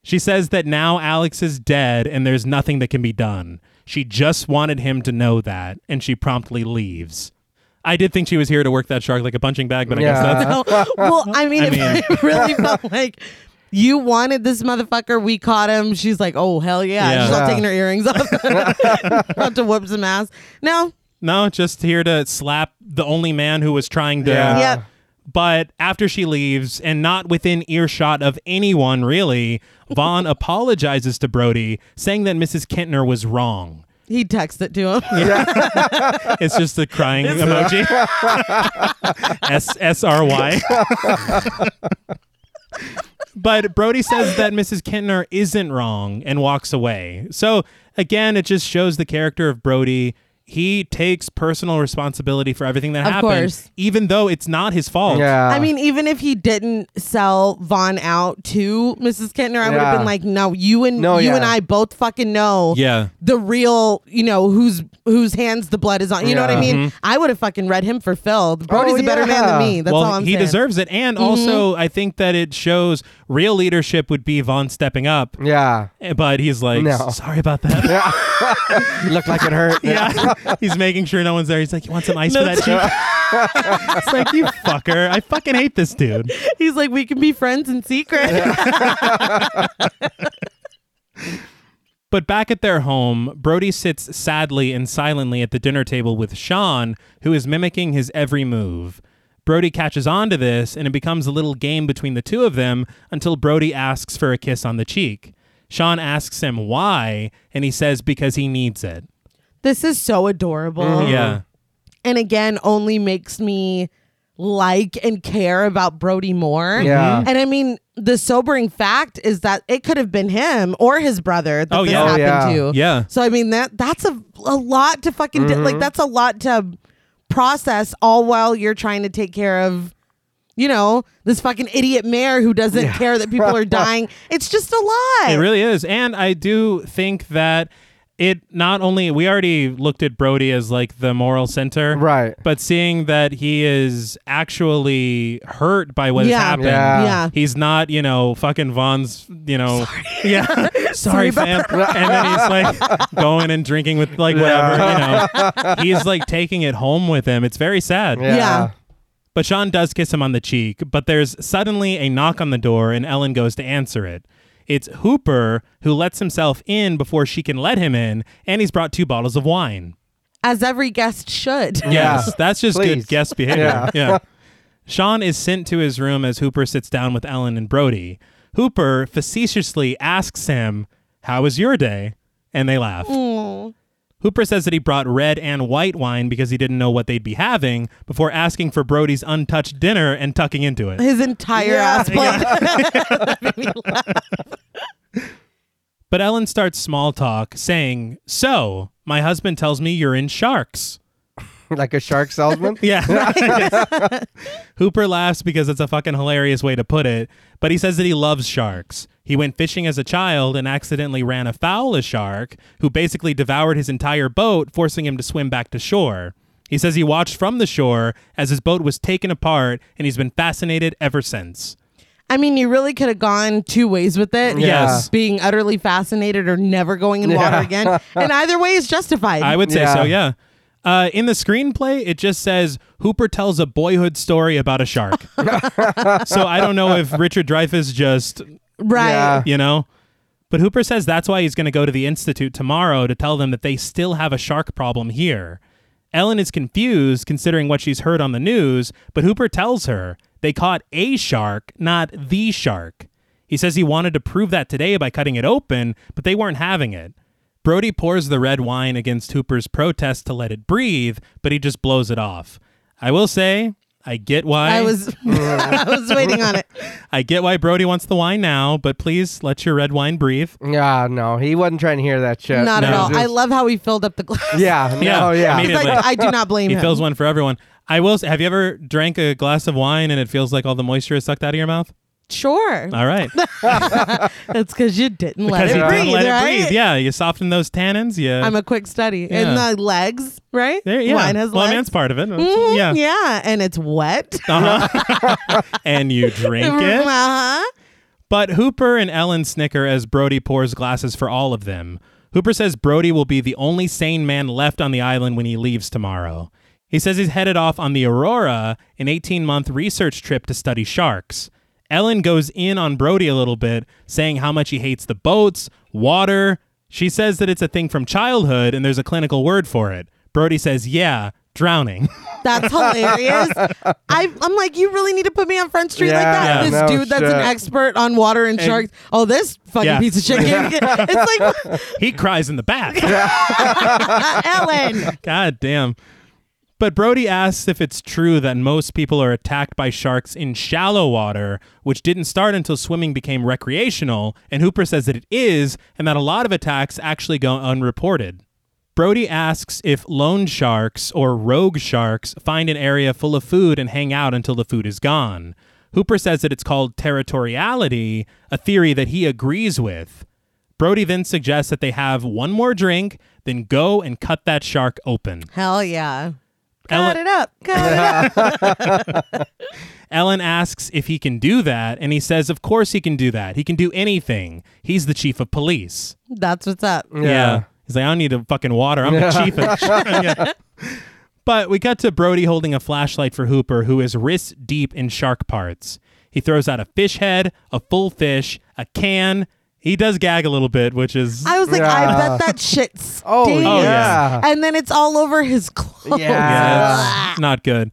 S1: She says that now Alex is dead and there's nothing that can be done. She just wanted him to know that, and she promptly leaves. I did think she was here to work that shark like a punching bag, but I guess
S3: Yeah.
S1: that's
S2: No. well, I mean,
S1: I
S2: if
S1: mean-
S2: I really felt like You wanted this motherfucker. We caught him. She's like, oh, hell yeah.
S1: Yeah.
S2: She's not
S3: Yeah.
S2: taking her earrings off. About to whoop some ass. No.
S1: No, just here to slap the only man who was trying to.
S3: Yeah.
S2: Yep.
S1: But after she leaves, and not within earshot of anyone really, Vaughn apologizes to Brody, saying that Mrs. Kentner was wrong.
S2: He texted it to him.
S1: It's just a crying emoji. S S R Y. But Brody says that Mrs. Kentner isn't wrong and walks away. So again, it just shows the character of Brody. He takes personal responsibility for everything that
S2: Of
S1: happened,
S2: course.
S1: even though it's not his fault.
S3: Yeah.
S2: I mean, even if he didn't sell Vaughn out to Mrs. Kentner, I would have
S3: Yeah.
S2: been like, no, you and
S3: No,
S2: you
S3: yeah.
S2: and I both fucking know
S1: Yeah.
S2: the real, you know, whose whose hands the blood is on. You know what I
S3: Yeah.
S2: mean?
S1: Mm-hmm.
S2: I would have fucking read him for filled. Brody's a better man than
S3: yeah.
S2: me. That's
S1: Oh, well,
S2: all I'm
S1: he
S2: saying. Mm-hmm.
S1: deserves it, and also I think that it shows real leadership would be Vaughn stepping up,
S3: yeah.
S1: but he's like,
S3: No.
S1: sorry about that.
S3: Looked like it hurt.
S1: Yeah. he's making sure no one's there. He's like, You want some ice for that cheek? it's like, You fucker. I fucking hate this dude.
S2: He's like, we can be friends in secret.
S1: But back at their home, Brody sits sadly and silently at the dinner table with Sean, who is mimicking his every move. Brody catches on to this, and it becomes a little game between the two of them until Brody asks for a kiss on the cheek. Sean asks him why, and he says because he needs it.
S2: this is so adorable.
S1: Mm-hmm. Yeah.
S2: And again, only makes me like and care about Brody more.
S1: Mm-hmm.
S3: Yeah.
S2: And I mean, the sobering fact is that it could have been him or his brother that
S1: Oh,
S2: this
S1: yeah. Oh,
S2: happened
S3: yeah.
S2: to.
S1: Yeah.
S2: So I mean that that's a a lot to fucking di-
S3: Mm-hmm.
S2: like that's a lot to process all while you're trying to take care of you know this fucking idiot mayor who doesn't care that people are dying. It's just a lot.
S1: It really is. And I do think that it not only we already looked at Brody as like the moral center.
S3: Right.
S1: But seeing that he is actually hurt by what
S2: Yeah.
S1: has happened.
S3: Yeah.
S2: Yeah.
S1: He's not, you know, fucking Vaughn's, you know, yeah, sorry,
S2: Sorry about
S1: fam. And then he's like going and drinking with like whatever, you know. He's like taking it home with him. It's very sad.
S2: Yeah.
S1: But Sean does kiss him on the cheek, but there's suddenly a knock on the door and Ellen goes to answer it. It's Hooper who lets himself in before she can let him in, and he's brought two bottles of wine.
S2: As every guest should.
S1: Yes, that's just
S3: Please.
S1: good guest behavior.
S3: Yeah.
S1: yeah. Sean is sent to his room as Hooper sits down with Ellen and Brody. Hooper facetiously asks him, How was your day? And they laugh. Hooper says that he brought red and white wine because he didn't know what they'd be having before asking for Brody's untouched dinner and tucking into it.
S2: His entire ass
S1: But Ellen starts small talk, saying, So, my husband tells me you're in sharks.
S3: like a shark salesman.
S1: Yeah. Hooper laughs because it's a fucking hilarious way to put it, but he says that he loves sharks. He went fishing as a child and accidentally ran afoul a shark who basically devoured his entire boat, forcing him to swim back to shore. He says he watched from the shore as his boat was taken apart and he's been fascinated ever since.
S2: I mean, you really could have gone two ways with it.
S1: Yes.
S2: Being utterly fascinated or never going in water again. And either way is justified.
S1: I would say
S3: Yeah.
S1: so, yeah. Uh, in the screenplay, it just says Hooper tells a boyhood story about a shark. so I don't know if Richard Dreyfuss just
S2: right.
S3: Yeah.
S1: you know? But Hooper says that's why he's going to go to the Institute tomorrow to tell them that they still have a shark problem here. Ellen is confused considering what she's heard on the news, but Hooper tells her they caught a shark, not the shark. He says he wanted to prove that today by cutting it open, but they weren't having it. Brody pours the red wine against Hooper's protest to let it breathe, but he just blows it off. I will say, I get why
S2: I was I was waiting on it.
S1: I get why Brody wants the wine now, but please let your red wine breathe.
S3: Yeah, no, he wasn't trying to hear that shit.
S2: Not at
S1: No.
S2: all.
S3: Just-
S2: I love how he filled up the glass.
S3: yeah,
S1: Yeah,
S3: no, yeah.
S1: I mean-
S2: He's like,
S1: Immediately.
S2: I do not blame
S1: He
S2: him.
S1: fills one for everyone. I will say, have you ever drank a glass of wine and it feels like all the moisture is sucked out of your mouth?
S2: sure.
S1: All right.
S2: That's because you didn't let
S1: Uh, Because
S2: it
S1: you
S2: breathe,
S1: didn't let
S2: right?
S1: it breathe. Yeah, you soften those tannins. Yeah.
S2: I'm a quick study. And
S1: Yeah.
S2: the legs, right?
S1: there, yeah.
S2: Wine has
S1: well, I mean,
S2: legs.
S1: that's part of it.
S2: Mhm.
S1: Yeah.
S2: And it's wet.
S1: Uh-huh. and you drink it.
S2: Uh-huh.
S1: But Hooper and Ellen snicker as Brody pours glasses for all of them. Hooper says Brody will be the only sane man left on the island when he leaves tomorrow. He says he's headed off on the Aurora, an 18 month research trip to study sharks. Ellen goes in on Brody a little bit, saying how much he hates the boats, water. She says that it's a thing from childhood and there's a clinical word for it. Brody says, yeah, drowning.
S2: That's hilarious. I, I'm like, you really need to put me on Front Street like
S3: Yeah,
S2: that. This
S3: no
S2: dude that's an
S3: shit.
S2: expert on water and, sharks. Oh, this fucking
S1: Yeah.
S2: piece of shit. can't get- It's like, uh,
S1: he cries in the back.
S2: Ellen.
S1: God damn. But Brody asks if it's true that most people are attacked by sharks in shallow water, which didn't start until swimming became recreational, and Hooper says that it is, and that a lot of attacks actually go unreported. Brody asks if lone sharks or rogue sharks find an area full of food and hang out until the food is gone. Hooper says that it's called territoriality, a theory that he agrees with. Brody then suggests that they have one more drink, then go and cut that shark open.
S2: Hell yeah.
S1: Ellen-
S2: Cut it up. Cut it up.
S1: Ellen asks if he can do that, and he says, Of course he can do that. He can do anything. He's the chief of police.
S2: That's what's up.
S1: Yeah. He's like, I don't need a fucking water. I'm the chief of Yeah. But we cut to Brody holding a flashlight for Hooper, who is wrist deep in shark parts. He throws out a fish head, a full fish, a can. He does gag a little bit, which is
S2: I was like,
S3: Yeah.
S2: I bet that shit stinks.
S3: Oh, yeah.
S2: And then it's all over his clothes.
S3: Yeah.
S1: Yeah, it's not good.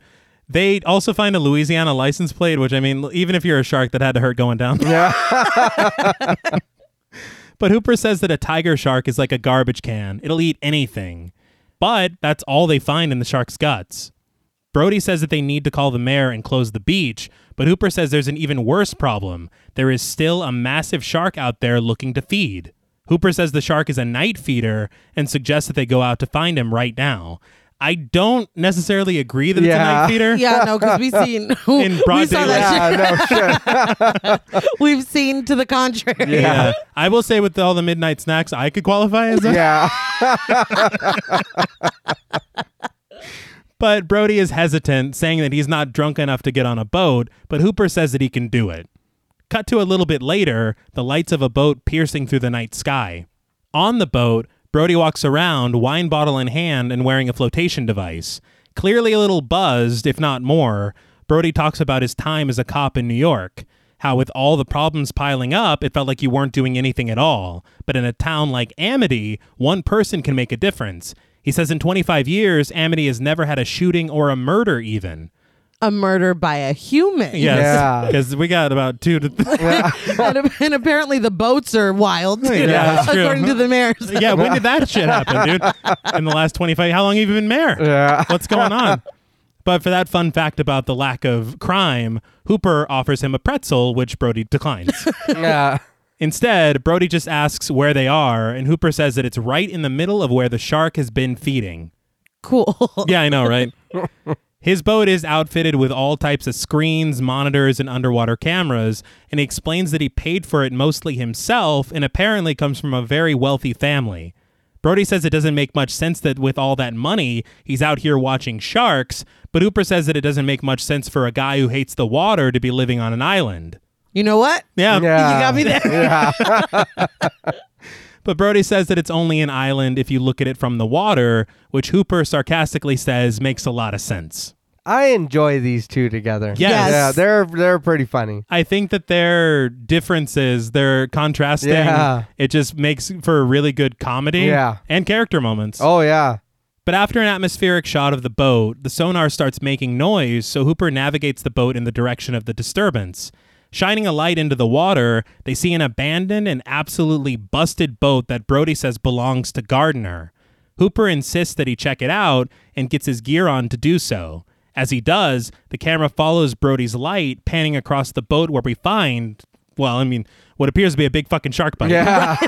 S1: They also find a Louisiana license plate, which I mean, l- even if you're a shark, that had to hurt going down.
S3: Yeah.
S1: but Hooper says that a tiger shark is like a garbage can; it'll eat anything. But that's all they find in the shark's guts. Brody says that they need to call the mayor and close the beach, but Hooper says there's an even worse problem. There is still a massive shark out there looking to feed. Hooper says the shark is a night feeder and suggests that they go out to find him right now. I don't necessarily agree that it's a
S3: Yeah.
S1: night feeder.
S2: Yeah, no, because we've seen
S1: In broad
S2: we saw
S1: daylight.
S2: that shit.
S3: Yeah, no shit.
S2: We've seen to the contrary.
S3: Yeah.
S1: Yeah. I will say with all the midnight snacks, I could qualify as a.
S3: Yeah.
S1: But Brody is hesitant, saying that he's not drunk enough to get on a boat, but Hooper says that he can do it. Cut to a little bit later, the lights of a boat piercing through the night sky. On the boat, Brody walks around, wine bottle in hand and wearing a flotation device. Clearly a little buzzed, if not more, Brody talks about his time as a cop in New York. How, with all the problems piling up, it felt like you weren't doing anything at all. But in a town like Amity, one person can make a difference. He says in 25 years, Amity has never had a shooting or a murder, even.
S2: A murder by a human.
S1: Yes.
S3: Yeah.
S1: Because we got about two to
S2: and, and apparently the boats are wild, too,
S1: Yeah, that's true.
S2: according to the mayor's.
S1: yeah, when did that shit happen, dude? In the last 25, how long have you been mayor?
S3: Yeah.
S1: What's going on? But for that fun fact about the lack of crime, Hooper offers him a pretzel, which Brody declines.
S3: Yeah.
S1: Instead, Brody just asks where they are, and Hooper says that it's right in the middle of where the shark has been feeding.
S2: Cool.
S1: Yeah, I know, right? His boat is outfitted with all types of screens, monitors, and underwater cameras, and he explains that he paid for it mostly himself and apparently comes from a very wealthy family. Brody says it doesn't make much sense that with all that money, he's out here watching sharks, but Hooper says that it doesn't make much sense for a guy who hates the water to be living on an island.
S2: You know what?
S1: Yeah.
S3: Yeah.
S2: You got me there.
S3: Yeah.
S1: But Brody says that it's only an island if you look at it from the water, which Hooper sarcastically says makes a lot of sense.
S3: I enjoy these two together.
S1: Yes.
S3: Yeah, they're they're pretty funny.
S1: I think that their differences, their contrasting,
S3: Yeah.
S1: it just makes for a really good comedy
S3: Yeah.
S1: and character moments.
S3: Oh yeah.
S1: But after an atmospheric shot of the boat, the sonar starts making noise, so Hooper navigates the boat in the direction of the disturbance. Shining a light into the water, they see an abandoned and absolutely busted boat that Brody says belongs to Gardner. Hooper insists that he check it out and gets his gear on to do so. As he does, the camera follows Brody's light, panning across the boat where we find, well, I mean, what appears to be a big fucking shark bite.
S3: Yeah.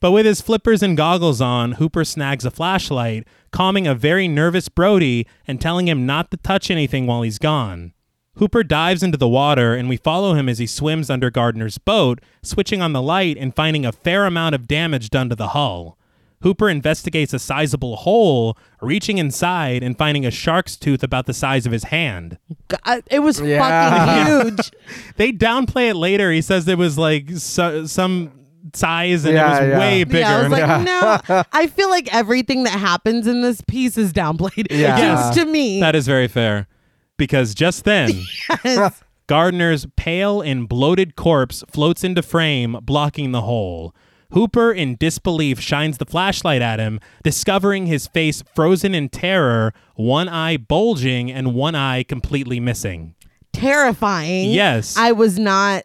S1: But with his flippers and goggles on, Hooper snags a flashlight, calming a very nervous Brody and telling him not to touch anything while he's gone. Hooper dives into the water, and we follow him as he swims under Gardner's boat, switching on the light and finding a fair amount of damage done to the hull. Hooper investigates a sizable hole, reaching inside and finding a shark's tooth about the size of his hand.
S2: God, it was
S3: Yeah.
S2: fucking huge.
S1: They downplay it later. He says it was like so, some size and
S3: Yeah,
S1: it was
S3: yeah.
S1: way bigger.
S2: Yeah, I was like, no. I feel like everything that happens in this piece is downplayed.
S3: Yeah.
S2: It seems to me.
S1: That is very fair. Because just then, Gardner's pale and bloated corpse floats into frame, blocking the hole. Hooper, in disbelief, shines the flashlight at him, discovering his face frozen in terror, one eye bulging and one eye completely missing.
S2: Terrifying.
S1: Yes.
S2: I was not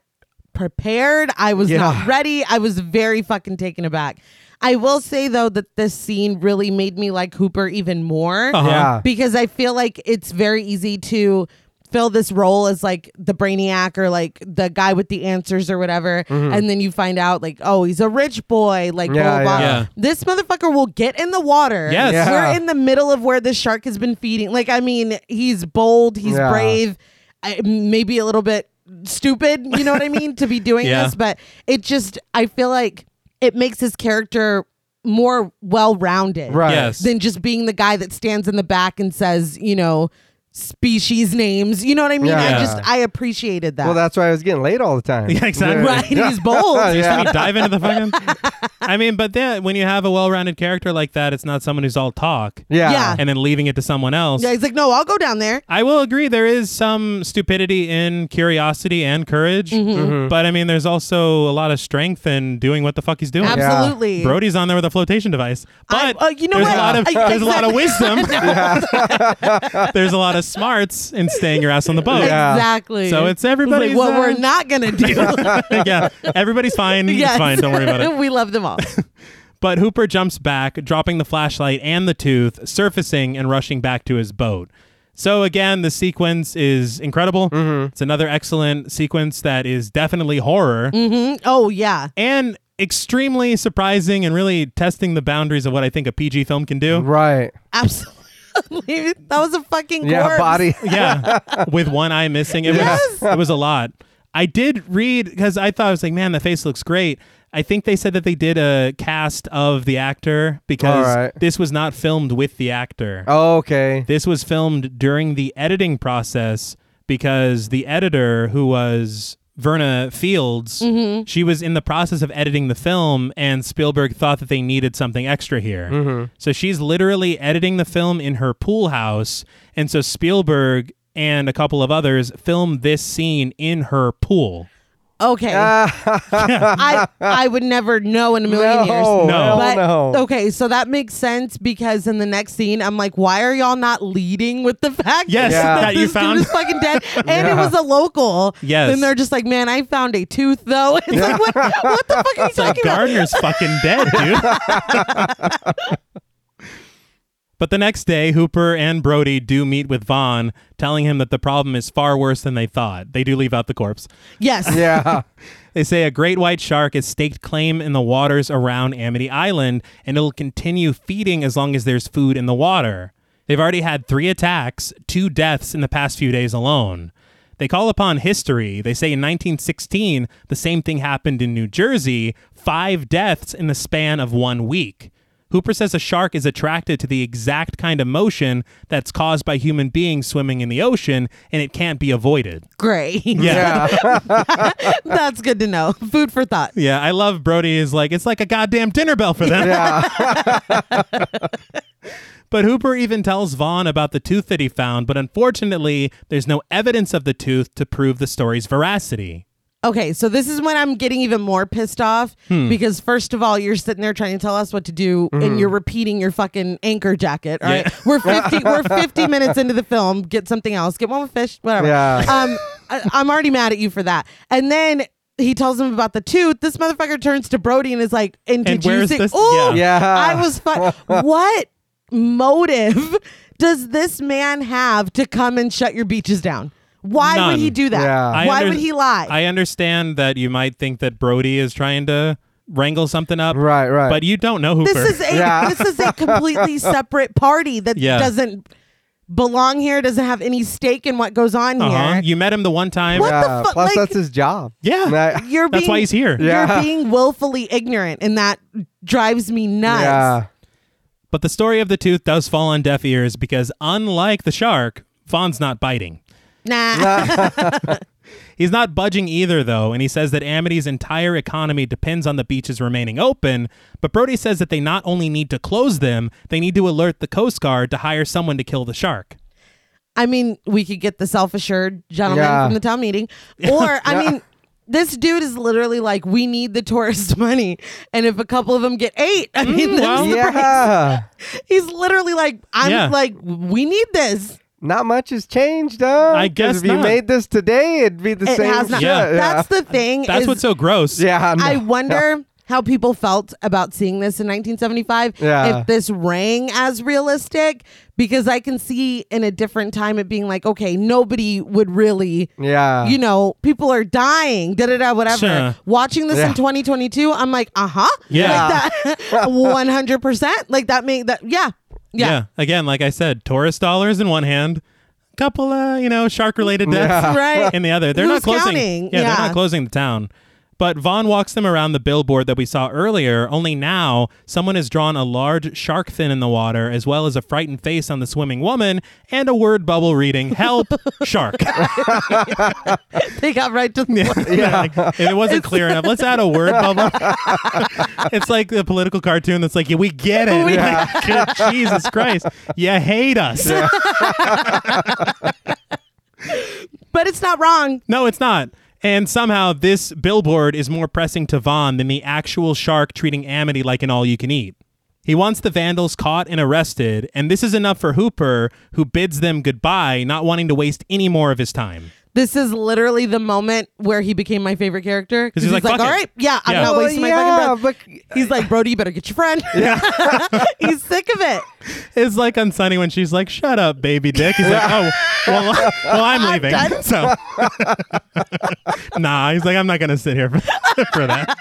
S2: prepared. I was
S3: Yeah.
S2: not ready. I was very fucking taken aback. I will say though that this scene really made me like Hooper even more.
S1: Uh-huh.
S3: Yeah.
S2: because I feel like it's very easy to fill this role as like the brainiac or like the guy with the answers or whatever and then you find out like oh he's a rich boy like
S3: Mm-hmm. Yeah,
S2: blah, blah, blah.
S1: yeah. Yeah.
S2: this motherfucker will get in the water
S1: Yes.
S3: Yeah.
S2: we're in the middle of where the shark has been feeding like i mean he's bold he's
S3: Yeah.
S2: brave I, maybe a little bit stupid you know what i mean to be doing
S1: Yeah.
S2: this but it just i feel like it makes his character more well-rounded
S3: Right.
S1: Yes.
S2: than just being the guy that stands in the back and says, you know, species names. You know what I mean?
S3: Yeah.
S2: I just I appreciated that.
S3: Well, that's why I was getting laid all the time.
S1: Yeah, exactly.
S2: right. He's bold.
S3: Yeah.
S1: Just when you dive into the fucking. I mean, but then when you have a well-rounded character like that, it's not someone who's all talk
S3: Yeah.
S2: Yeah.
S1: and then leaving it to someone else.
S2: Yeah, he's like, no, I'll go down there.
S1: I will agree there is some stupidity in curiosity and courage,
S2: Mm-hmm.
S1: but I mean, there's also a lot of strength in doing what the fuck he's doing.
S2: Absolutely.
S1: Brody's on there with a flotation device,
S2: I-
S1: but
S2: uh, you know
S1: there's
S2: what?
S1: a lot of
S2: I-
S1: there's a lot of wisdom.
S2: Yeah.
S1: there's a lot of smarts in staying your ass on the boat.
S3: Yeah.
S2: Exactly.
S1: So it's
S2: Like,
S1: everybody's.
S2: what
S1: uh,
S2: we're not gonna do.
S1: yeah, everybody's fine.
S2: Yes.
S1: It's fine. Don't worry about it.
S2: we love them all.
S1: But Hooper jumps back, dropping the flashlight and the tooth, surfacing and rushing back to his boat. So again, the sequence is incredible. It's another excellent sequence that is definitely horror
S2: Mm, oh yeah.
S1: and extremely surprising and really testing the boundaries of what I think a PG film can do.
S3: Right.
S2: Absolutely. That was a fucking
S3: Yeah.
S2: corpse.
S3: Body.
S1: Yeah, with one eye missing, it
S2: Yes.
S1: was it was a lot. I did read because I thought I was like, man, that face looks great. I think they said that they did a cast of the actor because
S3: All right.
S1: this was not filmed with the actor.
S3: Oh, Okay.
S1: This was filmed during the editing process because the editor, who was Verna Fields, she was in the process of editing the film, and Spielberg thought that they needed something extra here. So she's literally editing the film in her pool house. And so Spielberg and a couple of others filmed this scene in her pool.
S2: Okay. I I would never know in a million
S3: No.
S2: years.
S1: No.
S3: Hell
S2: But
S3: no.
S2: okay, so that makes sense because in the next scene, I'm like, why are y'all not leading with the fact
S1: Yes,
S2: that,
S3: that
S1: you
S2: this
S1: found-
S2: dude is fucking dead, and it was a local?
S1: Yes.
S2: and they're just like, man, I found a tooth though. It's like, what, what the fuck are you
S1: So
S2: talking about?
S1: Gardner's fucking dead, dude. but the next day, Hooper and Brody do meet with Vaughn, telling him that the problem is far worse than they thought. They do leave out the corpse.
S2: Yes,
S3: Yeah.
S1: They say a great white shark has staked claim in the waters around Amity Island, and it'll continue feeding as long as there's food in the water. They've already had three attacks, two deaths in the past few days alone. They call upon history. They say in 1916, the same thing happened in New Jersey, five deaths in the span of one week. Hooper says a shark is attracted to the exact kind of motion that's caused by human beings swimming in the ocean, and it can't be avoided.
S2: great.
S1: Yeah.
S2: That's good to know. Food for thought.
S1: Yeah, I love Brody is like it's like a goddamn dinner bell for them. but Hooper even tells Vaughn about the tooth that he found, but unfortunately, there's no evidence of the tooth to prove the story's veracity.
S2: Okay, so this is when I'm getting even more pissed off
S1: Hmm.
S2: because first of all, you're sitting there trying to tell us what to do, and you're repeating your fucking anchor jacket. All right,
S1: Yeah.
S2: we're fifty, we're fifty minutes into the film. Get something else. Get one with fish. Whatever.
S3: Yeah.
S2: Um, I, I'm already mad at you for that. And then he tells him about the tooth. This motherfucker turns to Brody and is like, "And did you
S1: where's
S2: see?
S1: this-
S2: Ooh,
S3: Yeah.
S2: I was fun. what motive does this man have to come and shut your beaches down? Why would
S1: None.
S2: he do that?
S3: Yeah.
S1: I
S2: Why
S1: under-
S2: would he lie?
S1: I understand that you might think that Brody is trying to wrangle something up.
S3: Right, right.
S1: But you don't know Hooper.
S2: this is a
S3: Yeah.
S2: this is a completely separate party that
S1: Yeah.
S2: doesn't belong here, doesn't have any stake in what goes on
S1: uh-huh.
S2: here.
S1: You met him the one time.
S2: What? the
S3: Yeah.
S2: fuck, like-
S3: Plus, that's his job.
S1: Yeah.
S3: That-
S2: You're
S1: That's
S2: being,
S1: why he's here.
S3: Yeah.
S2: You're being willfully ignorant, and that drives me nuts.
S3: yeah.
S1: But the story of the tooth does fall on deaf ears because unlike the shark, Vaughn's not biting.
S2: Nah.
S1: He's not budging either, though, and he says that Amity's entire economy depends on the beaches remaining open. But Brody says that they not only need to close them, they need to alert the Coast Guard to hire someone to kill the shark.
S2: I mean, we could get the self assured gentleman
S3: Yeah.
S2: from the town meeting. Or, I mean, this dude is literally like, we need the tourist money. And if a couple of them get eight, I mean, that's
S1: Mm, well.
S2: the price.
S3: Yeah.
S2: He's literally like, I'm
S1: Yeah.
S2: like, we need this.
S3: Not much has changed, though.
S1: I
S3: 'Cause
S1: guess
S3: if you
S1: not.
S3: made this today, it'd be the
S2: It
S3: same.
S2: has not.
S3: shit.
S1: Yeah.
S2: That's the thing.
S1: That's
S2: is
S1: what's so gross.
S3: yeah. no.
S2: I wonder how people felt about seeing this in 1975.
S3: Yeah.
S2: If this rang as realistic, because I can see in a different time it being like, okay, nobody would really,
S3: Yeah.
S2: you know, people are dying, da da da, whatever.
S1: Sure.
S2: Watching this
S3: Yeah.
S2: in 2022, I'm like, uh huh.
S1: Yeah.
S2: Like that, 100%. Like that made that, yeah. Yeah.
S1: Again, like I said, tourist dollars in one hand, couple, uh, you know, shark related deaths.
S3: Yeah.
S2: Right.
S1: in the other. They're
S2: Who's
S1: not closing.
S2: counting?
S1: Yeah, they're
S2: Yeah.
S1: not closing the town. But Vaughn walks them around the billboard that we saw earlier, only now someone has drawn a large shark fin in the water, as well as a frightened face on the swimming woman and a word bubble reading, Help, shark.
S2: they got right to the point.
S1: Yeah. like, if it wasn't clear enough, let's add a word bubble. it's like the political cartoon that's like, yeah, we get it.
S2: We-
S1: Like, good Jesus Christ. You hate us.
S2: But it's not wrong.
S1: No, it's not. And somehow this billboard is more pressing to Vaughn than the actual shark treating Amity like an all you can eat. He wants the vandals caught and arrested, and this is enough for Hooper, who bids them goodbye, not wanting to waste any more of his time.
S2: This is literally the moment where he became my favorite character.
S1: 'Cause he's like, "Fuck
S2: all
S1: it."
S2: right, yeah, I'm
S1: Yeah.
S2: not
S1: Well,
S2: wasting my
S3: yeah,
S2: fucking breath. He's like, Brody, you better get your friend. he's sick of it.
S1: It's like on Sunny when she's like, "Shut up, baby dick." He's like, "Oh, well, well I'm leaving." so, nah, he's like, "I'm not gonna sit here for, for that."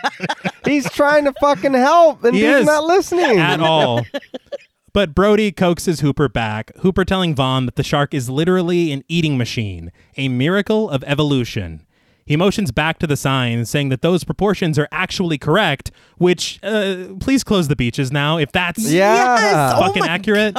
S3: but he's trying to fucking help, and
S1: He
S3: he's
S1: is.
S3: not listening.
S1: at all. But Brody coaxes Hooper back, Hooper telling Vaughn that the shark is literally an eating machine, a miracle of evolution. He motions back to the sign, saying that those proportions are actually correct, which, uh, please close the beaches now if that's
S3: Yeah.
S2: Yes. Oh
S1: fucking
S2: my
S1: accurate.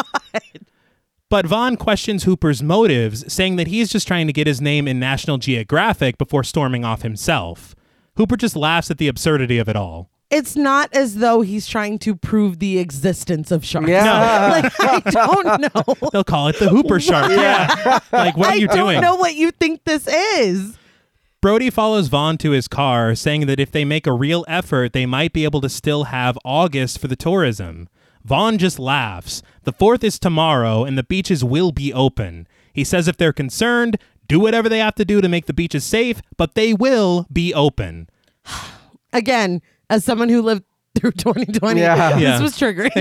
S1: But Vaughn questions Hooper's motives, saying that he's just trying to get his name in National Geographic before storming off himself. Hooper just laughs at the absurdity of it all.
S2: it's not as though he's trying to prove the existence of sharks.
S3: Yeah.
S2: Like, I don't know.
S1: They'll call it the Hooper shark. Yeah. like, what are
S2: I
S1: you
S2: don't
S1: doing?
S2: know what you think this is.
S1: Brody follows Vaughn to his car, saying that if they make a real effort, they might be able to still have August for the tourism. Vaughn just laughs. The 4th is tomorrow, and the beaches will be open. He says if they're concerned, do whatever they have to do to make the beaches safe, but they will be open.
S2: Again, as someone who lived through 2020,
S3: Yeah.
S2: this
S1: Yeah.
S2: was triggering.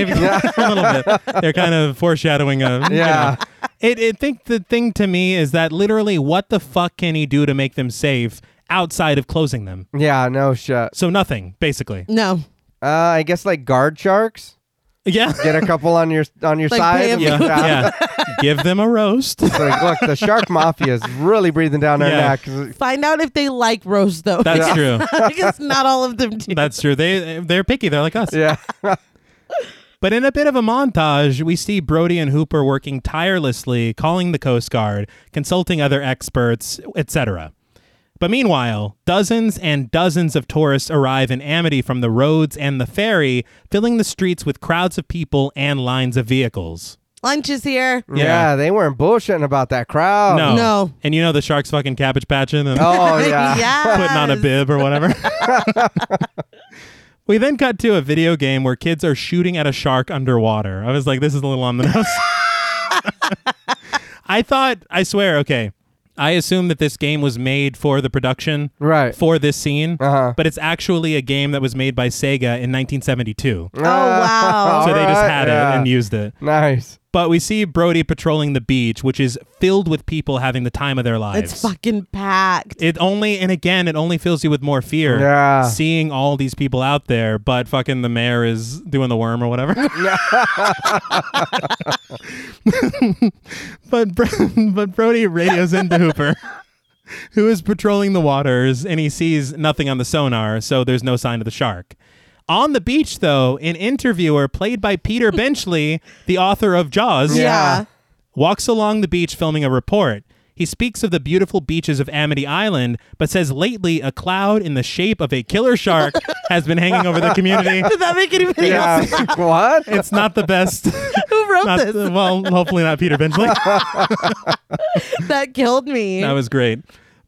S1: a little bit. They're kind of foreshadowing a. you
S3: Yeah.
S1: know. It, it think the thing to me is that literally, what the fuck can he do to make them safe outside of closing them?
S3: Yeah, no shit.
S1: So nothing, basically.
S2: No.
S3: Uh, I guess like guard sharks.
S1: Yeah.
S3: Get a couple on your on your
S2: Like,
S3: side.
S2: pay
S3: and
S2: him-
S1: yeah,
S3: look down.
S1: yeah. Give them a roast.
S3: It's like, look, the shark mafia is really breathing down our
S1: Yeah.
S3: neck.
S2: Find out if they like roast, though.
S1: That's true.
S2: because not all of them do.
S1: That's true. They they're picky. They're like us.
S3: Yeah.
S1: But in a bit of a montage, we see Brody and Hooper working tirelessly, calling the Coast Guard, consulting other experts, etc. But meanwhile, dozens and dozens of tourists arrive in Amity from the roads and the ferry, filling the streets with crowds of people and lines of vehicles.
S2: Lunch is here.
S3: yeah, They weren't bullshitting about that crowd.
S1: No.
S2: No.
S1: And you know the sharks fucking cabbage patching and
S3: Oh yeah.
S2: Yes.
S1: putting on a bib or whatever. we then cut to a video game where kids are shooting at a shark underwater. I was like, this is a little on the nose. I thought, I swear, okay. I assume that this game was made for the production,
S3: Right.
S1: For this scene,
S3: Uh-huh.
S1: but it's actually a game that was made by Sega in 1972.
S2: Oh, wow.
S1: so they just
S3: Alright,
S1: had
S3: yeah.
S1: it and used it.
S3: Nice.
S1: But we see Brody patrolling the beach, which is filled with people having the time of their lives.
S2: It's fucking packed.
S1: It only and again, it only fills you with more fear.
S3: Yeah.
S1: Seeing all these people out there, but fucking the mayor is doing the worm or whatever. but Bro- but Brody radios into Hooper, who is patrolling the waters, and he sees nothing on the sonar, so there's no sign of the shark. On the beach, though, an interviewer played by Peter Benchley, the author of Jaws,
S2: yeah.
S3: Yeah.
S1: walks along the beach filming a report. He speaks of the beautiful beaches of Amity Island, but says lately a cloud in the shape of a killer shark has been hanging over the community.
S2: Did that make anybody
S3: Yeah.
S2: else?
S3: what?
S1: It's not the best.
S2: Who wrote
S1: Not-
S2: this.
S1: well, hopefully not Peter Benchley.
S2: that killed me.
S1: that was great.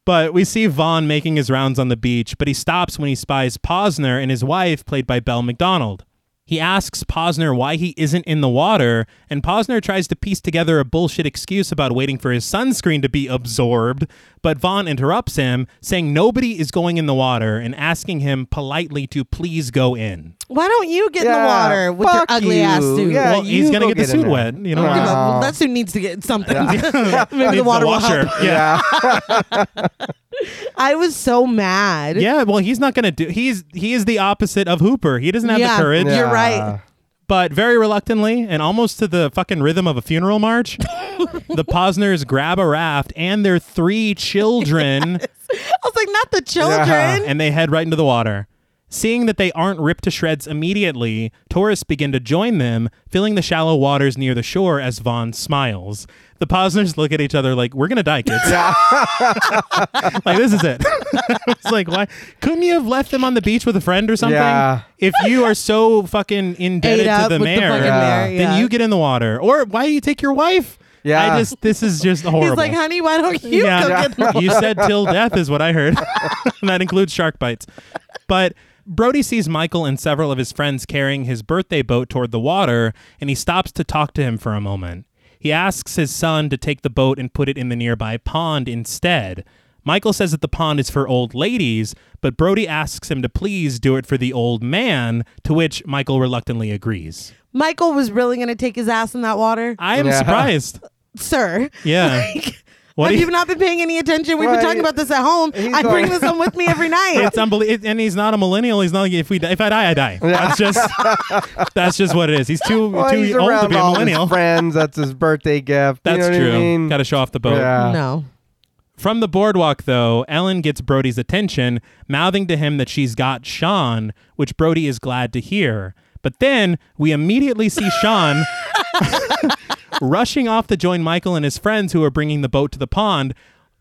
S1: But we see Vaughn making his rounds on the beach, but he stops when he spies Posner and his wife, played by Belle McDonald. He asks Posner why he isn't in the water, and Posner tries to piece together a bullshit excuse about waiting for his sunscreen to be absorbed. But Vaughn interrupts him, saying nobody is going in the water and asking him politely to please go in.
S2: Why don't you get in
S3: Yeah,
S2: the water with your
S3: fuck
S2: ugly
S3: you.
S2: ass suit?
S3: Yeah,
S1: well, he's
S3: you
S1: gonna get,
S3: go
S1: the
S3: get in
S1: suit
S3: there.
S1: wet, you know.
S2: I don't give a-
S3: Wow.
S2: well, that suit needs to get something. Maybe
S1: Needs
S2: the
S1: the
S2: water will
S1: washer.
S2: help.
S1: Yeah.
S3: Yeah.
S2: I was so mad.
S1: Yeah, well, he's not going to do. He's he is the opposite of Hooper. He doesn't have
S2: Yeah.
S1: the courage.
S2: You're
S3: Yeah.
S2: right.
S1: But very reluctantly and almost to the fucking rhythm of a funeral march, the Posners grab a raft and their three children
S2: I was like, not the children.
S1: and they head right into the water. Seeing that they aren't ripped to shreds immediately, tourists begin to join them, filling the shallow waters near the shore as Vaughn smiles. The Posners look at each other like, we're going to die, kids. like, this is it. it's like, why? Couldn't you have left them on the beach with a friend or something?
S3: Yeah.
S1: If you are so fucking indebted
S2: Ate
S1: to
S2: up
S1: the
S2: with the
S1: mayor,
S2: fucking
S3: Yeah.
S2: mayor.
S1: then
S2: yeah.
S1: you get in the water. Or why do you take your wife?
S3: Yeah.
S1: I just, this is just horrible.
S2: He's like, honey, why don't you go get the
S1: You said till death is what I heard. and that includes shark bites. But Brody sees Michael and several of his friends carrying his birthday boat toward the water, and he stops to talk to him for a moment. He asks his son to take the boat and put it in the nearby pond instead. Michael says that the pond is for old ladies, but Brody asks him to please do it for the old man, to which Michael reluctantly agrees.
S2: Michael was really going to take his ass in that water,
S1: I am
S3: Yeah.
S1: surprised.
S2: sir.
S1: Yeah.
S2: Have
S1: do
S2: you not been paying any attention? We've been
S3: Right.
S2: talking about this at home.
S3: He's
S2: I bring
S3: going-
S2: this home with me every night.
S1: it's unbelievable. And he's not a millennial. He's not like if we die, if I die, I die. That's just that's just what it is. He's too
S3: Well,
S1: too
S3: he's
S1: old to
S3: around
S1: be a
S3: all
S1: millennial.
S3: his friends. That's his birthday gift.
S1: That's
S3: you know
S1: true.
S3: What I mean?
S1: Got to show off the boat.
S3: Yeah.
S2: no.
S1: From the boardwalk, though, Ellen gets Brody's attention, mouthing to him that she's got Sean, which Brody is glad to hear. But then we immediately see Sean rushing off to join Michael and his friends who are bringing the boat to the pond.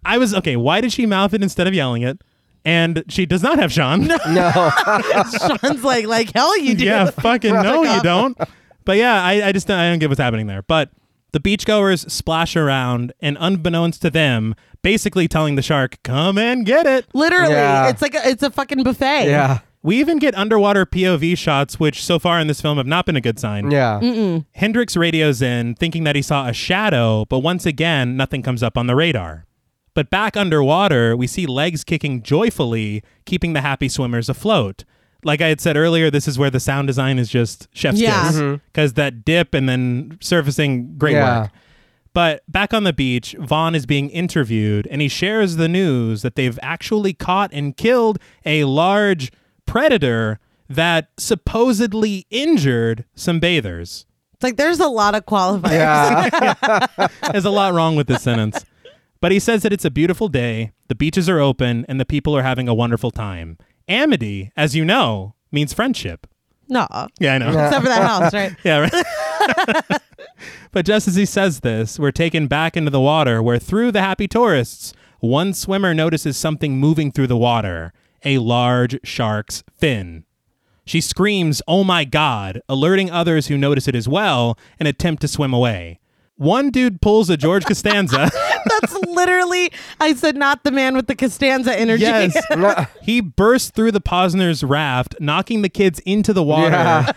S1: I was okay. Why did she mouth it instead of yelling it? And she does not have Sean.
S2: Sean's like, like hell you do.
S1: Yeah, fucking no, you don't. But yeah, I, I just don't, I don't get what's happening there. But the beachgoers splash around, and unbeknownst to them, basically telling the shark, "Come and get it."
S2: Literally,
S3: Yeah.
S2: it's like a, it's a fucking buffet.
S3: Yeah.
S1: We even get underwater POV shots, which so far in this film have not been a good sign.
S3: Yeah.
S1: Hendrix radios in, thinking that he saw a shadow, but once again, nothing comes up on the radar. But back underwater, we see legs kicking joyfully, keeping the happy swimmers afloat. Like I had said earlier, this is where the sound design is just chef's
S2: Yeah.
S1: kiss because that dip and then surfacing, great
S3: Yeah.
S1: work. But back on the beach, Vaughn is being interviewed and he shares the news that they've actually caught and killed a large predator that supposedly injured some bathers.
S2: It's like there's a lot of qualifiers.
S3: Yeah.
S1: There's a lot wrong with this sentence. But he says that it's a beautiful day, the beaches are open, and the people are having a wonderful time. Amity, as you know, means friendship.
S2: No.
S1: Yeah, I know.
S2: Except for that house, right?
S1: Yeah, right. but just as he says this, we're taken back into the water where, through the happy tourists, one swimmer notices something moving through the water a large shark's fin. She screams, Oh my God, alerting others who notice it as well and attempt to swim away. One dude pulls a George Costanza.
S2: That's literally, I said, not the man with the Costanza energy.
S1: Yes. he bursts through the Posner's raft, knocking the kids into the water,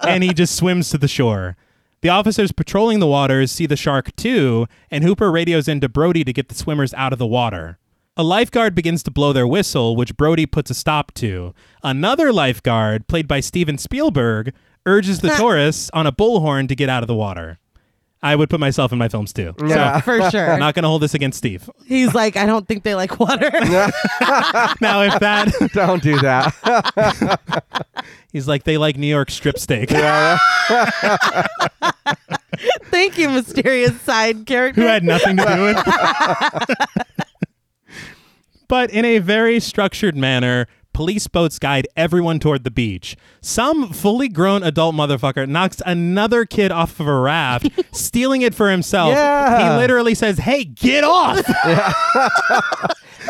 S1: and he just swims to the shore. The officers patrolling the waters see the shark too, and Hooper radios into Brody to get the swimmers out of the water. A lifeguard begins to blow their whistle, which Brody puts a stop to. Another lifeguard, played by Steven Spielberg, urges the tourists on a bullhorn to get out of the water. I would put myself in my films too.
S3: Yeah.
S2: For sure.
S1: So, not going to hold this against Steve.
S2: He's like, I don't think they like water.
S1: Now, if that.
S3: Don't do that.
S1: He's like, they like New York strip steak.
S2: Thank you, mysterious side character.
S1: Who had nothing to do with But in a very structured manner, police boats guide everyone toward the beach. Some fully grown adult motherfucker knocks another kid off of a raft, stealing it for himself.
S3: Yeah.
S1: He literally says, Hey, get off!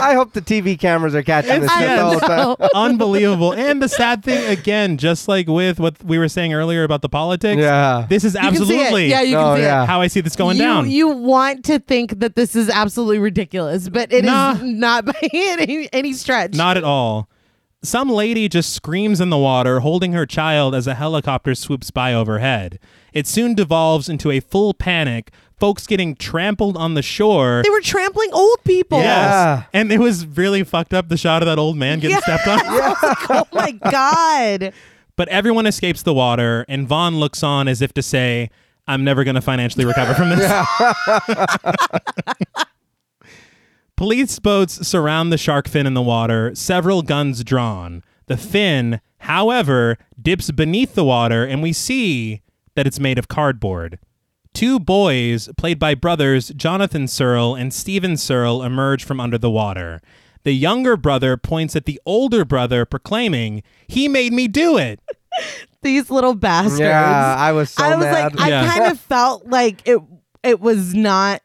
S3: I hope the TV cameras are catching this
S2: I
S3: shit the whole time.
S2: know.
S1: Unbelievable. And the sad thing, again, just like with what we were saying earlier about the politics,
S3: Yeah.
S1: this is
S2: You can see it.
S1: absolutely
S2: Yeah, you can
S3: Oh,
S2: see
S3: yeah.
S2: it.
S1: how I see this going
S2: you,
S1: down.
S2: You want to think that this is absolutely ridiculous, but it is
S1: Nah.
S2: not by any, any stretch.
S1: Not at all. Some lady just screams in the water, holding her child as a helicopter swoops by overhead. It soon devolves into a full panic, folks getting trampled on the shore.
S2: they were trampling old people.
S3: Yeah.
S1: Yes. And it was really fucked up the shot of that old man getting
S2: Yes.
S1: stepped on.
S2: I was like, oh my god.
S1: But everyone escapes the water, and Vaughn looks on as if to say, I'm never going to financially recover from this. Police boats surround the shark fin in the water, several guns drawn. The fin, however, dips beneath the water, and we see that it's made of cardboard. Two boys, played by brothers Jonathan Searle and Stephen Searle, emerge from under the water. The younger brother points at the older brother, proclaiming, He made me do it.
S2: These little bastards.
S3: Yeah, I was so
S2: I was
S3: mad.
S2: like,
S1: Yeah.
S2: I kind of felt like it. It was not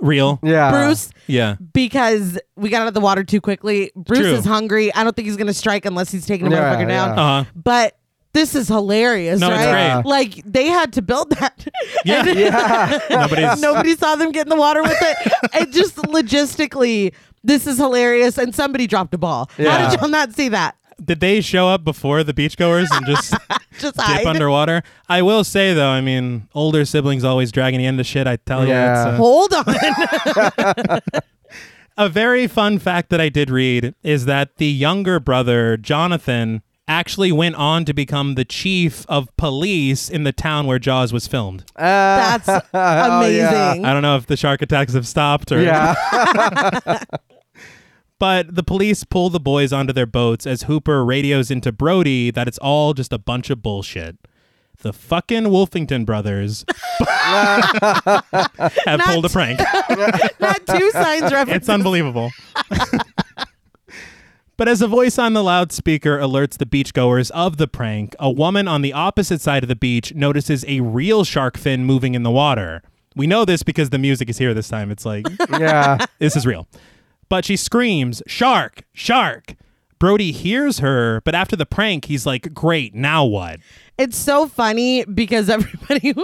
S1: Real.
S3: yeah.
S2: Bruce
S1: Yeah.
S2: because we got out of the water too quickly. Bruce
S1: True.
S2: is hungry. I don't think he's gonna strike unless he's taking a
S3: Yeah,
S2: motherfucker
S3: yeah.
S2: down.
S1: Uh huh.
S2: But this is hilarious,
S1: No, it's
S2: right?
S3: great.
S2: Like they had to build that.
S1: Yeah.
S3: Yeah.
S1: Nobody's.
S2: Nobody saw them get in the water with it. It just logistically, this is hilarious. And somebody dropped a ball. How
S3: Yeah.
S2: did y'all not see that?
S1: Did they show up before the beachgoers and just
S2: Just
S1: dip
S2: hide.
S1: underwater? I will say though, I mean, older siblings always dragging you into shit. I tell
S3: Yeah.
S1: you, it's a-
S2: Hold on.
S1: a very fun fact that I did read is that the younger brother, Jonathan, actually went on to become the chief of police in the town where Jaws was filmed.
S3: Uh,
S2: That's
S3: Oh, yeah.
S2: amazing.
S1: I don't know if the shark attacks have stopped or
S3: yeah.
S1: But the police pull the boys onto their boats as Hooper radios into Brody that it's all just a bunch of bullshit. The fucking Wolfington brothers have pulled a prank.
S2: Not two signs reference.
S1: It's unbelievable. but as a voice on the loudspeaker alerts the beachgoers of the prank, a woman on the opposite side of the beach notices a real shark fin moving in the water. We know this because the music is here this time. It's like
S3: Yeah.
S1: this is real. But she screams, Shark, shark. Brody hears her, but after the prank, he's like, Great, now what?
S2: It's so funny because everybody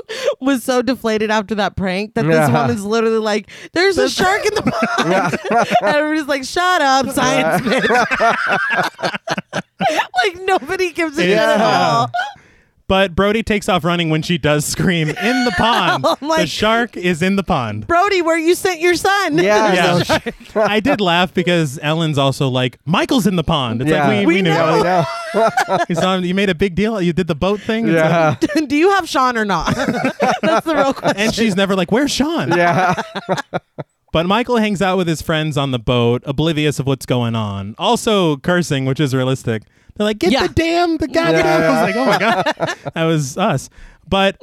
S2: was so deflated after that prank that this
S3: Yeah.
S2: woman's literally like, "There's a shark in the pond," and everybody's like, "Shut up, science bitch!" like nobody gives a shit at
S1: Yeah.
S2: all.
S1: But Brody takes off running when she does scream, In the pond.
S3: Oh
S2: I'm like-
S1: the shark is in the pond.
S2: Brody, where you sent your son?
S3: Yeah.
S1: Yeah. I did laugh because Ellen's also like, Michael's in the pond. It's
S3: Yeah.
S1: like, we, we,
S2: We
S1: knew.
S2: know.
S3: I know.
S1: He's on, you made a big deal. You did the boat thing. It's like-
S3: Yeah.
S2: Do you have Sean or not? That's the real question.
S1: and she's never like, Where's Sean?
S3: Yeah.
S1: But Michael hangs out with his friends on the boat, oblivious of what's going on. Also cursing, which is realistic. They're like, get
S2: Yeah.
S1: the damn, the goddamn. I was like, oh my God. that was us. But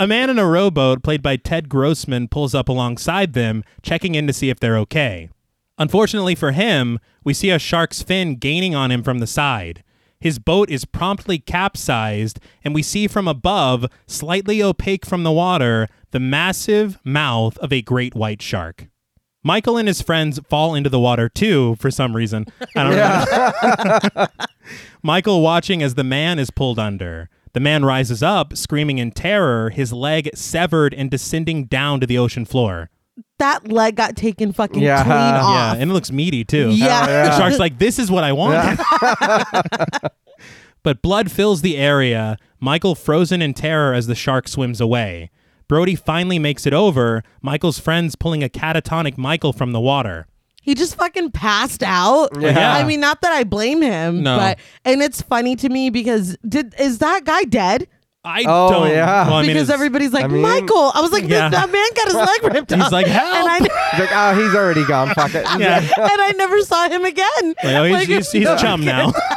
S1: a man in a rowboat, played by Ted Grossman, pulls up alongside them, checking in to see if they're okay. Unfortunately for him, we see a shark's fin gaining on him from the side. His boat is promptly capsized, and we see from above, slightly opaque from the water, the massive mouth of a great white shark. Michael and his friends fall into the water too for some reason. I don't know. Michael watching as the man is pulled under. The man rises up, screaming in terror, his leg severed and descending down to the ocean floor.
S2: that leg got taken fucking
S3: Yeah.
S2: clean
S3: Yeah.
S1: Yeah,
S2: off.
S1: and it looks meaty too.
S2: Yeah.
S1: The shark's like, this is what I want. but blood fills the area, Michael frozen in terror as the shark swims away. Brody finally makes it over, Michael's friends pulling a catatonic Michael from the water.
S2: He just fucking passed out.
S3: Yeah.
S2: I mean, not that I blame him,
S1: No.
S2: but and it's funny to me because did is that guy dead?
S1: I
S3: Oh,
S1: don't.
S3: yeah.
S1: well, I mean,
S2: because
S1: it's-
S2: everybody's like,
S3: I mean-
S2: Michael. I was like,
S1: Yeah.
S2: that man got his leg ripped off.
S1: He's like,
S2: and
S1: help.
S2: I,
S3: He's like, oh, he's already gone. Fuck it.
S1: yeah.
S2: and I never saw him again.
S1: Like, oh, he's,
S2: Like,
S1: he's, he's
S2: no,
S1: chum now.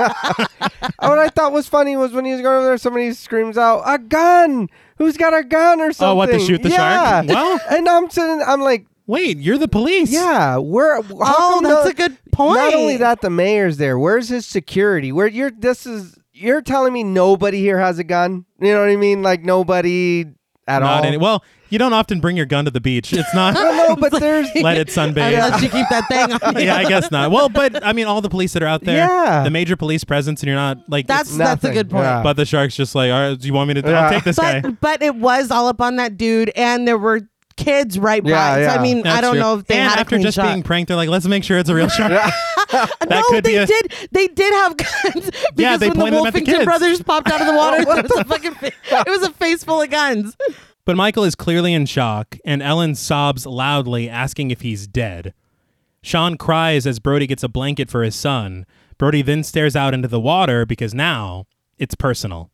S3: Oh, what I thought was funny was when he was going over there, somebody screams out, "A gun! Who's got a gun or something?"
S1: Oh, what, to shoot the
S3: yeah.
S1: shark? Well-
S3: and I'm sitting, I'm like,
S1: Wait, you're the police.
S3: yeah, where? How
S1: Oh,
S3: come
S2: Oh, that's
S3: no-
S2: a good point.
S3: Not only that, the mayor's there. Where's his security? Where you're? This is you're telling me nobody here has a gun. You know what I mean? Like nobody.
S1: Not
S3: at all.
S1: any- well, you don't often bring your gun to the beach. It's
S3: I
S1: not.
S3: don't know, but there's
S1: let it sunbathe.
S2: Unless you keep that thing on you.
S1: yeah, I guess not. Well, but I mean, all the police that are out there,
S3: Yeah.
S1: the major police presence, and you're not like.
S2: That's
S1: it's-
S2: that's a
S3: nothing.
S2: good point.
S3: Yeah.
S1: but the shark's just like, all right, do you want me to?
S3: Yeah.
S1: I'll take this
S2: But
S1: guy.
S2: but it was all up on that dude, and there were kids right by.
S3: Yeah,
S2: So
S3: yeah.
S2: I mean, I
S1: That's
S2: don't
S1: true.
S2: know if they
S1: and
S2: had
S1: after
S2: a clean
S1: just
S2: shot.
S1: being pranked, they're like, let's make sure it's a real shark.
S2: no,
S1: could be
S2: they
S1: a-
S2: did. They did have guns. Because
S1: Yeah, they
S2: when
S1: pointed
S2: the
S1: them at the
S2: Wolfington
S1: kids.
S2: brothers popped out of the water, there was a fucking fa- it was a face full of guns.
S1: But Michael is clearly in shock, and Ellen sobs loudly, asking if he's dead. Sean cries as Brody gets a blanket for his son. Brody then stares out into the water because now it's personal.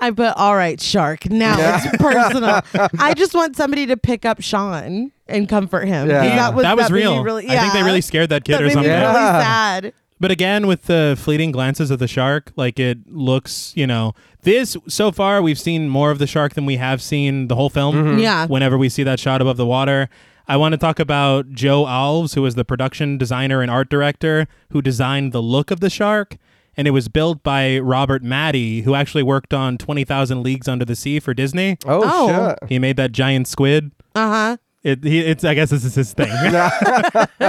S2: I put all right, shark. Now it's personal. I just want somebody to pick up Sean and comfort him.
S3: Yeah.
S2: That was, that made me
S1: Um, real.
S2: Really,
S1: I think they
S2: yeah.
S1: really scared that kid
S2: That
S1: or
S2: made me
S1: something.
S3: Yeah.
S2: really sad.
S1: But again, with the fleeting glances of the shark, like it looks, you know, this so far we've seen more of the shark than we have seen the whole film.
S2: Yeah.
S1: Whenever we see that shot above the water, I want to talk about Joe Alves, who was the production designer and art director who designed the look of the shark. And it was built by Robert Maddy, who actually worked on 20,000 Leagues Under the Sea for Disney.
S3: oh,
S2: Oh.
S3: shit.
S1: He made that giant squid.
S2: Uh
S3: Uh-huh.
S2: huh.
S1: It, he, it's I guess this is his thing.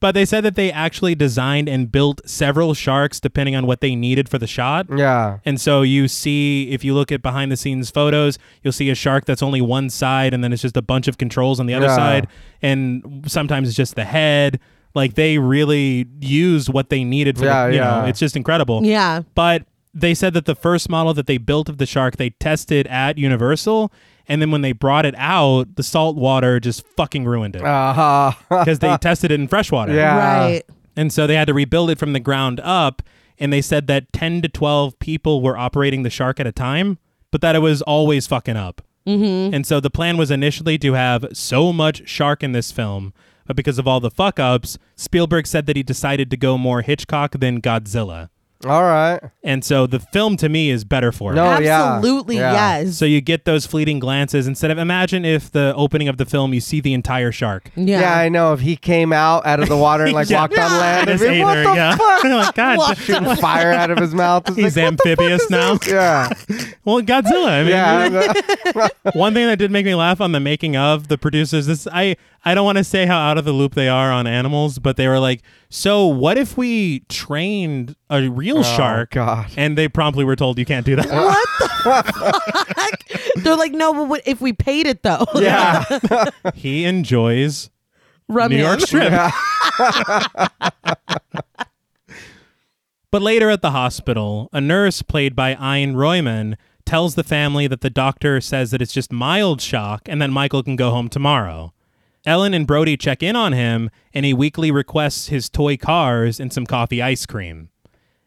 S1: but they said that they actually designed and built several sharks depending on what they needed for the shot.
S3: Yeah.
S1: And so you see, if you look at behind the scenes photos, you'll see a shark that's only one side, and then it's just a bunch of controls on the other
S3: Yeah.
S1: side. And sometimes it's just the head. Like they really used what they needed for
S3: Yeah,
S1: the, you know,
S3: yeah.
S1: it's just incredible.
S2: Yeah.
S1: But they said that the first model that they built of the shark, they tested at Universal. And then when they brought it out, the salt water just fucking ruined it
S3: Uh-huh.
S1: because they tested it in freshwater.
S3: Yeah.
S2: Right.
S1: And so they had to rebuild it from the ground up. And they said that 10 to 12 people were operating the shark at a time, but that it was always fucking up. Mm-hmm. And so the plan was initially to have so much shark in this film, but because of all the fuck ups, Spielberg said that he decided to go more Hitchcock than Godzilla.
S3: All right.
S1: And so the film to me is better for it.
S3: No. Oh, yeah.
S2: Absolutely
S3: Yeah.
S2: yes.
S1: So you get those fleeting glances instead of imagine if the opening of the film you see the entire shark.
S3: Yeah. I know. If he came out out of the water and like
S1: Yeah.
S3: walked on land,
S1: This
S3: it'd be, what
S1: either,
S3: the
S1: yeah.
S3: fuck?
S1: Like, God,
S2: What?
S3: Shooting fire out of his mouth. It's
S1: he's
S3: like,
S1: amphibious now.
S3: yeah.
S1: Well, Godzilla. I mean,
S3: Yeah.
S1: one thing that did make me laugh on the making of the producers. This I I don't want to say how out of the loop they are on animals, but they were like, so what if we trained a real shark?
S3: Oh, God.
S1: And they promptly were told you can't do that.
S2: What the fuck? They're like, no, but what- if we paid it though,
S3: yeah.
S1: he enjoys
S2: Rub
S1: New
S2: it
S1: York
S2: in.
S1: Strip. but later at the hospital, a nurse played by Ayn Royman tells the family that the doctor says that it's just mild shock and that Michael can go home tomorrow. Ellen and Brody check in on him, and he weekly requests his toy cars and some coffee ice cream.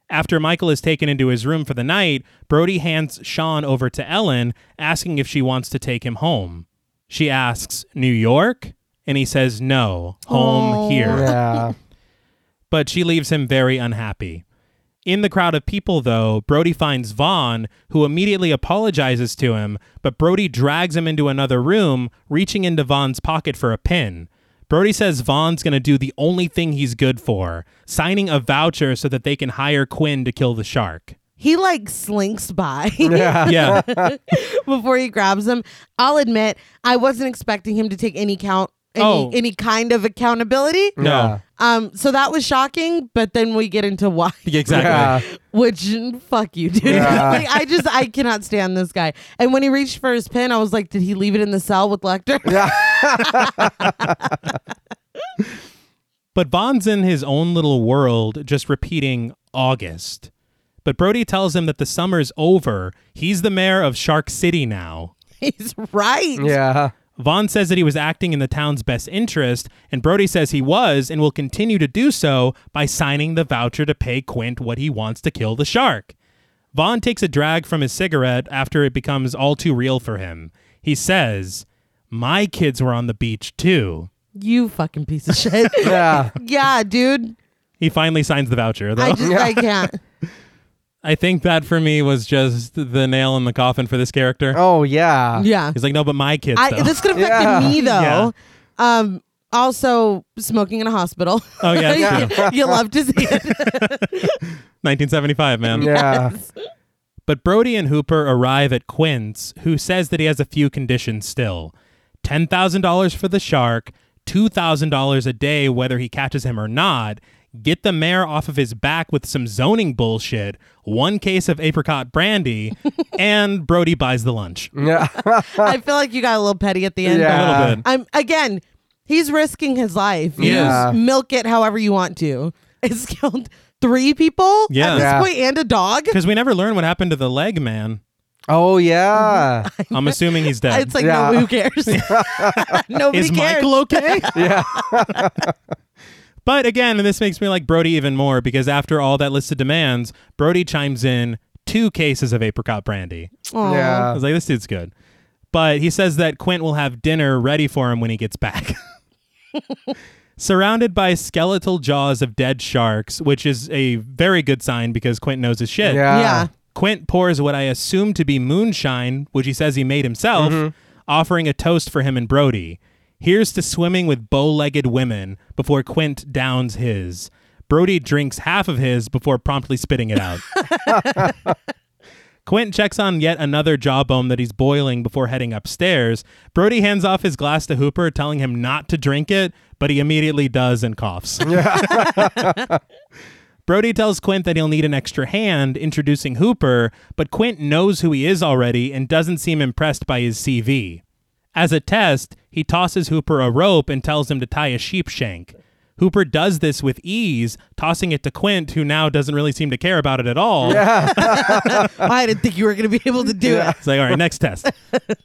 S1: After Michael is taken into his room for the night, Brody hands Sean over to Ellen, asking if she wants to take him home. She asks, New York? And he says, No, home here.
S3: Yeah.
S1: But she leaves him very unhappy. In the crowd of people, though, Brody finds Vaughn, who immediately apologizes to him, but Brody drags him into another room, reaching into Vaughn's pocket for a pin. Brody says Vaughn's going to do the only thing he's good for signing a voucher so that they can hire Quinn to kill the shark.
S2: He like slinks by
S3: Yeah.
S1: Yeah.
S2: before he grabs him. I'll admit, I wasn't expecting him to take any count, any,
S1: Oh.
S2: any kind of accountability.
S1: No.
S3: Yeah.
S2: Um, so that was shocking. But then we get into why,
S1: Exactly.
S3: Yeah.
S2: which fuck you, dude.
S3: Yeah.
S2: like, I just I cannot stand this guy. And when he reached for his pin, I was like, did he leave it in the cell with Lecter?
S1: But Vaughn's in his own little world, just repeating August. But Brody tells him that the summer's over. He's the mayor of Shark City now.
S2: He's right.
S3: Yeah.
S1: Vaughn says that he was acting in the town's best interest, and Brody says he was and will continue to do so by signing the voucher to pay Quint what he wants to kill the shark. Vaughn takes a drag from his cigarette after it becomes all too real for him. He says, My kids were on the beach too.
S2: You fucking piece of shit.
S3: Yeah.
S2: yeah, dude.
S1: He finally signs the voucher, though.
S2: I just I can't.
S1: I think that for me was just the nail in the coffin for this character.
S3: Oh, yeah.
S2: Yeah.
S1: He's like, no, but my kids.
S2: I,
S1: though.
S2: this could have
S3: Yeah.
S2: affected me though.
S1: Yeah.
S2: Um, also, smoking in a hospital.
S1: Oh, yeah, that's
S2: you, you love to see it.
S1: 1975, man.
S3: Yeah.
S1: But Brody and Hooper arrive at Quince, who says that he has a few conditions still $10,000 for the shark, $2,000 a day whether he catches him or not, get the mayor off of his back with some zoning bullshit, one case of apricot brandy, and Brody buys the lunch.
S3: Yeah.
S2: I feel like you got a little petty at the end.
S1: A
S3: Yeah.
S1: little bit.
S2: I'm again, he's risking his life. You
S1: Yeah.
S2: milk it however you want to. It's killed three people
S1: Yeah.
S2: at this
S3: Yeah.
S2: point and a dog.
S1: Because we never learn what happened to the leg man.
S3: oh yeah.
S1: I'm assuming he's dead.
S2: It's like
S3: Yeah.
S2: no, who cares? Nobody
S1: Is
S2: cares.
S1: Michael okay?
S3: Yeah.
S1: But again, and this makes me like Brody even more because after all that list of demands, Brody chimes in two cases of apricot brandy.
S2: Aw.
S1: I
S3: Yeah.
S1: was like, this dude's good. But he says that Quint will have dinner ready for him when he gets back. Surrounded by skeletal jaws of dead sharks, which is a very good sign because Quint knows his shit.
S2: Yeah.
S3: Yeah.
S1: Quint pours what I assume to be moonshine, which he says he made himself, offering a toast for him and Brody. Here's to swimming with bow legged women before Quint downs his. Brody drinks half of his before promptly spitting it out. Quint checks on yet another jawbone that he's boiling before heading upstairs. Brody hands off his glass to Hooper, telling him not to drink it, but he immediately does and coughs. Brody tells Quint that he'll need an extra hand introducing Hooper, but Quint knows who he is already and doesn't seem impressed by his CV. As a test, he tosses Hooper a rope and tells him to tie a sheep shank. Hooper does this with ease, tossing it to Quint, who now doesn't really seem to care about it at all.
S2: I didn't think you were going to be able to do it.
S1: It's like, all right, next test.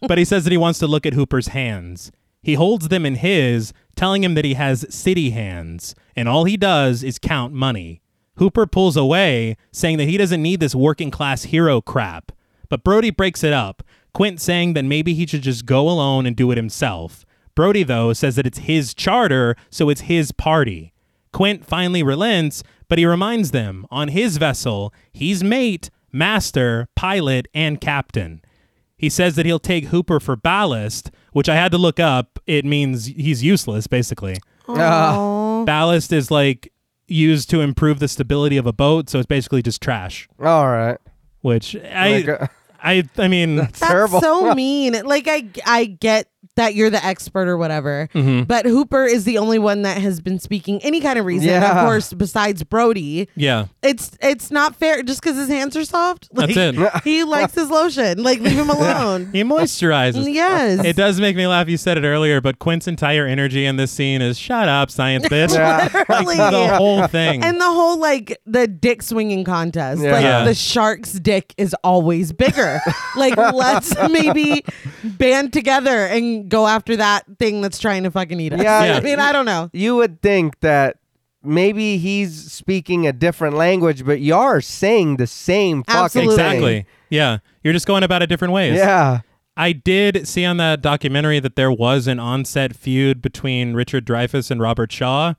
S1: But he says that he wants to look at Hooper's hands. He holds them in his, telling him that he has city hands, and all he does is count money. Hooper pulls away, saying that he doesn't need this working class hero crap. But Brody breaks it up, Quint saying that maybe he should just go alone and do it himself. Brody, though, says that it's his charter, so it's his party. Quint finally relents, but he reminds them on his vessel, he's mate, master, pilot, and captain. He says that he'll take Hooper for ballast, which I had to look up. It means he's useless, basically.
S2: Aw.
S1: Ballast is like used to improve the stability of a boat, so it's basically just trash.
S3: All right.
S1: Which I,
S3: Like, uh,
S1: I, I mean,
S2: That's
S3: Terrible.
S2: so mean. Like I, I get that you're the expert or whatever,
S1: Mm-hmm.
S2: but Hooper is the only one that has been speaking any kind of reason, of
S3: Yeah.
S2: course, besides Brody.
S1: yeah,
S2: It's it's not fair just because his hands are soft. Like,
S1: that's it.
S2: He likes his lotion. Like leave him alone.
S1: He moisturizes.
S2: Yes.
S1: It does make me laugh. You said it earlier, but Quint's entire energy in this scene is "shut up, science bitch."
S3: Yeah.
S2: Literally.
S1: The whole thing.
S2: and the whole like the dick swinging contest, like
S1: Yeah.
S2: the shark's dick is always bigger. like let's maybe band together and go after that thing that's trying to fucking eat us.
S3: Yeah.
S1: Yeah.
S2: I mean, I don't know.
S3: you would think that maybe he's speaking a different language, but you are saying the same fucking
S2: Absolutely.
S3: thing.
S1: exactly. Yeah, you're just going about it different ways.
S3: Yeah.
S1: I did see on that documentary that there was an onset feud between Richard Dreyfuss and Robert Shaw.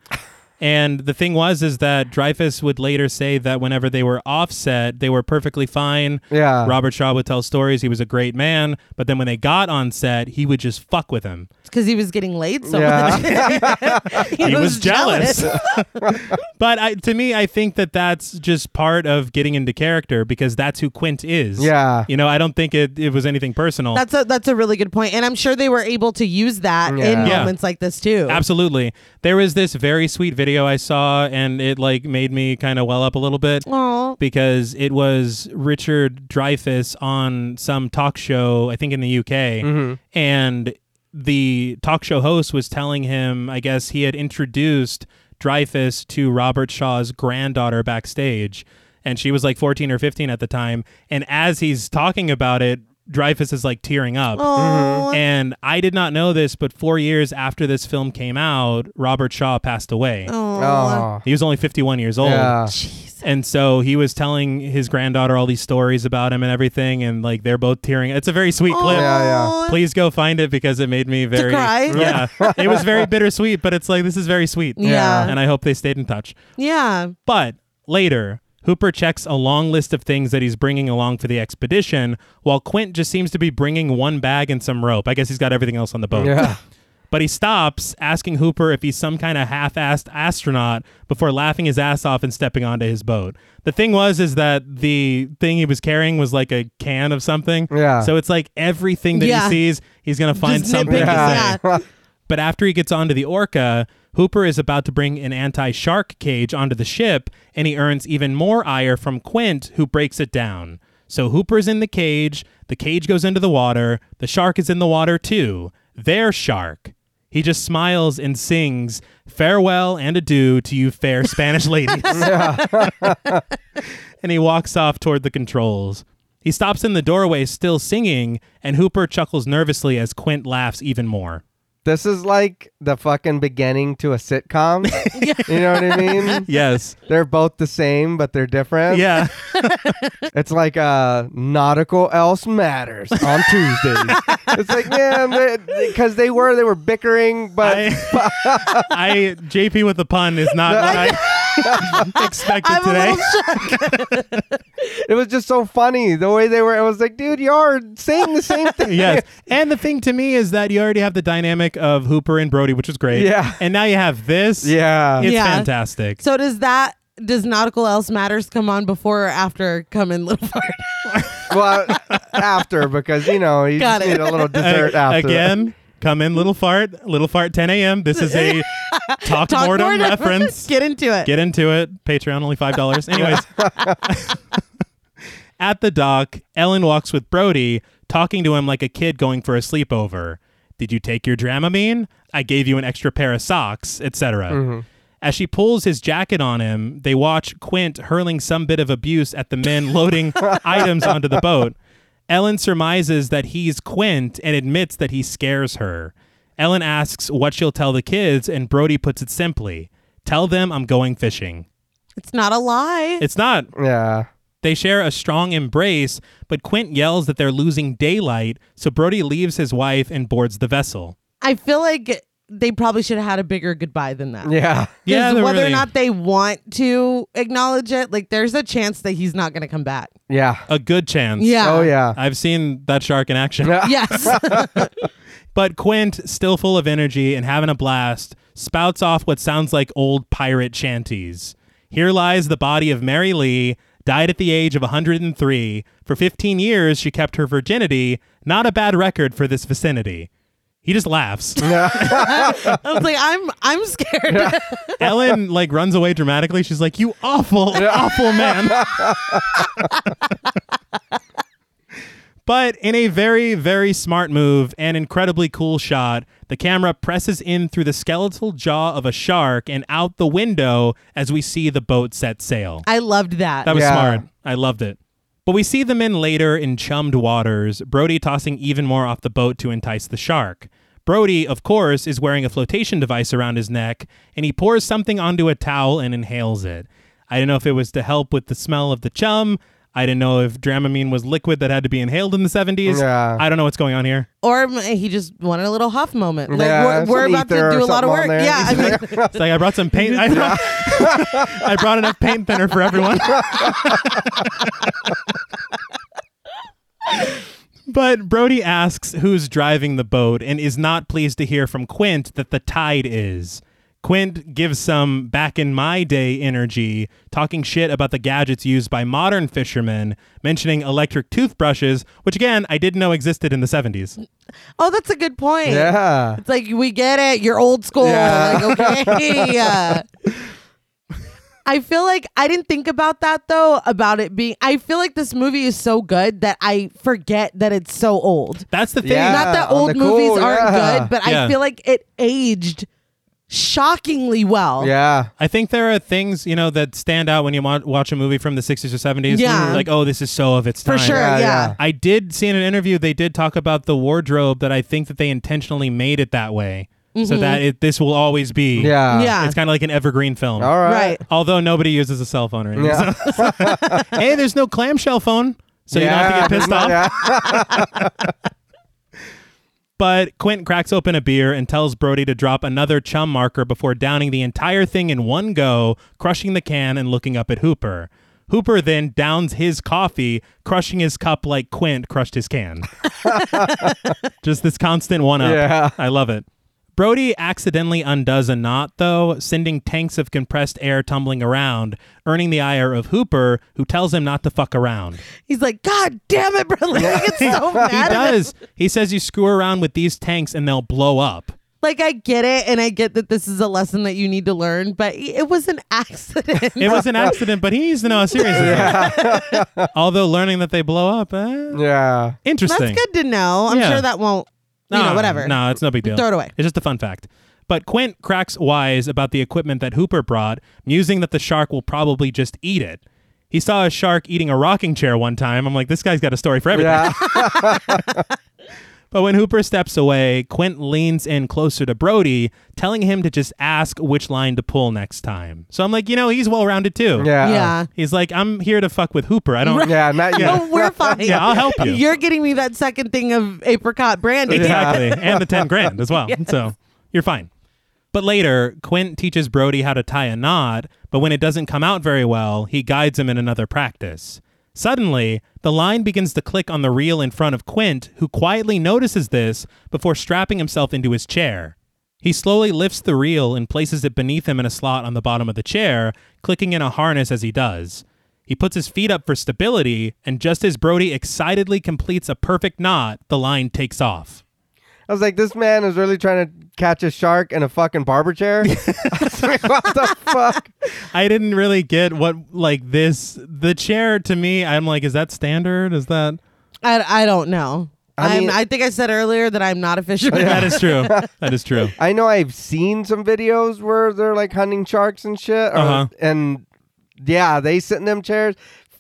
S1: And the thing was is that Dreyfuss would later say that whenever they were offset, they were perfectly fine.
S3: Yeah.
S1: Robert Shaw would tell stories, he was a great man, but then when they got on set, he would just fuck with him.
S2: It's because he was getting laid so much. he,
S1: He was jealous. But I, to me, I think that that's just part of getting into character because that's who Quint is.
S3: Yeah.
S1: You know, I don't think it, it was anything personal.
S2: That's a that's a really good point, and I'm sure they were able to use that in
S3: Yeah.
S1: Yeah.
S2: moments like this too.
S1: Absolutely. There was this very sweet video I saw and it like made me kind of well up a little bit
S2: Aw.
S1: because it was Richard Dreyfuss on some talk show, I think in the UK, and the talk show host was telling him, I guess he had introduced Dreyfus to Robert Shaw's granddaughter backstage, and she was like 14 or 15 at the time, and as he's talking about it, Dreyfus is like tearing up.
S2: Aw.
S1: And I did not know this, but four years after this film came out, Robert Shaw passed away.
S2: Aw.
S3: Oh.
S1: He was only 51 years old.
S3: Yeah.
S2: Jeez.
S1: And so he was telling his granddaughter all these stories about him and everything. And like they're both tearing. It's a very sweet clip.
S3: Yeah,
S2: Aw.
S1: Please go find it because it made me very.
S2: cry?
S1: Yeah. it was very bittersweet, but it's like, this is very sweet.
S2: Yeah.
S1: And I hope they stayed in touch.
S2: Yeah.
S1: But later, Hooper checks a long list of things that he's bringing along for the Oh. expedition, while Quint just seems to be bringing one bag and some rope. I guess he's got everything else on the boat.
S3: Yeah.
S1: But he stops, asking Hooper if he's some kind of half-assed astronaut before laughing his ass off and stepping onto his boat. The thing was is that the thing he was carrying was like a can of something.
S3: Yeah.
S1: So it's like everything that
S2: Yeah.
S1: he sees, he's gonna find
S2: Just
S1: something to
S2: nitpick his
S1: say.
S2: ass.
S1: But after he gets onto the orca, Hooper is about to bring an anti shark cage onto the ship, and he earns even more ire from Quint, who breaks it down. So Hooper's in the cage, the cage goes into the water, the shark is in the water too. Their shark. He just smiles and sings, Farewell and adieu to you fair Spanish ladies. and he walks off toward the controls. He stops in the doorway, still singing, and Hooper chuckles nervously as Quint laughs even more.
S3: This is like the fucking beginning to a sitcom. You know what I mean?
S1: Yes.
S3: They're both the same, but they're different.
S1: Yeah.
S3: It's like uh, nautical else matters on Tuesdays. it's like, yeah, because they were they were bickering, but
S1: I, I JP with the pun is not what I expected
S2: I'm a
S1: today.
S2: little shocked.
S3: it was just so funny the way they were. It was like, dude, you are saying the same thing.
S1: yes. And the thing to me is that you already have the dynamic of Hooper and Brody, which was great.
S3: Yeah.
S1: And now you have this.
S3: Yeah.
S1: It's
S2: Yeah.
S1: fantastic.
S2: So does that does nautical else matters come on before or after come in little fart?
S3: Well, after because you know you
S2: Got
S3: just
S2: it.
S3: need a little
S1: A-
S3: dessert after.
S1: again, come in, little fart, little fart, 10 a.m. This is a talk,
S2: Talk
S1: mortem,
S2: more to-
S1: reference.
S2: Get into it.
S1: Get into it. Patreon only five dollars. Anyways. At the dock, Ellen walks with Brody, talking to him like a kid going for a sleepover. Did you take your Dramamine? I gave you an extra pair of socks, etc. As she pulls his jacket on him, they watch Quint hurling some bit of abuse at the men loading items onto the boat. Ellen surmises that he's Quint and admits that he scares her. Ellen asks what she'll tell the kids, and Brody puts it simply Tell them I'm going fishing.
S2: it's not a lie.
S1: It's not.
S3: Yeah.
S1: They share a strong embrace, but Quint yells that they're losing daylight, so Brody leaves his wife and boards the vessel.
S2: I feel like they probably should have had a bigger goodbye than that.
S3: Yeah.
S2: 'Cause
S1: Yeah, they're
S2: whether or
S1: really-
S2: not they want to acknowledge it, like there's a chance that he's not going to come back.
S3: Yeah.
S1: A good chance.
S2: Yeah.
S3: Oh yeah.
S1: I've seen that shark in action.
S3: Yeah.
S2: Yes.
S1: But Quint, still full of energy and having a blast, spouts off what sounds like old pirate shanties. Here lies the body of Mary Lee, died at the age of 103. For 15 years, she kept her virginity. Not a bad record for this vicinity. He just laughs.
S2: I was like, I'm I'm scared.
S1: Ellen like runs away dramatically. She's like, "You awful, awful man." but in a very, very smart move and incredibly cool shot, the camera presses in through the skeletal jaw of a shark and out the window as we see the boat set sail.
S2: I loved that.
S1: That was
S3: Yeah.
S1: smart. I loved it. But we see the men later in chummed waters, Brody tossing even more off the boat to entice the shark. Brody, of course, is wearing a flotation device around his neck, and he pours something onto a towel and inhales it. I don't know if it was to help with the smell of the chum. I didn't know if Dramamine was liquid that had to be inhaled in the 70s.
S3: Yeah.
S1: I don't know what's going on here.
S2: or m- he just wanted a little huff moment. Like
S3: Yeah,
S2: we're, we're
S3: some
S2: about
S3: ether
S2: to
S3: or
S2: do a lot
S3: something
S2: of
S3: on
S2: work.
S3: there.
S2: Yeah. I mean,
S1: It's like I brought some paint. I brought, I brought enough paint thinner for everyone. but Brody asks who's driving the boat and is not pleased to hear from Quint that the tide is. Quint gives some back in my day energy, talking shit about the gadgets used by modern fishermen, mentioning electric toothbrushes, which again, I didn't know existed in the 70s.
S2: oh, that's a good point.
S3: Yeah.
S2: It's like we get it. You're old school.
S3: Yeah.
S2: Like, okay. yeah. I feel like I didn't think about that though. About it being, I feel like this movie is so good that I forget that it's so old.
S1: That's the thing.
S3: Yeah.
S2: Not that
S3: on
S2: old
S3: the
S2: movies
S3: cool,
S2: aren't
S3: yeah.
S2: good, but I
S1: Yeah.
S2: feel like it aged shockingly well.
S3: Yeah.
S1: I think there are things you know that stand out when you wa- watch a movie from the 60s or 70s.
S2: Yeah.
S1: like oh, this is so of its
S2: Mm-hmm. For
S1: time.
S2: sure.
S3: Yeah,
S2: Yeah.
S3: yeah.
S1: I did see in an interview they did talk about the wardrobe that I think that they intentionally made it that way so
S2: Mm-hmm.
S1: that it, this will always be.
S3: Yeah.
S2: Yeah.
S1: it's kind of like an evergreen film.
S3: All right.
S2: Right.
S1: Although nobody uses a cell phone or anything.
S3: Yeah.
S1: hey, there's no clamshell phone, so you don't have to get pissed off.
S3: Yeah.
S1: But Quint cracks open a beer and tells Brody to drop another chum marker before downing the entire thing in one go, crushing the can and looking up at Hooper. Hooper then downs his coffee, crushing his cup like Quint crushed his can. Just this constant one up.
S3: Yeah.
S1: I love it. Brody accidentally undoes a knot, though, sending tanks of compressed air tumbling around, earning the ire of Hooper, who tells him not to fuck around.
S2: He's like, God damn it, bro. Like, I get so
S1: He
S2: mad. at him.
S1: does. He says you screw around with these tanks and they'll blow up.
S2: Like, I get it. And I get that this is a lesson that you need to learn, but it was an accident.
S1: It was an accident, but he needs to know how serious it is. Although learning that they blow up, eh?
S3: Yeah.
S1: interesting.
S2: That's good to know. I'm
S1: Yeah.
S2: sure that won't, you know, whatever.
S1: No, it's no big deal.
S2: Throw it away.
S1: It's just a fun fact. But Quint cracks wise about the equipment that Hooper brought, musing that the shark will probably just eat it. He saw a shark eating a rocking chair one time. I'm like, this guy's got a story for everything.
S3: Yeah.
S1: But when Hooper steps away, Quint leans in closer to Brody, telling him to just ask which line to pull next time. So I'm like, you know, he's well rounded too.
S3: Yeah.
S2: Yeah.
S1: He's like, I'm here to fuck with Hooper. I don't.
S3: Yeah. Not yet.
S2: Oh, we're fine.
S1: Yeah, I'll help you.
S2: You're getting me that second thing of apricot brandy.
S1: Exactly. and the 10 grand as well. So you're fine. But later, Quint teaches Brody how to tie a knot, but when it doesn't come out very well, he guides him in another practice. Suddenly, the line begins to click on the reel in front of Quint, who quietly notices this before strapping himself into his chair. He slowly lifts the reel and places it beneath him in a slot on the bottom of the chair, clicking in a harness as he does. He puts his feet up for stability, and just as Brody excitedly completes a perfect knot, the line takes off.
S3: I was like, this man is really trying to catch a shark in a fucking barber chair. I was like, what the fuck?
S1: I didn't really get what like this the chair to me. I'm like, is that standard? Is that
S2: I, I don't know.
S3: I
S2: I,
S3: mean-
S2: am I think I said earlier that I'm not a fisherman.
S1: that is true. That is true.
S3: I know I've seen some videos where they're like hunting sharks and shit. Or,
S1: Uh-huh.
S3: And yeah, they sit in them chairs.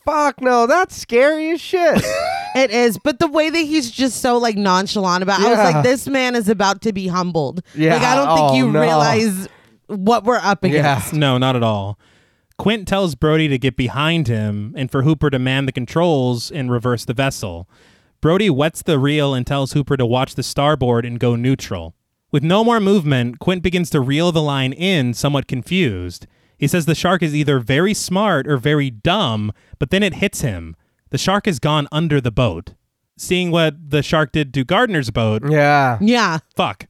S3: Fuck no, that's scary as shit.
S2: It is, but the way that he's just so like nonchalant about, I was
S3: Yeah.
S2: like, this man is about to be humbled.
S3: Yeah.
S2: like I don't think
S3: Oh,
S2: you
S3: no.
S2: realize what we're up
S3: yeah.
S2: against.
S1: No, not at all. Quint tells Brody to get behind him and for Hooper to man the controls and reverse the vessel. Brody wets the reel and tells Hooper to watch the starboard and go neutral. With no more movement, Quint begins to reel the line in, somewhat confused. He says the shark is either very smart or very dumb, but then it hits him. The shark has gone under the boat. Seeing what the shark did to Gardner's boat,
S3: Yeah.
S2: Yeah.
S1: Fuck.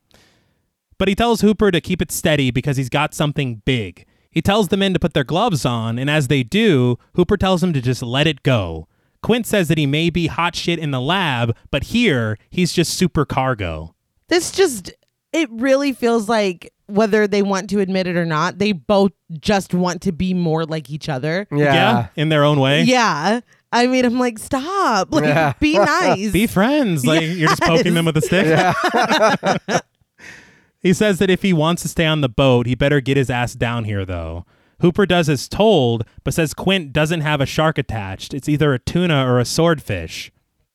S1: But he tells Hooper to keep it steady because he's got something big. He tells the men to put their gloves on, and as they do, Hooper tells him to just let it go. Quint says that he may be hot shit in the lab, but here he's just super cargo.
S2: This just it really feels like whether they want to admit it or not, they both just want to be more like each other.
S3: Yeah. Yeah.
S1: in their own way.
S2: Yeah. I mean, I'm like, stop. Like,
S3: Yeah.
S2: be nice.
S1: Be friends. Like you're just poking them with a stick. he says that if he wants to stay on the boat, he better get his ass down here though. Hooper does as told, but says Quint doesn't have a shark attached. It's either a tuna or a swordfish.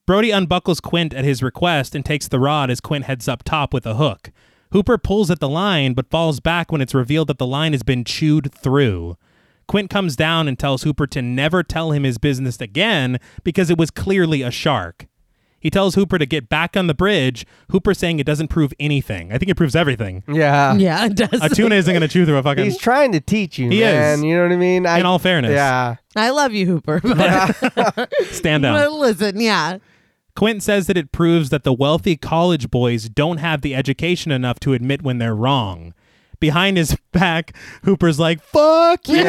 S1: Brody unbuckles Quint at his request and takes the rod as Quint heads up top with a hook. Hooper pulls at the line but falls back when it's revealed that the line has been chewed through. Quint comes down and tells Hooper to never tell him his business again because it was clearly a shark. He tells Hooper to get back on the bridge, Hooper saying it doesn't prove anything. I think it proves everything.
S2: yeah, it does.
S1: A tuna isn't going to chew through a fucking.
S3: He's trying to teach you,
S1: He
S3: man.
S1: is.
S3: You know what I mean? I,
S1: In all fairness.
S3: Yeah.
S2: I love you, Hooper. But,
S1: Stand down.
S2: but listen, yeah.
S1: Quint says that it proves that the wealthy college boys don't have the education enough to admit when they're wrong. Behind his back, Hooper's like, fuck you.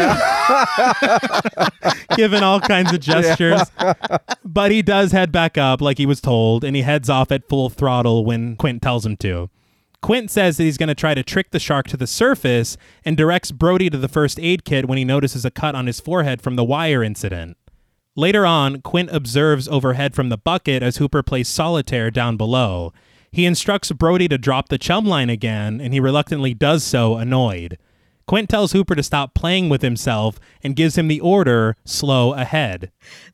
S1: Giving all kinds of gestures. But he does head back up like he was told, and he heads off at full throttle when Quint tells him to. Quint says that he's going to try to trick the shark to the surface and directs Brody to the first aid kit when he notices a cut on his forehead from the wire incident. Later on, Quint observes overhead from the bucket as Hooper plays solitaire down below. He instructs Brody to drop the chum line again, and he reluctantly does so, annoyed. Quint tells Hooper to stop playing with himself and gives him the order slow ahead.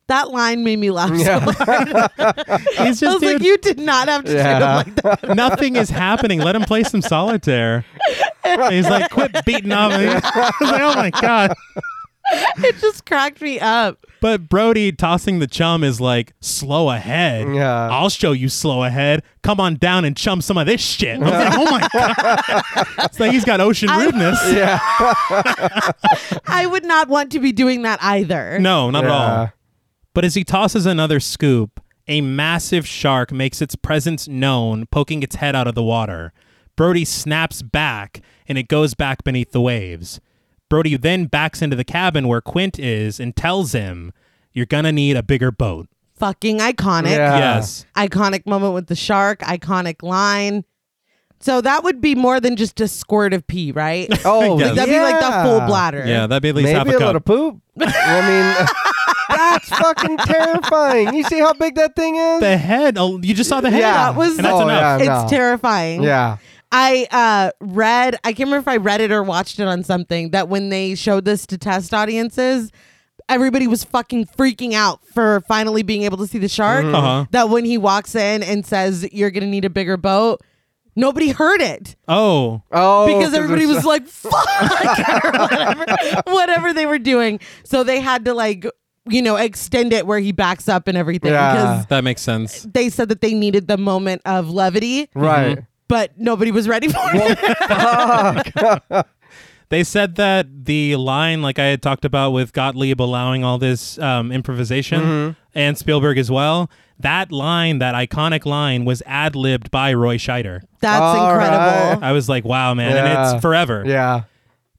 S2: That line made me laugh so hard.
S1: He's
S2: I
S1: just
S2: was like,
S1: dude,
S2: you did not have to treat him
S3: Yeah.
S2: like that.
S1: nothing is happening. Let him play some solitaire. And he's like, quit beating up. I was like, oh my god.
S2: It just cracked me up.
S1: But Brody tossing the chum is like, slow ahead.
S3: Yeah.
S1: I'll show you slow ahead. Come on down and chum some of this shit. I was like, oh my God. It's like he's got ocean
S2: I-
S1: rudeness.
S2: I would not want to be doing that either.
S1: No, not at
S3: Yeah.
S1: all. But as he tosses another scoop, a massive shark makes its presence known, poking its head out of the water. Brody snaps back and it goes back beneath the waves. Brody then backs into the cabin where Quint is and tells him, You're gonna need a bigger boat.
S2: Fucking iconic.
S3: Yeah.
S1: Yes.
S2: Iconic moment with the shark, iconic line. So that would be more than just a squirt of pee, right?
S3: Oh,
S1: guess.
S2: Like, that'd be like the full bladder.
S1: Yeah, that'd be at least half
S3: Maybe
S1: a
S3: a
S1: cup.
S3: little poop. I mean, that's fucking terrifying. You see how big that thing is?
S1: the head. Oh, you just saw the head.
S3: Yeah.
S2: That was
S1: And that's
S3: Oh,
S1: enough.
S2: it's
S3: no.
S2: terrifying.
S3: yeah.
S2: I uh, read, I can't remember if I read it or watched it on something, that when they showed this to test audiences, everybody was fucking freaking out for finally being able to see the shark.
S3: Mm-hmm.
S1: Uh-huh.
S2: That when he walks in and says, You're going to need a bigger boat, nobody heard it
S1: Oh.
S3: Oh,
S2: because everybody
S3: it's-
S2: was like, Fuck, or whatever, whatever they were doing. So they had to, like, you know, extend it where he backs up and everything
S3: Yeah.
S2: because
S1: That makes sense.
S2: they said that they needed the moment of levity,
S3: right.
S2: but nobody was ready for it.
S1: They said that the line, like I had talked about with Gottlieb allowing all this um, improvisation
S3: Mm-hmm.
S1: and Spielberg as well, that line, that iconic line, was ad libbed by Roy Scheider.
S2: That's
S3: All
S2: incredible.
S1: I was like, wow, man. And
S3: Yeah.
S1: it's forever.
S3: Yeah.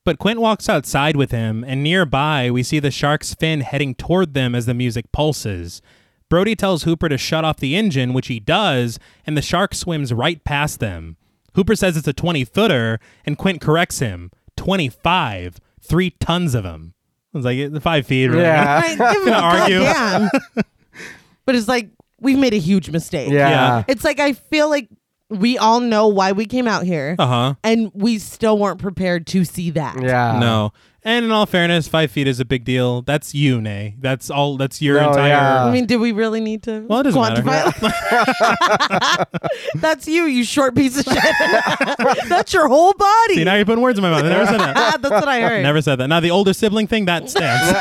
S1: But Quint walks outside with him, and nearby we see the shark's fin heading toward them as the music pulses. Brody tells Hooper to shut off the engine, which he does, and the shark swims right past them. Hooper says it's a 20 footer, and Quint corrects him 25, three tons of them. I was like, "Eh, five feet, really.
S3: Yeah.
S2: Right, give him a
S1: Gonna argue.
S2: goddamn. but it's like we've made a huge mistake.
S1: Yeah.
S3: Yeah.
S2: It's like I feel like we all know why we came out here,
S1: Uh huh.
S2: and we still weren't prepared to see that.
S3: Yeah.
S1: no. And in all fairness, five feet is a big deal. That's you, Nay. That's all, that's your
S3: No,
S1: entire.
S2: I
S3: yeah.
S2: mean, do we really need to
S1: Well, it doesn't matter.
S2: quantify? That's you, you short piece of shit. That's your whole body. Ah,
S1: See, now you're putting words in my mouth. I never said that.
S2: That's what I heard.
S1: Never said that. Now, the older sibling thing, that stands.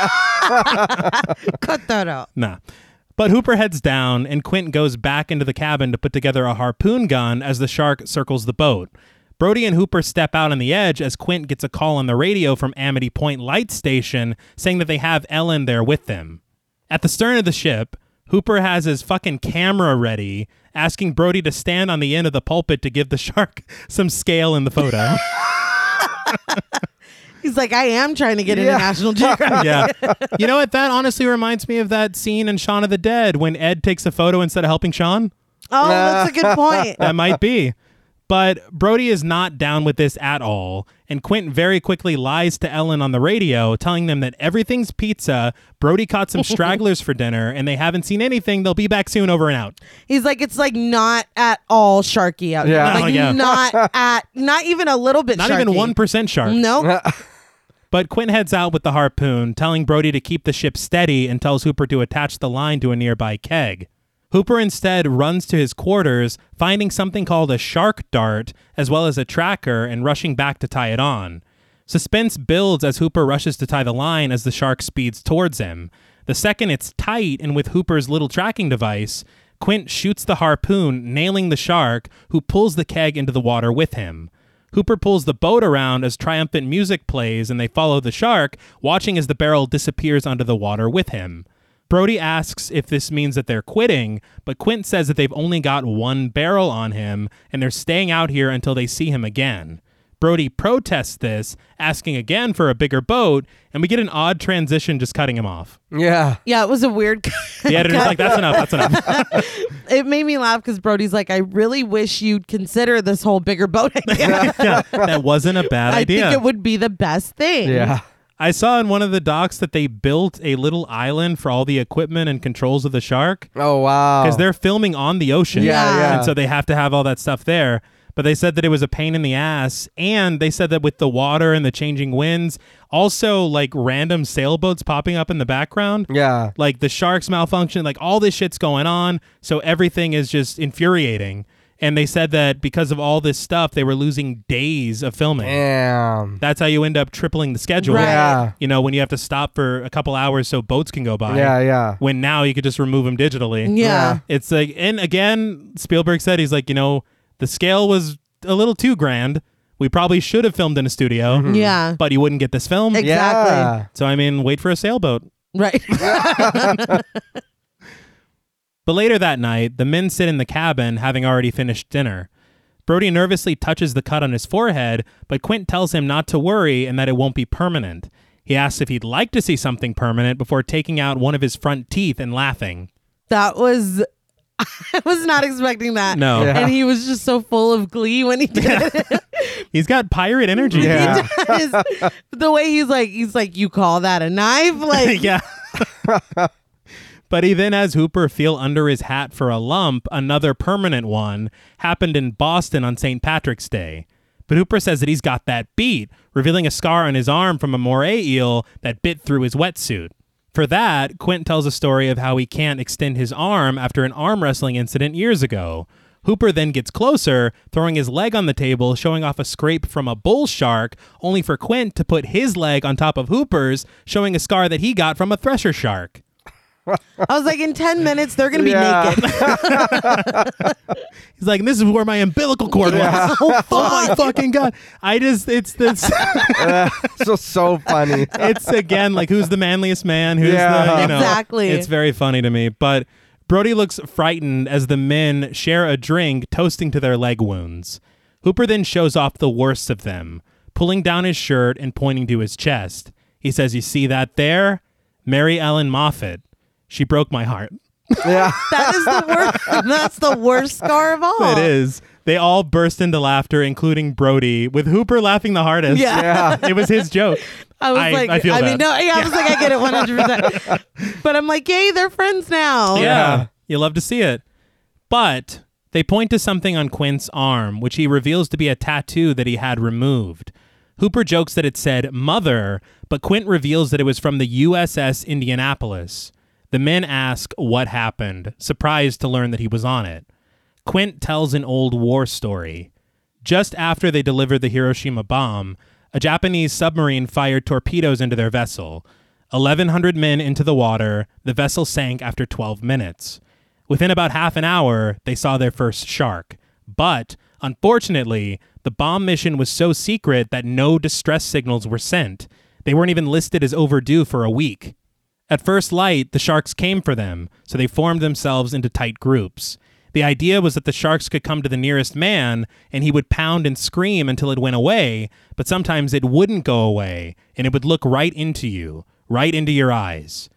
S2: Cut that out.
S1: Nah. But Hooper heads down, and Quint goes back into the cabin to put together a harpoon gun as the shark circles the boat. Brody and Hooper step out on the edge as Quint gets a call on the radio from Amity Point Light Station saying that they have Ellen there with them. At the stern of the ship, Hooper has his fucking camera ready, asking Brody to stand on the end of the pulpit to give the shark some scale in the photo.
S2: He's like, I am trying to get into
S3: Yeah.
S2: National Geographic.
S1: yeah. You know what? That honestly reminds me of that scene in Shaun of the Dead when Ed takes a photo instead of helping Sean.
S2: Oh, that's a good point.
S1: that might be. But Brody is not down with this at all, and Quint very quickly lies to Ellen on the radio, telling them that everything's pizza. Brody caught some stragglers for dinner, and they haven't seen anything. They'll be back soon. Over and out.
S2: He's like, it's like not at all sharky out
S3: Yeah.
S2: here.
S1: Oh,
S2: Like
S1: yeah.
S2: not at, not even a little bit.
S1: Not
S2: sharky.
S1: even one percent shark.
S2: Nope.
S1: But Quint heads out with the harpoon, telling Brody to keep the ship steady and tells Hooper to attach the line to a nearby keg. Hooper instead runs to his quarters, finding something called a shark dart, as well as a tracker, and rushing back to tie it on. Suspense builds as Hooper rushes to tie the line as the shark speeds towards him. The second it's tight, and with Hooper's little tracking device, Quint shoots the harpoon, nailing the shark, who pulls the keg into the water with him. Hooper pulls the boat around as triumphant music plays and they follow the shark, watching as the barrel disappears under the water with him. Brody asks if this means that they're quitting, but Quint says that they've only got one barrel on him and they're staying out here until they see him again. Brody protests this, asking again for a bigger boat, and we get an odd transition just cutting him off.
S3: Yeah.
S2: Yeah, it was a weird.
S1: The editor's like, that's enough, that's enough.
S2: it made me laugh because Brody's like, I really wish you'd consider this whole bigger boat idea.
S1: yeah, that wasn't a bad
S2: I
S1: idea.
S2: think it would be the best thing.
S3: Yeah.
S1: I saw in one of the docs that they built a little island for all the equipment and controls of the shark
S3: Oh wow.
S1: because they're filming on the ocean.
S3: Yeah,
S2: Yeah.
S3: yeah.
S1: And so they have to have all that stuff there. But they said that it was a pain in the ass. And they said that with the water and the changing winds, also like random sailboats popping up in the background,
S3: yeah.
S1: like the sharks malfunction, like all this shit's going on. So everything is just infuriating. And they said that because of all this stuff, they were losing days of filming.
S3: Damn.
S1: That's how you end up tripling the schedule.
S2: Right.
S3: Yeah.
S1: You know, when you have to stop for a couple hours so boats can go by.
S3: Yeah, yeah.
S1: When now you could just remove them digitally.
S2: Yeah.
S1: It's like, and again, Spielberg said, he's like, you know, the scale was a little too grand. We probably should have filmed in a studio,
S2: Mm-hmm. Yeah.
S1: but you wouldn't get this film.
S2: Ex-
S3: Yeah.
S2: Exactly.
S1: so, I mean, wait for a sailboat.
S2: Right.
S1: But later that night, the men sit in the cabin having already finished dinner. Brody nervously touches the cut on his forehead, but Quint tells him not to worry and that it won't be permanent. He asks if he'd like to see something permanent before taking out one of his front teeth and laughing.
S2: That was I was not expecting that.
S1: No.
S3: Yeah.
S2: And he was just so full of glee when he did it.
S1: He's got pirate energy.
S3: Yeah.
S2: He does. the way he's like he's like, You call that a knife? Like
S1: yeah. but he then has Hooper feel under his hat for a lump, another permanent one, happened in Boston on St. Patrick's Day. But Hooper says that he's got that beat, revealing a scar on his arm from a moray eel that bit through his wetsuit. For that, Quint tells a story of how he can't extend his arm after an arm wrestling incident years ago. Hooper then gets closer, throwing his leg on the table, showing off a scrape from a bull shark, only for Quint to put his leg on top of Hooper's, showing a scar that he got from a thresher shark.
S2: I was like, in ten minutes they're gonna be
S3: Yeah.
S2: naked.
S1: He's like, this is where my umbilical cord was. Oh, my fucking God. I just, it's this,
S3: so so funny.
S1: it's again like, who's the manliest man? Who's the,
S3: Yeah.
S1: you know.
S2: Exactly.
S1: It's very funny to me. But Brody looks frightened as the men share a drink, toasting to their leg wounds. Hooper then shows off the worst of them, pulling down his shirt and pointing to his chest. He says, You see that there? Mary Ellen Moffat. She broke my heart.
S3: Yeah.
S2: That is the worst. That's the worst scar of all.
S1: It is. They all burst into laughter, including Brody, with Hooper laughing the hardest.
S2: Yeah.
S3: Yeah.
S1: It was his joke.
S2: I was like, I,
S1: feel
S2: mean,
S1: that.
S2: no, yeah, I was like, I get it one hundred percent. But I'm like, yay, they're friends now.
S1: Yeah.
S3: Yeah.
S1: You love to see it. But they point to something on Quint's arm, which he reveals to be a tattoo that he had removed. Hooper jokes that it said mother, but Quint reveals that it was from the USS Indianapolis. The men ask what happened, surprised to learn that he was on it. Quint tells an old war story. Just after they delivered the Hiroshima bomb, a Japanese submarine fired torpedoes into their vessel. 1,100 men into the water, the vessel sank after 12 minutes. Within about half an hour, they saw their first shark. But, unfortunately, the bomb mission was so secret that no distress signals were sent. They weren't even listed as overdue for a week. At first light, the sharks came for them, so they formed themselves into tight groups. The idea was that the sharks could come to the nearest man, and he would pound and scream until it went away, but sometimes it wouldn't go away, and it would look right into you, right into your eyes.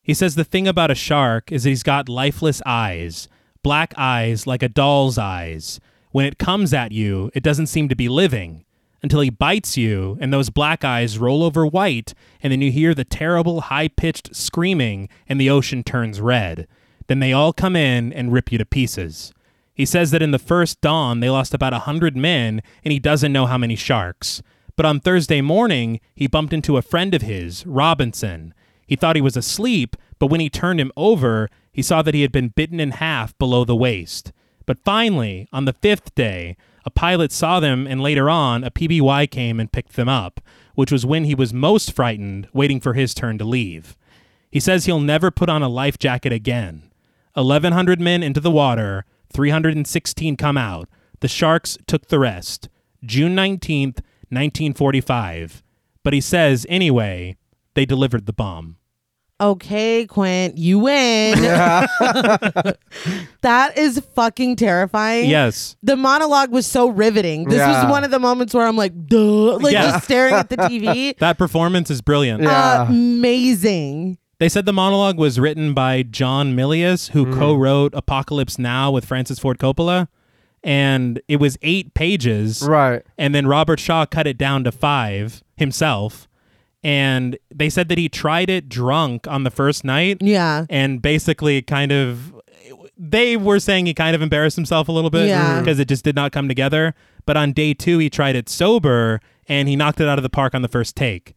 S1: He says the thing about a shark is that he's got lifeless eyes, black eyes like a doll's eyes. When it comes at you, it doesn't seem to be living until he bites you and those black eyes roll over white, and then you hear the terrible high pitched screaming and the ocean turns red. Then they all come in and rip you to pieces. He says that in the first dawn, they lost about a 100 men, and he doesn't know how many sharks. But on Thursday morning, he bumped into a friend of his, Robinson. He thought he was asleep, but when he turned him over, he saw that he had been bitten in half below the waist. But finally, on the fifth day, a pilot saw them, and later on, a PBY came and picked them up, which was when he was most frightened, waiting for his turn to leave. He says he'll never put on a life jacket again. 1,100 men into the water, 316 come out. The Sharks took the rest. June 19th, 1945. But he says, anyway, they delivered the bomb.
S2: Okay, Quint, you win. that is fucking
S3: Eh.
S2: terrifying.
S1: Yes.
S2: The monologue was so riveting. This
S3: Yeah.
S2: was one of the moments where I'm like, duh, like
S1: Yeah.
S2: just staring at the TV.
S1: That performance is brilliant.
S3: Yeah.
S2: Amazing.
S1: They said the monologue was written by John Milius,
S3: Hmm.
S1: who co wrote Apocalypse Now with Francis Ford Coppola. And it was eight pages.
S3: Right.
S1: And then Robert Shaw cut it down to five himself. And they said that he tried it drunk on the first night.
S2: Yeah.
S1: And basically, kind of, they were saying he kind of embarrassed himself a little bit
S2: Yeah. Mm-hmm.
S1: because it just did not come together. But on day two, he tried it sober and he knocked it out of the park on the first take.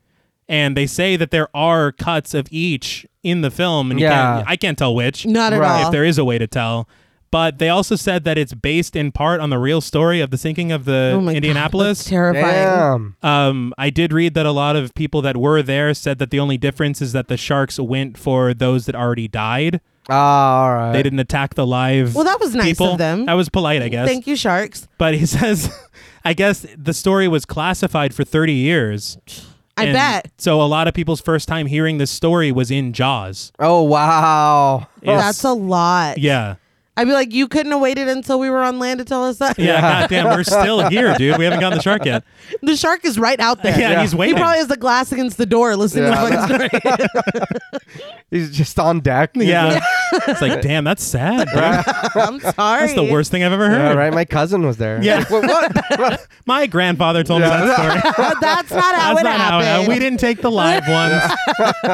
S1: And they say that there are cuts of each in the film, and you
S3: Yeah.
S1: can't, I can't tell which
S2: Not at
S3: Right.
S2: all.
S1: if there is a way to tell. But they also said that it's based in part on the real story of the sinking of the
S2: Oh my God, that's
S1: Indianapolis.
S2: terrifying.
S3: Damn.
S1: um, I did read that a lot of people that were there said that the only difference is that the sharks went for those that already died.
S3: Ah, all right.
S1: They didn't attack the live.
S2: Well, that was nice
S1: people.
S2: of them.
S1: That was polite, I guess.
S2: Thank you, sharks.
S1: but he says, I guess the story was classified for 30 years.
S2: I
S1: And
S2: bet.
S1: So a lot of people's first time hearing this story was in Jaws.
S3: Oh wow.
S2: That's a lot.
S1: Yeah.
S2: I'd be like, you couldn't have waited until we were on land to tell us that.
S1: Yeah, goddamn, we're still here, dude. We haven't gotten the shark yet.
S2: The shark is right out there.
S1: Yeah, he's
S2: He
S1: waiting.
S2: probably has the glass against the door listening
S3: Yeah.
S2: to the fucking story.
S3: He's just on deck. He's
S1: yeah.
S3: like,
S1: it's like, damn, that's sad. Bro.
S2: I'm sorry.
S1: That's the worst thing I've ever
S3: yeah,
S1: heard.
S3: right. My cousin was there.
S1: Yeah.
S3: Like, what? what? What?
S1: My grandfather told
S3: Yeah.
S1: me that story.
S2: But that's not how
S1: That's
S2: it
S1: not
S2: happened.
S1: how it- we didn't take the live ones.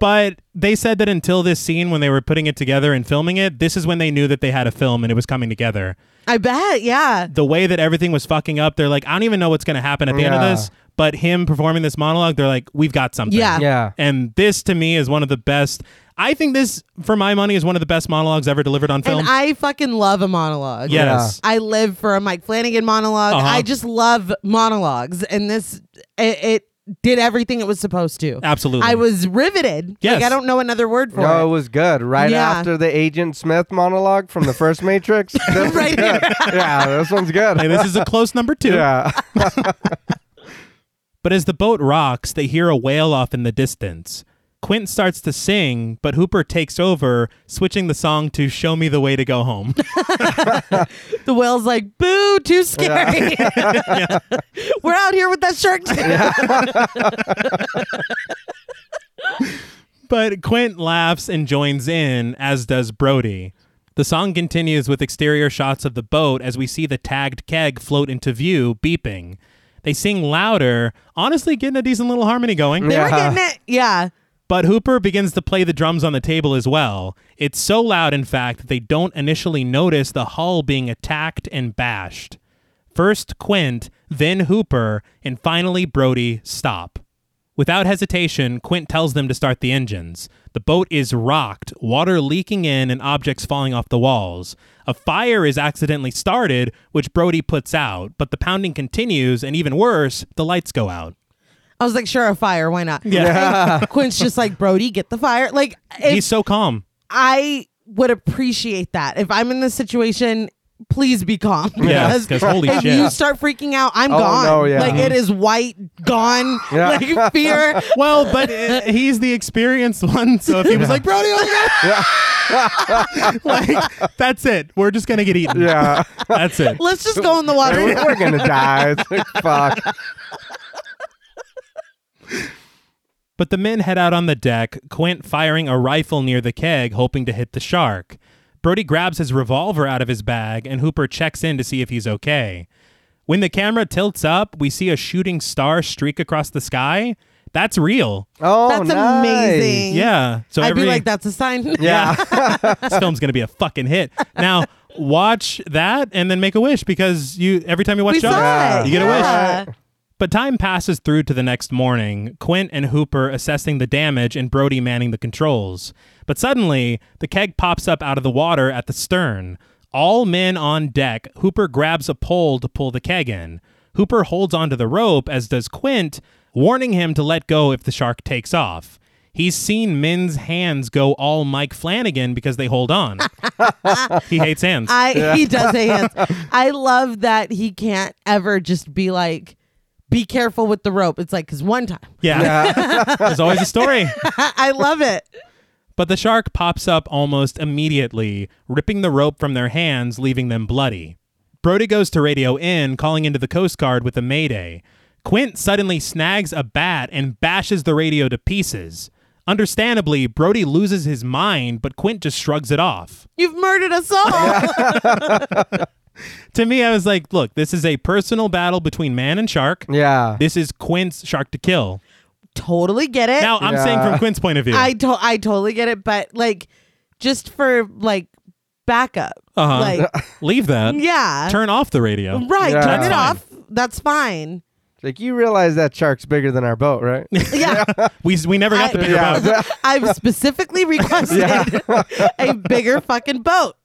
S1: but they said that until this scene, when they were putting it together and filming it, this is when they knew that they had a film and it was coming together.
S2: I bet. Yeah.
S1: The way that everything was fucking up, they're like, I don't even know what's going to happen at the end
S3: Yeah.
S1: of this. But him performing this monologue, they're like, we've got something.
S2: Yeah.
S3: Yeah.
S1: And this to me is one of the best. I think this, for my money, is one of the best monologues ever delivered on film.
S2: And I fucking love a monologue.
S1: yes.
S2: I live for a Mike Flanagan monolog
S1: Uh-huh.
S2: I just love monologues, and this it, it did everything it was supposed to.
S1: Absolutely.
S2: I was riveted.
S1: Yes.
S2: Like I don't know another word for
S3: No, it
S2: it.
S3: was good. Right
S2: Yeah.
S3: after the Agent Smith monologue from the first Matrix. This one's
S2: Right
S3: good. Yeah, this one's
S1: Hey,
S3: good.
S1: this is a close number two.
S3: Yeah.
S1: But as the boat rocks, they hear a wail off in the distance. Quint starts to sing, but Hooper takes over, switching the song to Show Me the Way to Go Home.
S2: The whale's like, "Boo, too scary." We're out here with that shark. too.
S1: but Quint laughs and joins in, as does Brody. The song continues with exterior shots of the boat as we see the tagged keg float into view, beeping. They sing louder, honestly getting a decent little harmony going.
S2: They were
S3: Yeah.
S2: getting it. Yeah.
S1: But Hooper begins to play the drums on the table as well. It's so loud, in fact, that they don't initially notice the hull being attacked and bashed. First Quint, then Hooper, and finally Brody stop. Without hesitation, Quint tells them to start the engines. The boat is rocked, water leaking in, and objects falling off the walls. A fire is accidentally started, which Brody puts out, but the pounding continues, and even worse, the lights go out.
S2: I was like, sure, a fire. Why not?
S1: Yeah.
S2: And Quinn's just like, Brody, get the fire. Like, if
S1: He's so calm.
S2: I would appreciate that. If I'm in this situation, please be calm.
S1: Yeah, 'cause holy
S2: if
S1: shit.
S2: you start freaking out, I'm
S3: Oh,
S2: gone.
S3: no, yeah.
S2: Like it is white gone.
S3: Yeah.
S2: Like fear.
S1: Well, but uh, he's the experienced one, so if he was like Brody, oh my God," like that's it. We're just gonna get eaten.
S3: Yeah.
S1: That's it.
S2: Let's just go in the water.
S3: We're going to die. It's like, fuck.
S1: But the men head out on the deck, Quint firing a rifle near the keg, hoping to hit the shark. Brody grabs his revolver out of his bag, and Hooper checks in to see if he's okay. When the camera tilts up, we see a shooting star streak across the sky. That's real.
S3: Oh,
S2: That's
S3: nice.
S2: amazing.
S1: Yeah. So
S2: I'd
S1: every
S2: be like, that's a sign.
S3: Yeah.
S1: this film's gonna be a fucking hit. Now watch that and then make a wish because you every time you watch
S2: we
S1: Jaws,
S2: saw it.
S1: you get a wish.
S2: yeah.
S1: But time passes through to the next morning, Quint and Hooper assessing the damage and Brody manning the controls. But suddenly, the keg pops up out of the water at the stern. All men on deck, Hooper grabs a pole to pull the keg in. Hooper holds onto the rope, as does Quint, warning him to let go if the shark takes off. He's seen men's hands go all Mike Flanagan because they hold on. he hates hands.
S2: I he does say hands. I love that he can't ever just be like, be careful with the rope. It's like because one time.
S1: yeah. There's always a story.
S2: I love it.
S1: But the shark pops up almost immediately, ripping the rope from their hands, leaving them bloody. Brody goes to radio in, calling into the Coast Guard with a mayday. Quint suddenly snags a bat and bashes the radio to pieces. Understandably, Brody loses his mind, but Quint just shrugs it off.
S2: You've murdered us all.
S1: To me, I was like, look, this is a personal battle between man and shark.
S3: Yeah.
S1: This is Quint's shark to kill.
S2: Totally get it.
S1: Now, I'm
S3: Yeah.
S1: saying from Quint's point of view.
S2: I to- I totally get it, but like just for like backup.
S1: Uh-huh.
S2: Like
S1: Leave that.
S2: yeah.
S1: Turn off the radio.
S2: right,
S3: Yeah.
S2: turn
S3: That's
S2: it
S1: fine.
S2: off. That's fine.
S3: Like, you realize that shark's bigger than our boat, right?
S2: Yeah.
S1: We, we never got
S2: I-
S1: the bigger
S3: Yeah.
S1: boat.
S2: I've specifically requested a bigger fucking boat.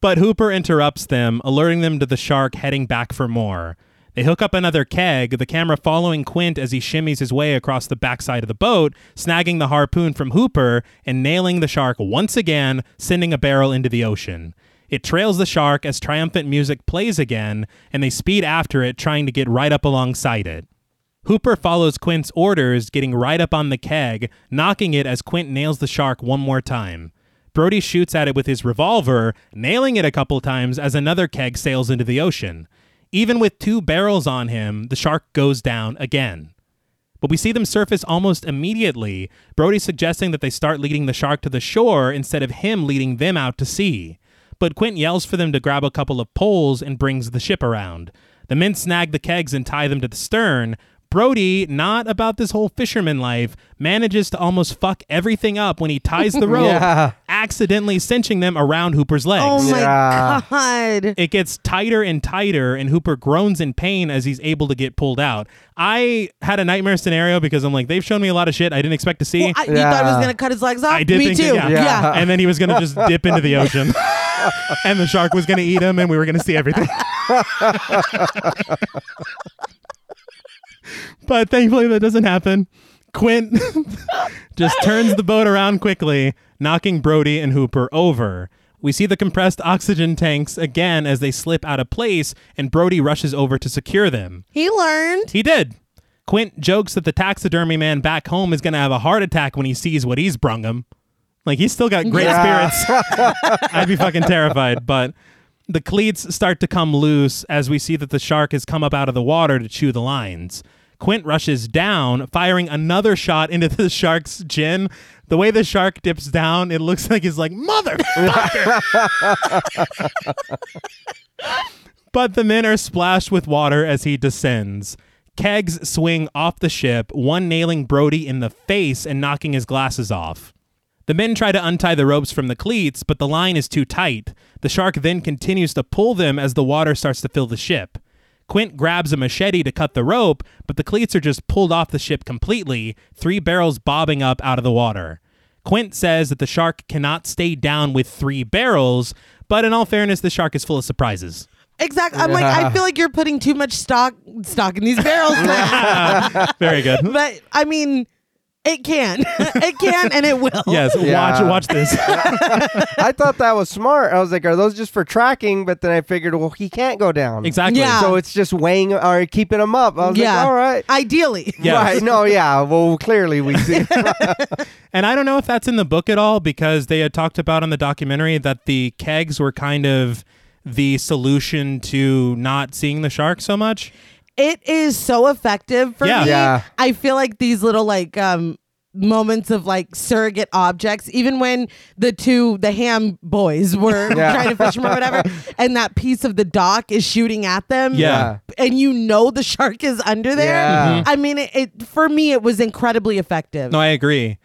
S1: But Hooper interrupts them, alerting them to the shark heading back for more. They hook up another keg, the camera following Quint as he shimmies his way across the backside of the boat, snagging the harpoon from Hooper and nailing the shark once again, sending a barrel into the ocean. It trails the shark as triumphant music plays again, and they speed after it, trying to get right up alongside it. Hooper follows Quint's orders, getting right up on the keg, knocking it as Quint nails the shark one more time. Brody shoots at it with his revolver, nailing it a couple times as another keg sails into the ocean. Even with two barrels on him, the shark goes down again. But we see them surface almost immediately, Brody suggesting that they start leading the shark to the shore instead of him leading them out to sea. But Quint yells for them to grab a couple of poles and brings the ship around. The men snag the kegs and tie them to the stern. Brody, not about this whole fisherman life, manages to almost fuck everything up when he ties the rope,
S3: Yeah.
S1: accidentally cinching them around Hooper's legs.
S2: Oh my
S3: Yeah.
S2: god.
S1: It gets tighter and tighter, and Hooper groans in pain as he's able to get pulled out. I had a nightmare scenario because I'm like, they've shown me a lot of shit I didn't expect to see.
S2: Well, I, You thought he was
S3: Yeah.
S2: gonna cut his legs off?
S1: I did
S2: Me
S1: think,
S2: too.
S1: Yeah.
S3: Yeah.
S1: And then he was going to just dip into the ocean. and the shark was going to eat him, and we were going to see everything. but thankfully, that doesn't happen. Quint just turns the boat around quickly, knocking Brody and Hooper over. We see the compressed oxygen tanks again as they slip out of place, and Brody rushes over to secure them.
S2: He learned.
S1: He did. Quint jokes that the taxidermy man back home is going to have a heart attack when he sees what he's brung him. Like, he's still got great
S3: Yeah.
S1: spirits. I'd be fucking terrified. But the cleats start to come loose as we see that the shark has come up out of the water to chew the lines. Quint rushes down, firing another shot into the shark's chin. The way the shark dips down, it looks like he's like, motherfucker. but the men are splashed with water as he descends. Kegs swing off the ship, one nailing Brody in the face and knocking his glasses off. The men try to untie the ropes from the cleats, but the line is too tight. The shark then continues to pull them as the water starts to fill the ship. Quint grabs a machete to cut the rope, but the cleats are just pulled off the ship completely, three barrels bobbing up out of the water. Quint says that the shark cannot stay down with three barrels, but in all fairness, the shark is full of surprises.
S2: Exactly. I'm like, I feel like you're putting too much stock stock in these barrels now.
S1: Very good.
S2: but I mean, it can. it can and it will.
S1: Yes,
S3: Yeah.
S1: watch watch this.
S3: I thought that was smart. I was like, are those just for tracking? But then I figured, well, he can't go down.
S1: exactly.
S2: Yeah.
S3: So it's just weighing or keeping him up. I was
S2: Yeah.
S3: like, all right.
S2: Ideally.
S1: Yes.
S3: Right. No, yeah. Well, clearly we see.
S1: And I don't know if that's in the book at all because they had talked about in the documentary that the kegs were kind of the solution to not seeing the shark so much.
S2: It is so effective for
S1: Yeah.
S2: me.
S3: Yeah.
S2: I feel like these little like um moments of like surrogate objects, even when the two the ham boys were
S3: Yeah.
S2: trying to fish them or whatever, and that piece of the dock is shooting at them.
S1: Yeah. Mm-hmm.
S2: And you know the shark is under there.
S3: Yeah. Mhm.
S2: I mean, it, it for me it was incredibly effective.
S1: No, I agree.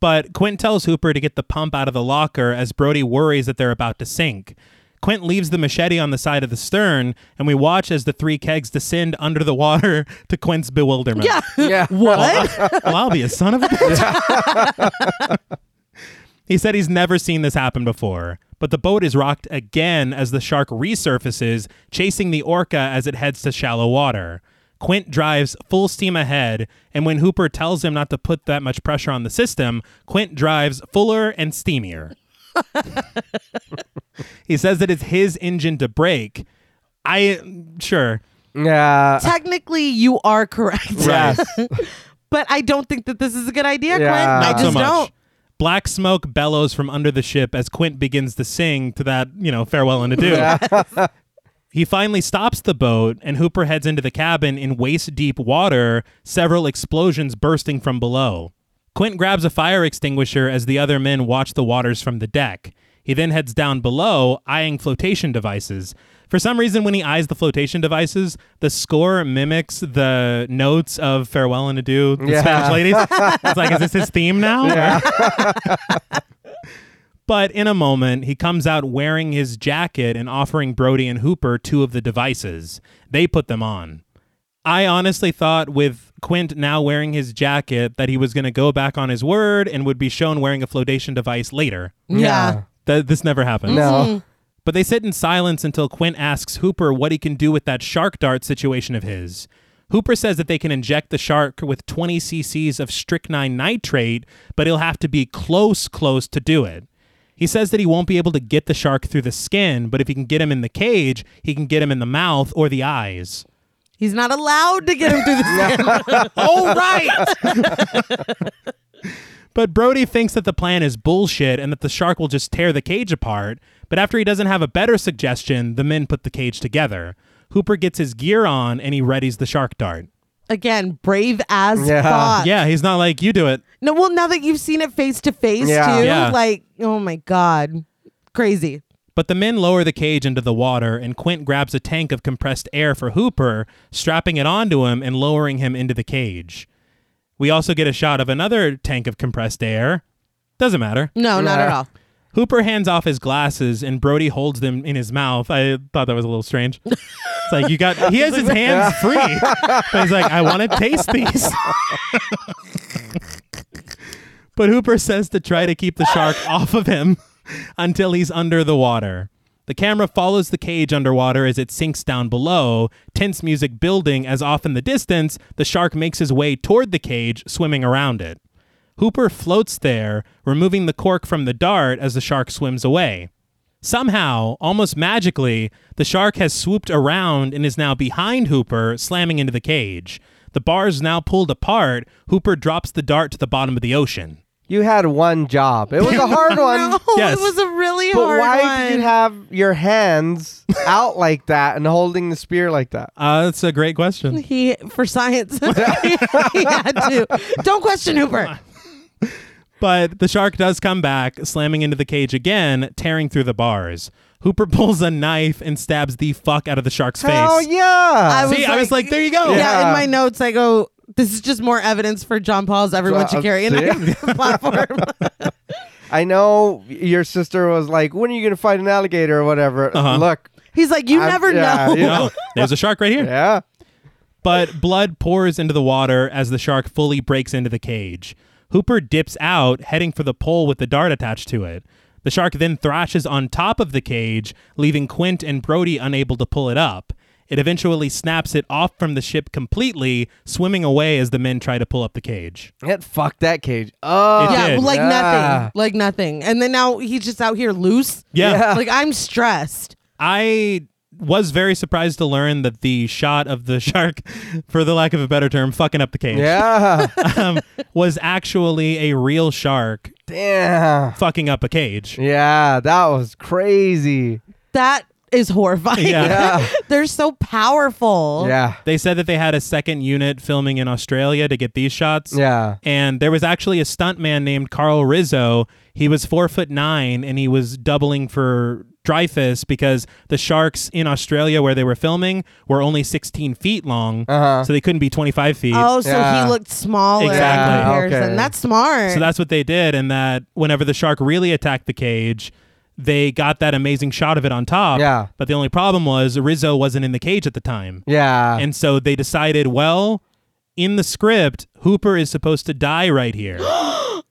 S1: But Quint tells Hooper to get the pump out of the locker as Brody worries that they're about to sink. Quint leaves the machete on the side of the stern, and we watch as the three kegs descend under the water to Quint's bewilderment.
S2: yeah.
S3: Yeah.
S2: What?
S1: well, I'll be a son of a bitch. he said he's never seen this happen before. But the boat is rocked again as the shark resurfaces, chasing the orca as it heads to shallow water. Quint drives full steam ahead, and when Hooper tells him not to put that much pressure on the system, Quint drives fuller and steamier. he says that it's his engine to break. I sure.
S3: yeah.
S2: Technically, you are correct.
S3: Yes.
S2: But I don't think that this is a good idea,
S3: Yeah.
S2: Quinn. I
S3: Not
S2: just
S1: Uh, so much.
S2: don't.
S1: Black smoke bellows from under the ship as Quint begins to sing to that, you know, farewell and adieu. He finally stops the boat, and Hooper heads into the cabin in waist deep water, several explosions bursting from below. Quint grabs a fire extinguisher as the other men watch the waters from the deck. He then heads down below, eyeing flotation devices. For some reason, when he eyes the flotation devices, the score mimics the notes of Farewell and Adieu, the
S3: Yeah.
S1: Spanish ladies. it's like, is this his theme now? But in a moment, he comes out wearing his jacket and offering Brody and Hooper two of the devices. They put them on. I honestly thought with Quint now wearing his jacket that he was going to go back on his word and would be shown wearing a flotation device later.
S2: Yeah.
S1: Th- this never happened.
S3: No.
S1: But they sit in silence until Quint asks Hooper what he can do with that shark dart situation of his. Hooper says that they can inject the shark with 20 cc's of strychnine nitrate, but he'll have to be close, close to do it. He says that he won't be able to get the shark through the skin, but if he can get him in the cage, he can get him in the mouth or the eyes.
S2: He's not allowed to get him through the skin. oh, right.
S1: But Brody thinks that the plan is bullshit and that the shark will just tear the cage apart. But after he doesn't have a better suggestion, the men put the cage together. Hooper gets his gear on and he readies the shark dart.
S2: Again, brave as
S3: Yeah.
S2: fuck.
S1: Yeah, he's not like, you do it.
S2: No, well, now that you've seen it face to face, too,
S3: Yeah.
S1: Yeah.
S2: like, oh my God, crazy.
S1: But the men lower the cage into the water, and Quint grabs a tank of compressed air for Hooper, strapping it onto him and lowering him into the cage. We also get a shot of another tank of compressed air. Doesn't matter.
S2: No, not
S3: Yeah.
S2: at all.
S1: Hooper hands off his glasses, and Brody holds them in his mouth. I thought that was a little strange. It's like you got he has his hands free, but he's like, I want to taste these. but Hooper says to try to keep the shark off of him until he's under the water. The camera follows the cage underwater as it sinks down below, tense music building as off in the distance, the shark makes his way toward the cage, swimming around it. Hooper floats there, removing the cork from the dart as the shark swims away. Somehow, almost magically, the shark has swooped around and is now behind Hooper, slamming into the cage. The bar is now pulled apart. Hooper drops the dart to the bottom of the ocean.
S3: You had one job. It was a hard one.
S2: No,
S1: Yes.
S2: it was a really
S3: But
S2: hard
S3: why
S2: one.
S3: did you have your hands out like that and holding the spear like that?
S1: Uh, that's a great question.
S2: he for science? he had to. Don't question Hooper.
S1: But the shark does come back, slamming into the cage again, tearing through the bars. Hooper pulls a knife and stabs the fuck out of the shark's face.
S3: Hell yeah.
S1: See, I was like, there you go.
S2: Yeah.
S3: Yeah.
S2: in my notes, I go, this is just more evidence for John Paul's Everyone Should
S3: Uh,
S2: Carry
S3: see?
S2: an platform.
S3: I know your sister was like, when are you going to fight an alligator or whatever?
S1: Uh-huh.
S3: Look.
S2: He's like, you
S3: I'm-
S2: never
S3: yeah,
S2: know.
S3: yeah.
S1: No, Oh, there's a shark right here.
S3: Yeah.
S1: But blood pours into the water as the shark fully breaks into the cage. Hooper dips out, heading for the pole with the dart attached to it. The shark then thrashes on top of the cage, leaving Quint and Brody unable to pull it up. It eventually snaps it off from the ship completely, swimming away as the men try to pull up the cage.
S3: It fucked that cage. Oh.
S1: It
S2: Yeah,
S1: did.
S2: like
S3: Yeah.
S2: nothing. Like nothing. And then now he's just out here loose.
S1: Yeah.
S3: Yeah.
S2: Like I'm stressed.
S1: I was very surprised to learn that the shot of the shark, for the lack of a better term, fucking up the cage,
S3: Yeah.
S1: um, was actually a real shark
S3: Damn.
S1: fucking up a cage.
S3: Yeah, that was crazy.
S2: That is horrifying.
S1: Yeah.
S3: Yeah.
S2: They're so powerful.
S3: Yeah.
S1: They said that they had a second unit filming in Australia to get these shots.
S3: Yeah.
S1: And there was actually a stuntman named Carl Rizzo. He was four foot nine and he was doubling for Dreyfus because the sharks in Australia where they were filming were only 16 feet long.
S3: Uh-huh.
S1: So they couldn't be 25 feet.
S2: Oh, so
S3: Yeah.
S2: he looked smaller
S1: Exactly.
S2: in comparison.
S3: Okay.
S2: That's smart.
S1: So that's what they did. And that whenever the shark really attacked the cage, they got that amazing shot of it on top.
S3: Yeah.
S1: But the only problem was Rizzo wasn't in the cage at the time.
S3: Yeah.
S1: And so they decided, well, in the script, Hooper is supposed to die right here.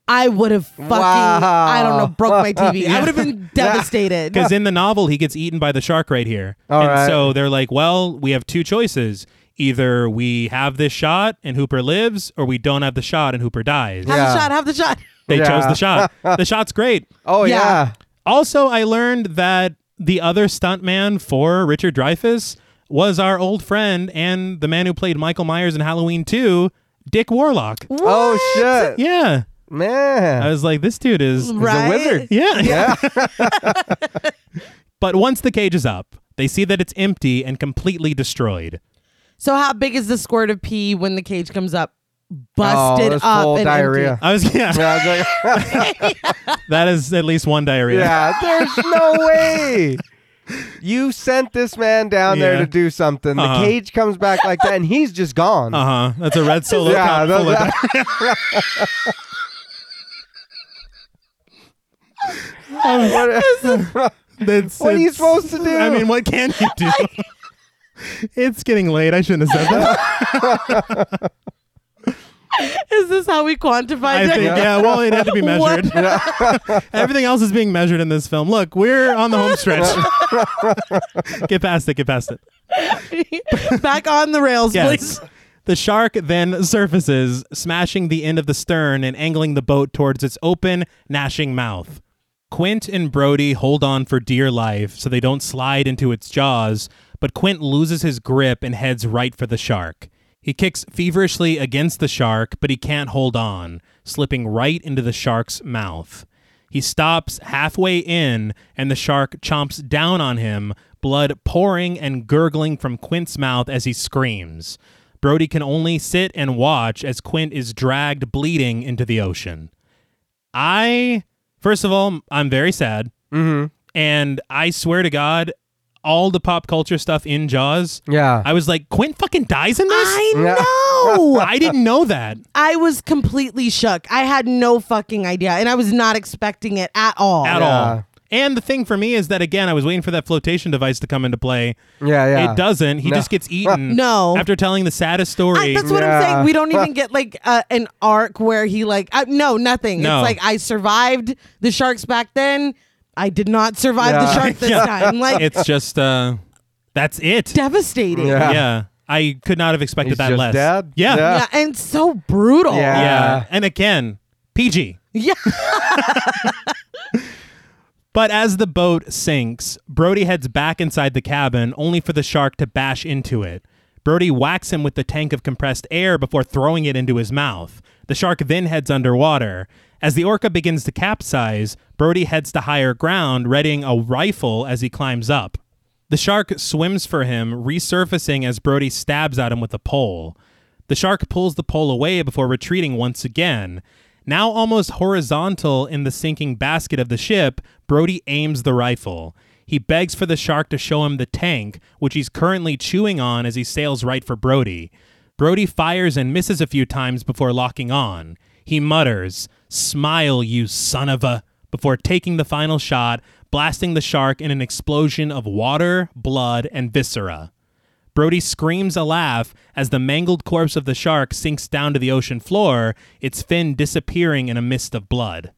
S2: I would have fucking,
S3: Wow.
S2: I don't know, broke my TV. I would have been devastated.
S1: Because in the novel, he gets eaten by the shark right here.
S3: All
S1: and
S3: right.
S1: so they're like, well, we have two choices. Either we have this shot and Hooper lives, or we don't have the shot and Hooper dies.
S2: Have
S3: Yeah.
S2: the shot, have the shot.
S1: They
S3: Yeah.
S1: chose the shot. the shot's great.
S3: oh
S2: Yeah.
S3: yeah.
S1: Also, I learned that the other stuntman for Richard Dreyfuss was our old friend and the man who played Michael Myers in Halloween 2, Dick Warlock.
S3: Oh shit.
S1: Yeah. I
S3: Man.
S1: was like, this dude is
S2: Right?
S3: wizard.
S1: Yeah. Yeah. but once the cage is up, they see that it's empty and completely destroyed.
S2: So how big is the squirt of pee when the cage comes up? Busted
S3: that's
S2: up
S3: full
S2: and
S3: Oh, diarrhea.
S1: I was yeah,
S3: Yeah, I was like,
S1: that is at least one diarrhea.
S3: yeah, there's no way. You sent this man down there
S1: Yeah.
S3: to do something. The
S1: Uh-huh.
S3: cage comes back like that and he's just gone.
S2: Uh-huh.
S1: Uh huh. That's a red solo
S3: Yeah,
S1: cup full of
S3: that-
S1: That's-
S3: what are you
S1: it's-
S3: supposed to do?
S1: I mean, what can you do? it's getting late. I shouldn't have said that.
S2: empty? Is this how we
S1: I
S2: quantify
S1: think,
S2: it?
S1: yeah, well, it had to be
S2: What?
S1: measured. Everything else is being measured in this film. Look, we're on the home stretch. get past it. Get past it.
S2: Back on the rails,
S1: Yes.
S2: please.
S1: The shark then surfaces, smashing the end of the stern and angling the boat towards its open, gnashing mouth. Quint and Brody hold on for dear life so they don't slide into its jaws, but Quint loses his grip and heads right for the shark. He kicks feverishly against the shark, but he can't hold on, slipping right into the shark's mouth. He stops halfway in, and the shark chomps down on him, blood pouring and gurgling from Quint's mouth as he screams. Brody can only sit and watch as Quint is dragged bleeding into the ocean. I, first of all, I'm very sad.
S3: Mm-hmm.
S1: And I swear to God, all the pop culture stuff in Jaws,
S3: Yeah.
S1: I was like, Quint fucking dies in this?
S2: I
S3: Yeah.
S2: know.
S1: I didn't know that.
S2: I was completely shook. I had no fucking idea, and I was not expecting it at all.
S1: at
S3: Oh, Yeah.
S1: all. And the thing for me is that again, I was waiting for that flotation device to come into play.
S3: yeah. Yeah.
S1: It doesn't. He
S3: No.
S1: just gets eaten.
S2: No.
S1: After telling the saddest
S2: I,
S1: story.
S2: that's what I'm
S3: Yeah.
S2: saying. We don't even get like uh, an arc where he like uh, no nothing.
S1: No.
S2: It's like I survived the sharks back then. I did not survive the
S3: Yeah.
S2: shark this
S1: Yeah.
S2: time. Like
S1: it's just uh that's it.
S2: devastating.
S3: Yeah.
S1: Yeah. I could not have expected
S3: He's
S1: that
S3: just
S1: less.
S3: dead?
S1: Yeah.
S3: Yeah.
S1: yeah.
S2: Yeah, and so brutal.
S3: Yeah.
S1: And again, PG.
S2: Yeah.
S1: But as the boat sinks, Brody heads back inside the cabin, only for the shark to bash into it. Brody whacks him with the tank of compressed air before throwing it into his mouth. The shark then heads underwater. As the orca begins to capsize, Brody heads to higher ground, readying a rifle as he climbs up. The shark swims for him, resurfacing as Brody stabs at him with a pole. The shark pulls the pole away before retreating once again. Now almost horizontal in the sinking basket of the ship, Brody aims the rifle. He begs for the shark to show him the tank, which he's currently chewing on as he sails right for Brody. Brody fires and misses a few times before locking on. He mutters, Smile, you son of a, before taking the final shot, blasting the shark in an explosion of water, blood, and viscera. Brody screams a laugh as the mangled corpse of the shark sinks down to the ocean floor, its fin disappearing in a mist of blood.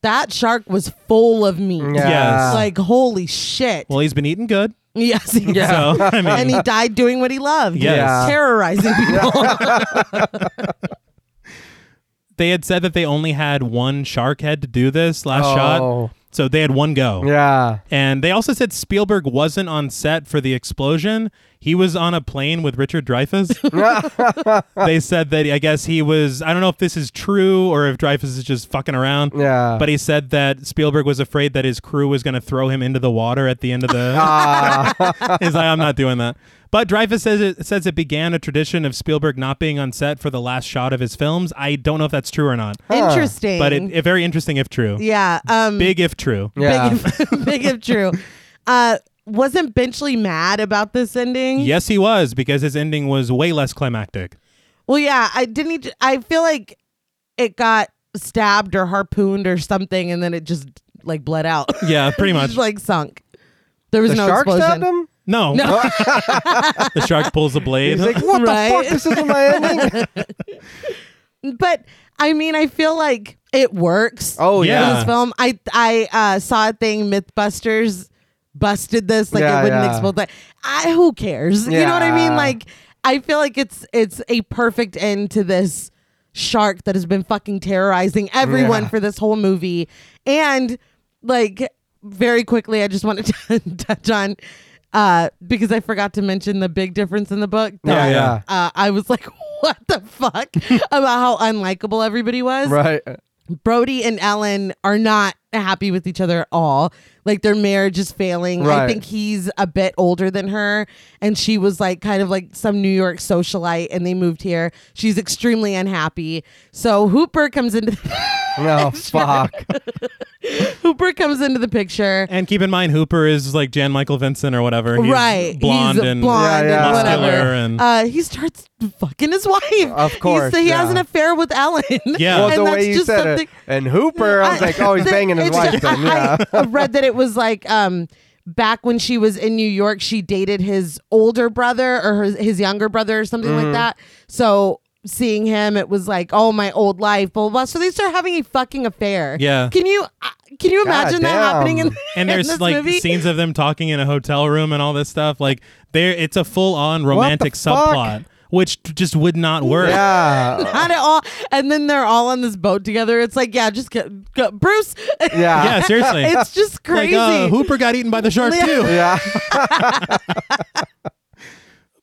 S2: That shark was full of meat.
S3: Yeah.
S1: Yes.
S2: Like holy shit.
S1: Well, he's been eating good.
S2: yes. he-
S1: So, I mean,
S2: and he died doing what he loved.
S1: Yes.
S3: Yeah.
S2: Terrorizing people.
S1: they had said that they only had one shark head to do this last
S3: Oh.
S1: shot. So they had one go.
S3: Yeah.
S1: And they also said Spielberg wasn't on set for the explosion. He was on a plane with Richard Dreyfuss. they said that I guess he was I don't know if this is true or if Dreyfuss is just fucking around.
S3: Yeah.
S1: But he said that Spielberg was afraid that his crew was going to throw him into the water at the end of the He's like, I'm not doing that. But Dreyfus says it says it began a tradition of Spielberg not being on set for the last shot of his films. I don't know if that's true or not,
S2: Interesting.
S1: but it, it very interesting if true.
S2: yeah. Um
S1: Big if true.
S3: Yeah.
S2: big, if, big if true. Uh wasn't Benchley mad about this ending?
S1: Yes, he was because his ending was way less climactic.
S2: Well, yeah, I didn't. Need I feel like it got stabbed or harpooned or something, and then it just like bled out.
S1: Yeah, pretty
S2: It
S1: much.
S2: just, like sunk. There was
S3: the
S2: no
S3: shark
S2: explosion.
S3: stabbed him.
S1: no, the shark pulls the blade.
S3: He's like, what
S2: Right?
S3: the fuck? This isn't my ending.
S2: But I mean, I feel like it works.
S1: Yeah.
S3: Oh
S2: in
S3: yeah.
S2: this film. I I uh, saw a thing MythBusters busted this like
S3: Yeah,
S2: it wouldn't
S3: yeah.
S2: explode. Like, I who cares? You know what I mean?
S3: Yeah.
S2: Like I feel like it's it's a perfect end to this shark that has been fucking terrorizing everyone
S3: Yeah.
S2: for this whole movie and like very quickly I just wanted to touch on uh because I forgot to mention the big difference in the book
S3: Yeah,
S2: that,
S3: yeah.
S2: uh I was like what the fuck about how unlikable everybody was
S3: Right.
S2: Brody and Ellen are not happy with each other at all. Like their marriage is failing. I
S3: Right.
S2: think he's a bit older than her and she was like kind of like some New York socialite and they moved here. She's extremely unhappy. So Hooper comes into
S3: No. Fuck.
S2: Hooper comes into the picture.
S1: and keep in mind, Hooper is like Jan Michael Vincent or whatever. He's
S2: right.
S1: blonde
S2: he's a
S1: and
S2: blonde
S3: Yeah, yeah.
S2: and whatever.
S1: muscular and-
S2: uh, he starts fucking his wife.
S3: Of
S2: He's-
S3: course,
S2: he
S3: yeah.
S2: has an affair with Ellen.
S1: Yeah.
S3: Well,
S2: and
S3: the
S2: that's
S3: way you
S2: just
S3: said
S2: something-
S3: it. And Hooper, I was like, oh, he's
S2: the-
S3: banging his
S2: it's
S3: wife.
S2: just-
S3: Then. Yeah.
S2: I, I read that it was like um back when she was in New York, she dated his older brother or his, his younger brother or something like that. So seeing him, it was like, oh, my old life, blah blah. blah. So they start having a fucking affair.
S1: Yeah.
S2: Can you uh, can you imagine that
S3: damn.
S2: happening? In,
S1: and
S2: in
S1: there's
S2: this
S1: like
S2: movie?
S1: scenes of them talking in a hotel room and all this stuff. Like there, it's a full on romantic
S3: fuck?
S1: subplot, which t- just would not work. uh,
S3: Yeah.
S2: Not at all. And then they're all on this boat together. It's like, yeah, just go, go- Bruce.
S1: Yeah,
S3: Yeah.
S1: seriously.
S2: it's just
S1: like
S2: crazy.
S1: uh, Hooper got eaten by the shark
S2: Yeah.
S1: too.
S3: Yeah.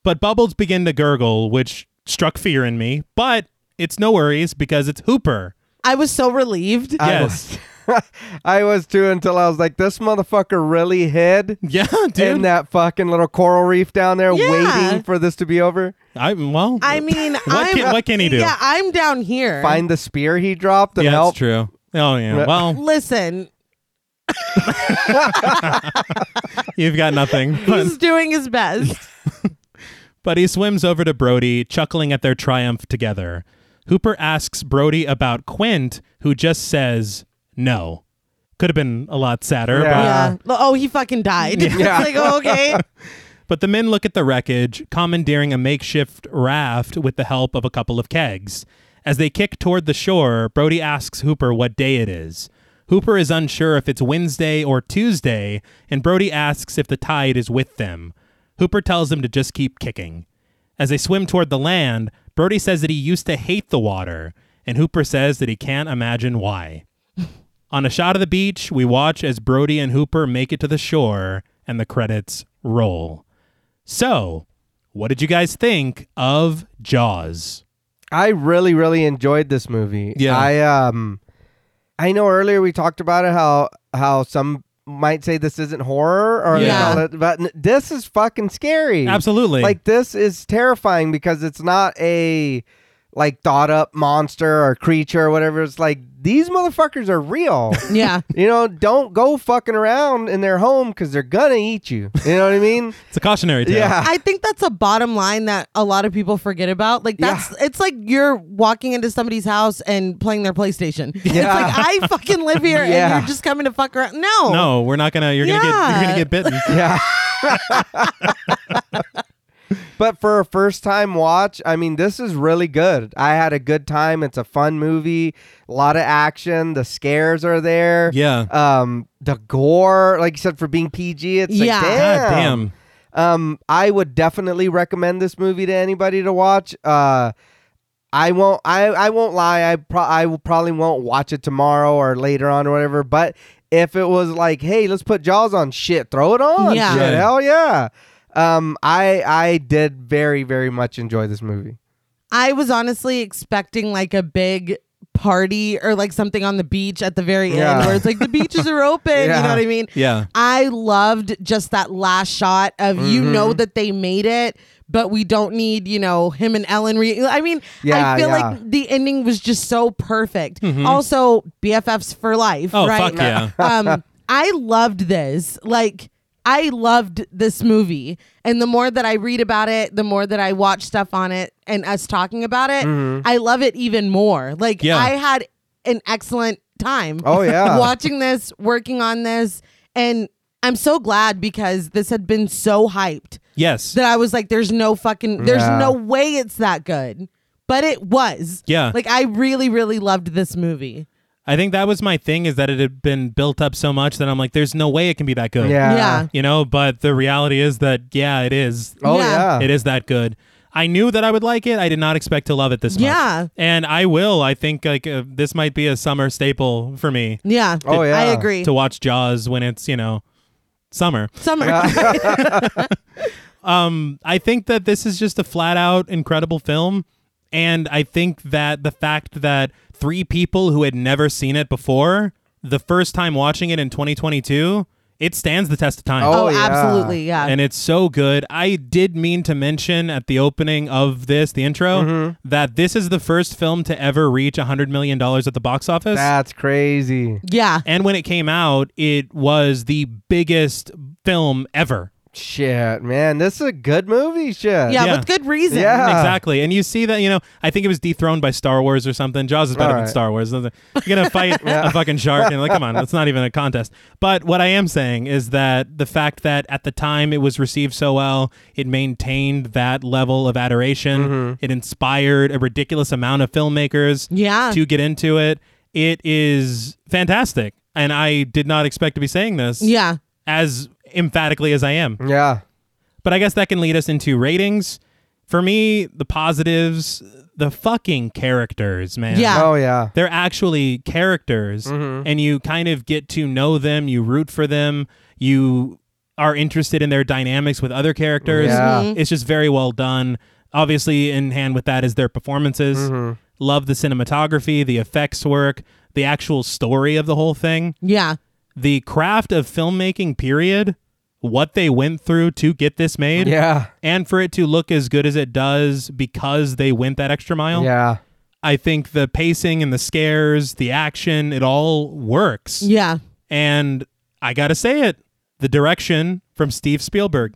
S1: But bubbles begin to gurgle, which struck fear in me. But it's no worries because it's Hooper.
S2: I was so relieved.
S3: I
S1: Yes.
S3: was- I was too until I was like, this motherfucker really hid
S1: Yeah, dude.
S3: in that fucking little coral reef down there
S2: Yeah.
S3: waiting for this to be over.
S1: I well.
S2: I mean, I'm,
S1: can- what can he do?
S2: Yeah, I'm down here.
S3: Find the spear he dropped and
S1: yeah,
S3: help.
S1: that's true. Oh yeah.
S3: Re-
S1: Well,
S2: Listen,
S1: you've got nothing. But,
S2: he's doing his best.
S1: but he swims over to Brody, chuckling at their triumph together. Hooper asks Brody about Quint, who just says no. Could have been a lot sadder,
S3: Yeah.
S1: but
S2: yeah. Oh, he fucking died. It's like, oh, okay.
S1: But the men look at the wreckage, commandeering a makeshift raft with the help of a couple of kegs. As they kick toward the shore, Brody asks Hooper what day it is. Hooper is unsure if it's Wednesday or Tuesday, and Brody asks if the tide is with them. Hooper tells him to just keep kicking. As they swim toward the land, Brody says that he used to hate the water, and Hooper says that he can't imagine why. On a shot of the beach, we watch as Brody and Hooper make it to the shore, and the credits roll. So, what did you guys think of Jaws?
S3: I really, really enjoyed this movie.
S1: Yeah.
S3: I um I know earlier we talked about it how how some might say this isn't horror or
S2: Yeah.
S3: all that, but n- this is fucking scary.
S1: Absolutely.
S3: Like this is terrifying because it's not a like thought up monster or creature or whatever. It's like these motherfuckers are real.
S2: Yeah.
S3: you know, don't go fucking around in their home because they're gonna eat you. You know what I mean?
S1: it's a cautionary tale.
S3: yeah.
S2: I think that's a bottom line that a lot of people forget about. Like that's it's like you're walking into somebody's house and playing their PlayStation.
S3: Yeah.
S2: It's like I fucking live here
S3: Yeah.
S2: and you're just coming to fuck around. No.
S1: No, we're not gonna. You're
S2: Yeah.
S1: gonna get. You're gonna get bitten.
S3: Yeah. but for a first time watch, I mean, this is really good. I had a good time. It's a fun movie, a lot of action. The scares are there.
S1: yeah.
S3: Um, the gore, like you said, for being PG, it's
S2: Yeah.
S3: like,
S1: God
S3: damn.
S1: damn.
S3: Um, I would definitely recommend this movie to anybody to watch. Uh, I won't. I, I won't lie. I pro- I will probably won't watch it tomorrow or later on or whatever. But if it was like, hey, let's put Jaws on, shit, throw it on,
S2: Yeah.
S3: shit,
S1: Yeah.
S3: hell yeah. Um, I I did very very much enjoy this movie.
S2: I was honestly expecting like a big party or like something on the beach at the very
S3: Yeah.
S2: end where it's like the beaches are open. You
S3: Yeah.
S2: know what I mean?
S1: Yeah.
S2: I loved just that last shot of you
S3: Mm-hmm.
S2: know that they made it, but we don't need, you know, him and Ellen. Re- I mean,
S3: Yeah,
S2: I feel
S3: yeah. Mm-hmm.
S2: like the ending was just so perfect. Also, BFFs for life,
S1: Oh,
S2: right?
S1: fuck yeah.
S2: um, I loved this. Like, I loved this movie. And the more that I read about it, the more that I watch stuff on it and us talking about it,
S3: Mm-hmm.
S2: I love it even more. Like,
S1: Yeah.
S2: I had an excellent time
S3: Oh yeah.
S2: watching this, working on this, and I'm so glad because this had been so hyped
S1: Yes.
S2: that I was like, there's no fucking, there's
S3: Yeah.
S2: no way it's that good. But it was.
S1: Yeah.
S2: Like, I really, really loved this movie.
S1: I think that was my thing is that it had been built up so much that I'm like, there's no way it can be that good.
S3: Yeah.
S2: Yeah.
S1: You know, but the reality is that yeah, it is.
S3: Oh
S2: Yeah.
S3: yeah.
S1: It is that good. I knew that I would like it. I did not expect to love it this much.
S2: Yeah.
S1: And I will. I think like uh, this might be a summer staple for me
S2: Yeah.
S3: Oh, yeah.
S2: I agree.
S1: to watch Jaws when it's, you know, summer.
S2: Summer.
S1: Um, I think that this is just a flat out incredible film. And I think that the fact that three people who had never seen it before, the first time watching it in 2022, it stands the test of time.
S3: Oh,
S2: Oh,
S3: yeah.
S2: absolutely. Yeah.
S1: And it's so good. I did mean to mention at the opening of this, the intro, that this is the first film to ever reach $100 million at the box office.
S3: That's crazy.
S2: yeah.
S1: and when it came out, it was the biggest film ever.
S3: Shit, man. This is a good movie. Shit.
S2: Yeah.
S1: Yeah.
S2: With good reason.
S3: Yeah.
S1: Exactly. And you see that, you know, I think it was dethroned by Star Wars or something. Jaws is better
S3: All
S1: than
S3: right.
S1: Star Wars. You're going to fight a fucking shark. And like, come on, that's not even a contest. But what I am saying is that the fact that at the time it was received so well, it maintained that level of adoration. It inspired a ridiculous amount of filmmakers
S2: Yeah.
S1: to get into it. It is fantastic. And I did not expect to be saying this
S2: Yeah.
S1: as emphatically as I am.
S3: Yeah.
S1: But I guess that can lead us into ratings. For me, the positives, the fucking characters, man.
S2: Yeah.
S3: Oh yeah.
S1: They're actually characters, and you kind of get to know them, you root for them, you are interested in their dynamics with other characters.
S3: Yeah.
S1: It's just very well done. Obviously, in hand with that is their performances. Love the cinematography, the effects work, the actual story of the whole thing
S2: Yeah.
S1: the craft of filmmaking period what they went through to get this made
S3: Yeah.
S1: and for it to look as good as it does because they went that extra mile
S3: Yeah.
S1: i think the pacing and the scares the action it all works
S2: Yeah.
S1: and i gotta say it the direction from steve spielberg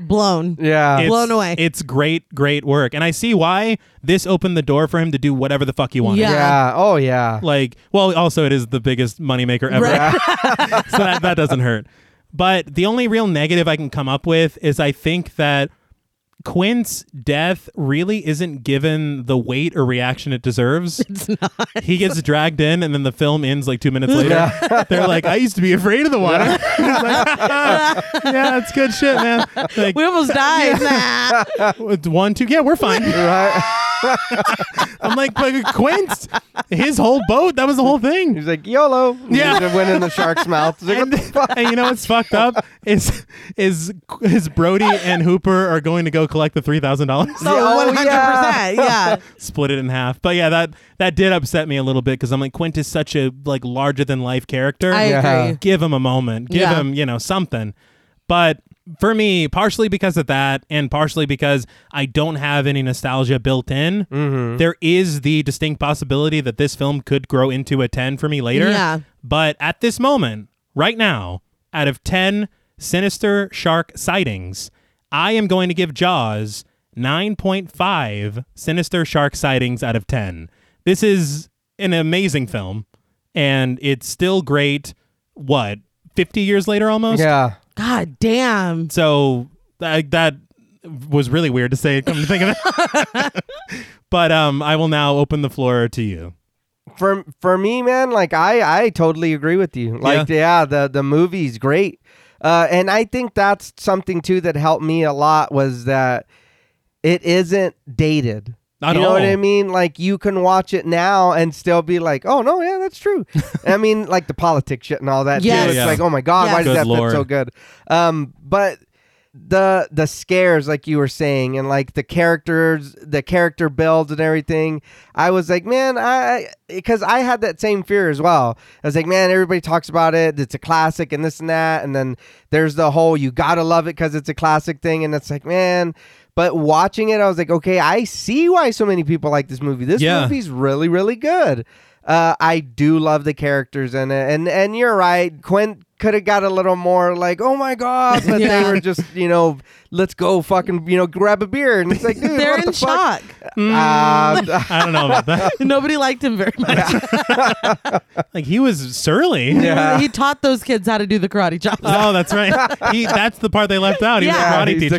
S2: Blown.
S3: Yeah.
S1: It's-
S2: Uh, Blown away.
S1: it's great great work and i see why this opened the door for him to do whatever the fuck he wanted
S2: Yeah.
S3: yeah. Oh yeah.
S1: like well also it is the biggest moneymaker ever
S2: Right.
S1: so that, that doesn't hurt but the only real negative i can come up with is i think that quinn's death really isn't given the weight or reaction it deserves it's not. he gets dragged in and then the film ends like two minutes later they're like i used to be afraid of the water It's like, "Ah, yeah that's good shit man like
S2: We almost died. Nah.
S1: one two yeah we're fine
S3: Right.
S1: i'm like but quince his whole boat that was the whole thing
S3: He's like YOLO.
S1: Yeah.
S3: He went in the shark's mouth. He's like, what
S1: and,
S3: the fuck?
S1: and you know what's fucked up is is is Brody and Hooper are going to go collect the three thousand dollars,
S2: So
S3: Oh,
S2: one hundred percent. Yeah.
S1: split it in half. But yeah, that that did upset me a little bit because I'm like Quint is such a like larger than life character.
S2: I
S3: Yeah.
S2: agree.
S1: Give him a moment. Give
S2: Yeah.
S1: him you know something. But for me, partially because of that, and partially because I don't have any nostalgia built in, there is the distinct possibility that this film could grow into a ten for me later.
S2: Yeah.
S1: But at this moment, right now, out of 10 sinister shark sightings, I am going to give Jaws 9.5 sinister shark sightings out of 10. This is an amazing film, and it's still great, what, 50 years later almost?
S3: Yeah.
S2: God damn.
S1: So that, that was really weird to say, come to think of it. but um, I will now open the floor to you.
S3: for for me, man, like I I totally agree with you. Like yeah, the the movie's great, uh, and I think that's something too that helped me a lot was that it isn't dated.
S1: Not
S3: you
S1: at
S3: know what
S1: all.
S3: I mean? Like you can watch it now and still be like, "Oh no, yeah, that's true." I mean, like the politics shit and all that.
S2: Yes.
S3: Too. It's
S1: Yeah.
S3: like, "Oh my god,
S2: Yes.
S3: why does
S1: Good
S3: that
S1: lord.
S3: fit so good?" Um, but the the scares like you were saying and like the characters the character builds and everything i was like man i because i had that same fear as well i was like man everybody talks about it it's a classic and this and that and then there's the whole you gotta love it because it's a classic thing and it's like man but watching it i was like okay i see why so many people like this movie this
S1: Yeah.
S3: movie's really really good uh, I do love the characters in it, and and you're right. Quinn could have got a little more like, oh my god, but
S2: Yeah.
S3: they were just you know, let's go fucking you know, grab a beer, and it's like, dude,
S2: They're
S3: what
S2: in
S3: the fuck?
S2: shock. Mm.
S3: Uh,
S1: I don't know about that.
S2: Nobody liked him very much.
S1: Like, he was surly.
S3: Yeah.
S2: He taught those kids how to do the karate chop.
S1: Oh, that's right. He, that's the part they left out. He
S2: Yeah.
S1: was a karate
S3: He's the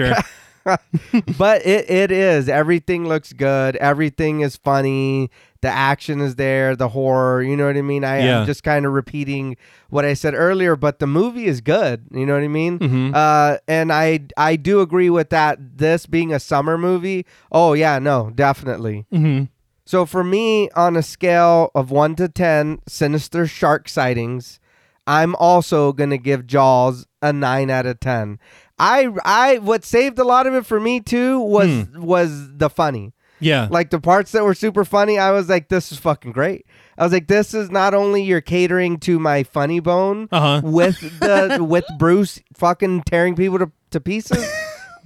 S1: teacher.
S3: but it, it is everything looks good everything is funny the action is there the horror you know what i mean I,
S1: Yeah.
S3: i'm just kind of repeating what i said earlier but the movie is good you know what i mean uh, and i i do agree with that this being a summer movie oh yeah no definitely
S1: Mm-hmm.
S3: so for me on a scale of 1 to 10 sinister shark sightings I'm also gonna give Jaws a nine out of ten. I I what saved a lot of it for me too was was the funny.
S1: yeah.
S3: Like the parts that were super funny, I was like, this is fucking great. I was like, this is not only you're catering to my funny bone
S1: Uh-huh.
S3: with the with Bruce fucking tearing people to, to pieces.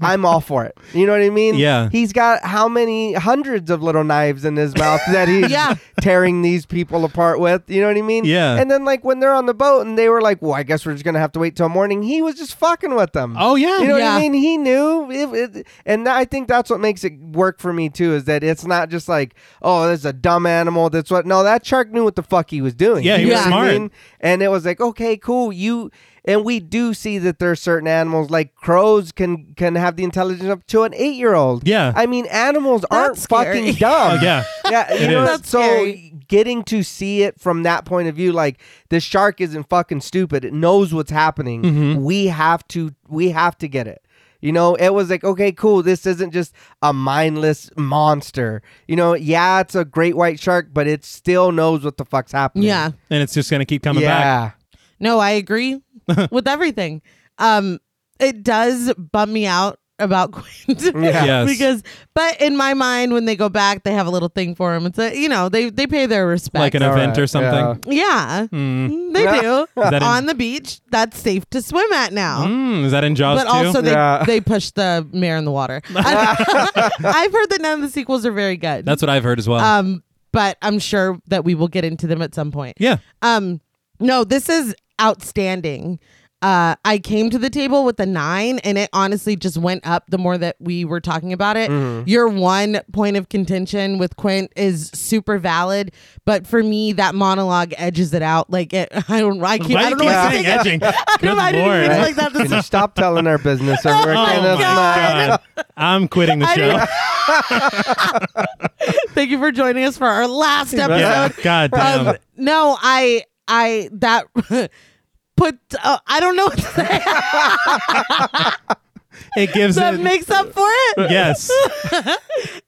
S3: I'm all for it. You know what I mean?
S1: Yeah.
S3: He's got how many hundreds of little knives in his mouth that he's
S2: Yeah.
S3: tearing these people apart with. You know what I mean?
S1: Yeah.
S3: And then like when they're on the boat and they were like, well, I guess we're just gonna have to wait till morning. He was just fucking with them.
S1: oh yeah.
S3: You know
S2: Yeah.
S3: what I mean? He knew, it, it- and I think that's what makes it work for me too. Is that it's not just like, oh, that's a dumb animal. That's what. No, that shark knew what the fuck he was doing.
S1: Yeah, he
S3: You
S2: was
S3: know what I
S1: smart.
S3: mean? And it was like, okay, cool. You and we do see that there are certain animals like crows can can have the intelligence up to an eight year old.
S1: Yeah.
S3: I mean, animals aren't
S2: scary.
S3: fucking
S1: oh
S3: dumb.
S1: yeah.
S3: Yeah, you
S1: It
S3: know,
S1: is.
S2: That's
S3: so
S2: scary.
S3: getting to see it from that point of view, like the shark isn't fucking stupid. It knows what's happening.
S1: Mm-hmm.
S3: We have to we have to get it. You know, it was like, okay, cool. This isn't just a mindless monster. You know, yeah, it's a great white shark, but it still knows what the fuck's happening.
S2: Yeah.
S1: And it's just gonna keep coming back.
S3: Yeah.
S2: No, I agree with everything. um, it does bum me out about Quint.
S3: Yeah.
S1: Yes.
S2: because, but in my mind, when they go back, they have a little thing for him. It's a, you know, they they pay their respects.
S1: like an
S3: All
S1: event
S3: right,
S1: or something.
S3: yeah.
S2: yeah,
S1: Mm.
S2: they do
S1: that in-
S2: on the beach. That's safe to swim at now.
S1: Mm, is that in Jaws
S2: But
S1: too?
S2: also, they,
S3: Yeah.
S2: they push the mare in the water. I- I've heard that none of the sequels are very good.
S1: That's what I've heard as well.
S2: um, but I'm sure that we will get into them at some point.
S1: yeah.
S2: Um, no, this is outstanding. Uh, I came to the table with a nine, and it honestly just went up the more that we were talking about it.
S1: Mm-hmm.
S2: Your one point of contention with Quint is super valid, but for me, that monologue edges it out. Like it, I don't, I, can't, I don't know
S3: keep
S2: what to
S3: saying
S2: think. I
S1: edging.
S2: don't know why I didn't mean it like that.
S3: Can you stop telling our business or we're
S1: Oh
S3: gonna
S1: my god! I'm quitting the
S2: I
S1: show.
S2: didn't- Thank you for joining us for our last episode.
S1: Yeah. God damn.
S2: Um, no, I, I that put. Uh, I don't know what to say.
S1: it gives
S2: that
S1: it.
S2: makes up for it.
S1: yes.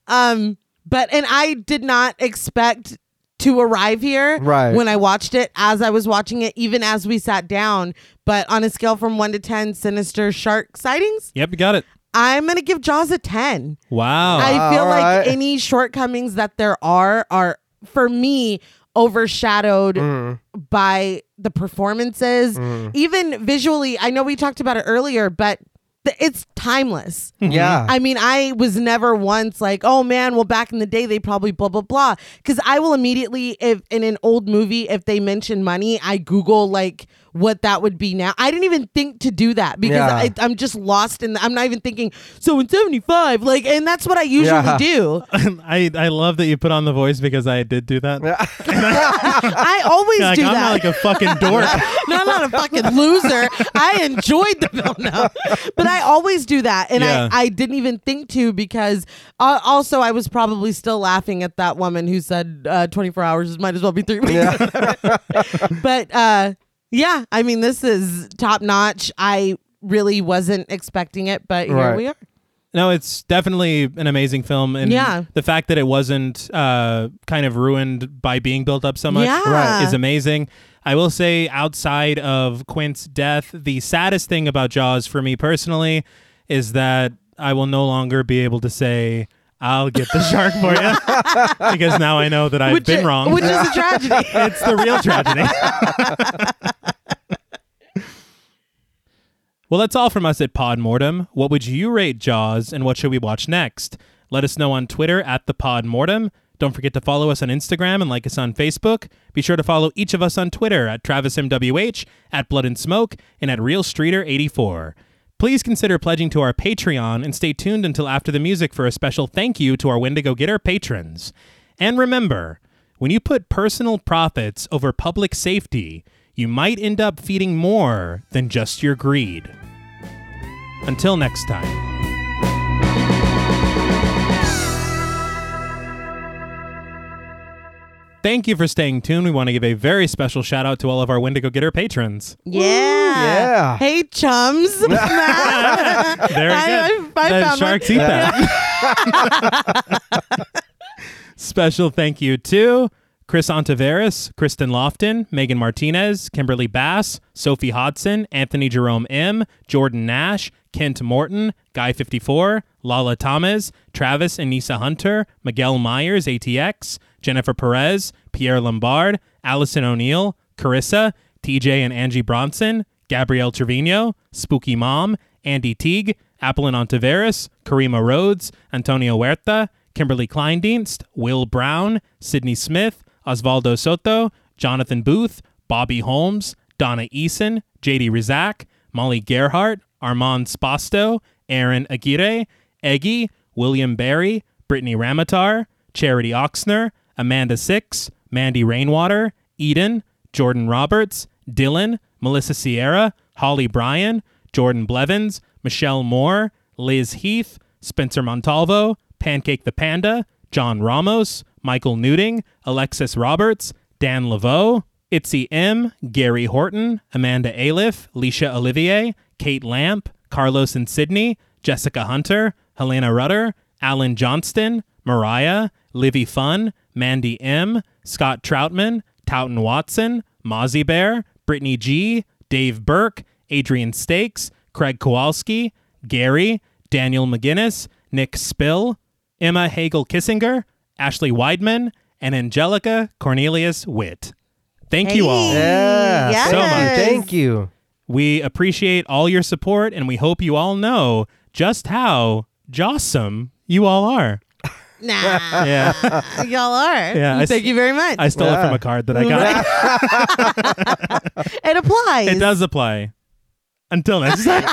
S2: Um, but and I did not expect to arrive here
S3: Right.
S2: when I watched it as I was watching it, even as we sat down. But on a scale from one to ten, sinister shark sightings,
S1: Yep, you got it.
S2: I'm gonna give Jaws a ten.
S1: Wow.
S2: I feel
S3: Oh. all
S2: like
S3: right.
S2: any shortcomings that there are are for me overshadowed
S3: Mm.
S2: by the performances, even visually. I know we talked about it earlier, but th- it's timeless.
S3: Yeah.
S2: I mean, I was never once like, oh man, well, back in the day, they probably blah, blah, blah. Because I will immediately, if in an old movie, if they mention money, I Google like what that would be now. I didn't even think to do that because
S3: Yeah.
S2: I, I'm just lost in the, I'm not even thinking, so in 75, like, and that's what I usually
S3: Yeah.
S2: do.
S1: I, I love that you put on the voice because I did do that.
S2: I always
S1: Like,
S2: do
S1: I'm
S2: that.
S1: not like a fucking dork.
S2: no, I'm not a fucking loser. I enjoyed the film now, but I always do that, and
S1: Yeah.
S2: I, I didn't even think to because uh, also I was probably still laughing at that woman who said uh, 24 hours might as well be three weeks. but uh, yeah, I mean this is top notch. I really wasn't expecting it, but here
S3: Right.
S2: we are.
S1: No, it's definitely an amazing film, and
S2: Yeah.
S1: the fact that it wasn't uh, kind of ruined by being built up so much
S2: Yeah. Right.
S1: is amazing. I will say, outside of Quint's death, the saddest thing about Jaws for me personally is that I will no longer be able to say. I'll get the shark for you because now I know that I've
S2: Which
S1: been
S2: i-
S1: wrong.
S2: which is a tragedy.
S1: it's the real tragedy. well, that's all from us at Podmortem. What would you rate Jaws and what should we watch next? Let us know on Twitter at the Podmortem. Don't forget to follow us on Instagram and like us on Facebook. Be sure to follow each of us on Twitter at TravisMWH, at Blood and Smoke, and at RealStreeter84. Please consider pledging to our Patreon and stay tuned until after the music for a special thank you to our Wendigo Getter patrons. And remember, when you put personal profits over public safety, you might end up feeding more than just your greed. Until next time. Thank you for staying tuned. We want to give a very special shout out to all of our Wendigo Getter patrons.
S2: Yeah.
S3: yeah.
S2: Hey, chums.
S1: Very
S2: I-
S1: good.
S2: I- I
S1: The
S2: found
S1: shark
S2: one.
S1: teeth out. Special thank you to Chris Ontiveros, Kristen Lofton, Megan Martinez, Kimberly Bass, Sophie Hodson, Anthony Jerome M, Jordan Nash, Kent Morton, Guy54, Lala Thomas, Travis and Nisa Hunter, Miguel Myers, ATX, Jennifer Perez, Pierre Lombard, Allison O'Neill, Carissa, TJ and Angie Bronson, Gabrielle Trevino, Spooky Mom, Andy Teague, Applin Ontiveros, Karima Rhodes, Antonio Huerta, Kimberly Kleindienst, Will Brown, Sydney Smith, Osvaldo Soto, Jonathan Booth, Bobby Holmes, Donna Eason, JD Rizak, Molly Gerhart, Armand Spasto, Aaron Aguirre, Eggy, William Barry, Brittany Ramatar, Charity Oxner, Amanda Six, Mandy Rainwater, Eden, Jordan Roberts, Dylan, Melissa Sierra, Holly Bryan, Jordan Blevins, Michelle Moore, Liz Heath, Spencer Montalvo, Pancake the Panda, John Ramos, Michael Newding, Alexis Roberts, Dan Laveau, Itzy M, Gary Horton, Amanda Aliff, Leisha Olivier, Kate Lamp, Carlos and Sydney, Jessica Hunter, Helena Rutter, Alan Johnston, Mariah, Livy Fun, Mandy M, Scott Troutman, Towton Watson, Mozzie Bear, Brittany G, Dave Burke, Adrian Stakes, Craig Kowalski, Gary, Daniel McGinnis, Nick Spill, Emma Hagel Kissinger, Ashley Weidman, and Angelica Cornelius Witt. Thank you all.
S2: Hey.
S3: Yeah.
S2: Yes.
S1: So
S3: Thank
S1: much.
S3: you. Thank you.
S1: We appreciate all your support and we hope you all know just how jawsome you all are.
S2: Nah.
S1: Yeah.
S2: Y'all are.
S1: Yeah, I
S2: Thank
S1: s-
S2: you very much.
S1: I stole it from a card that I got.
S2: it applies.
S1: it does apply. Until next time.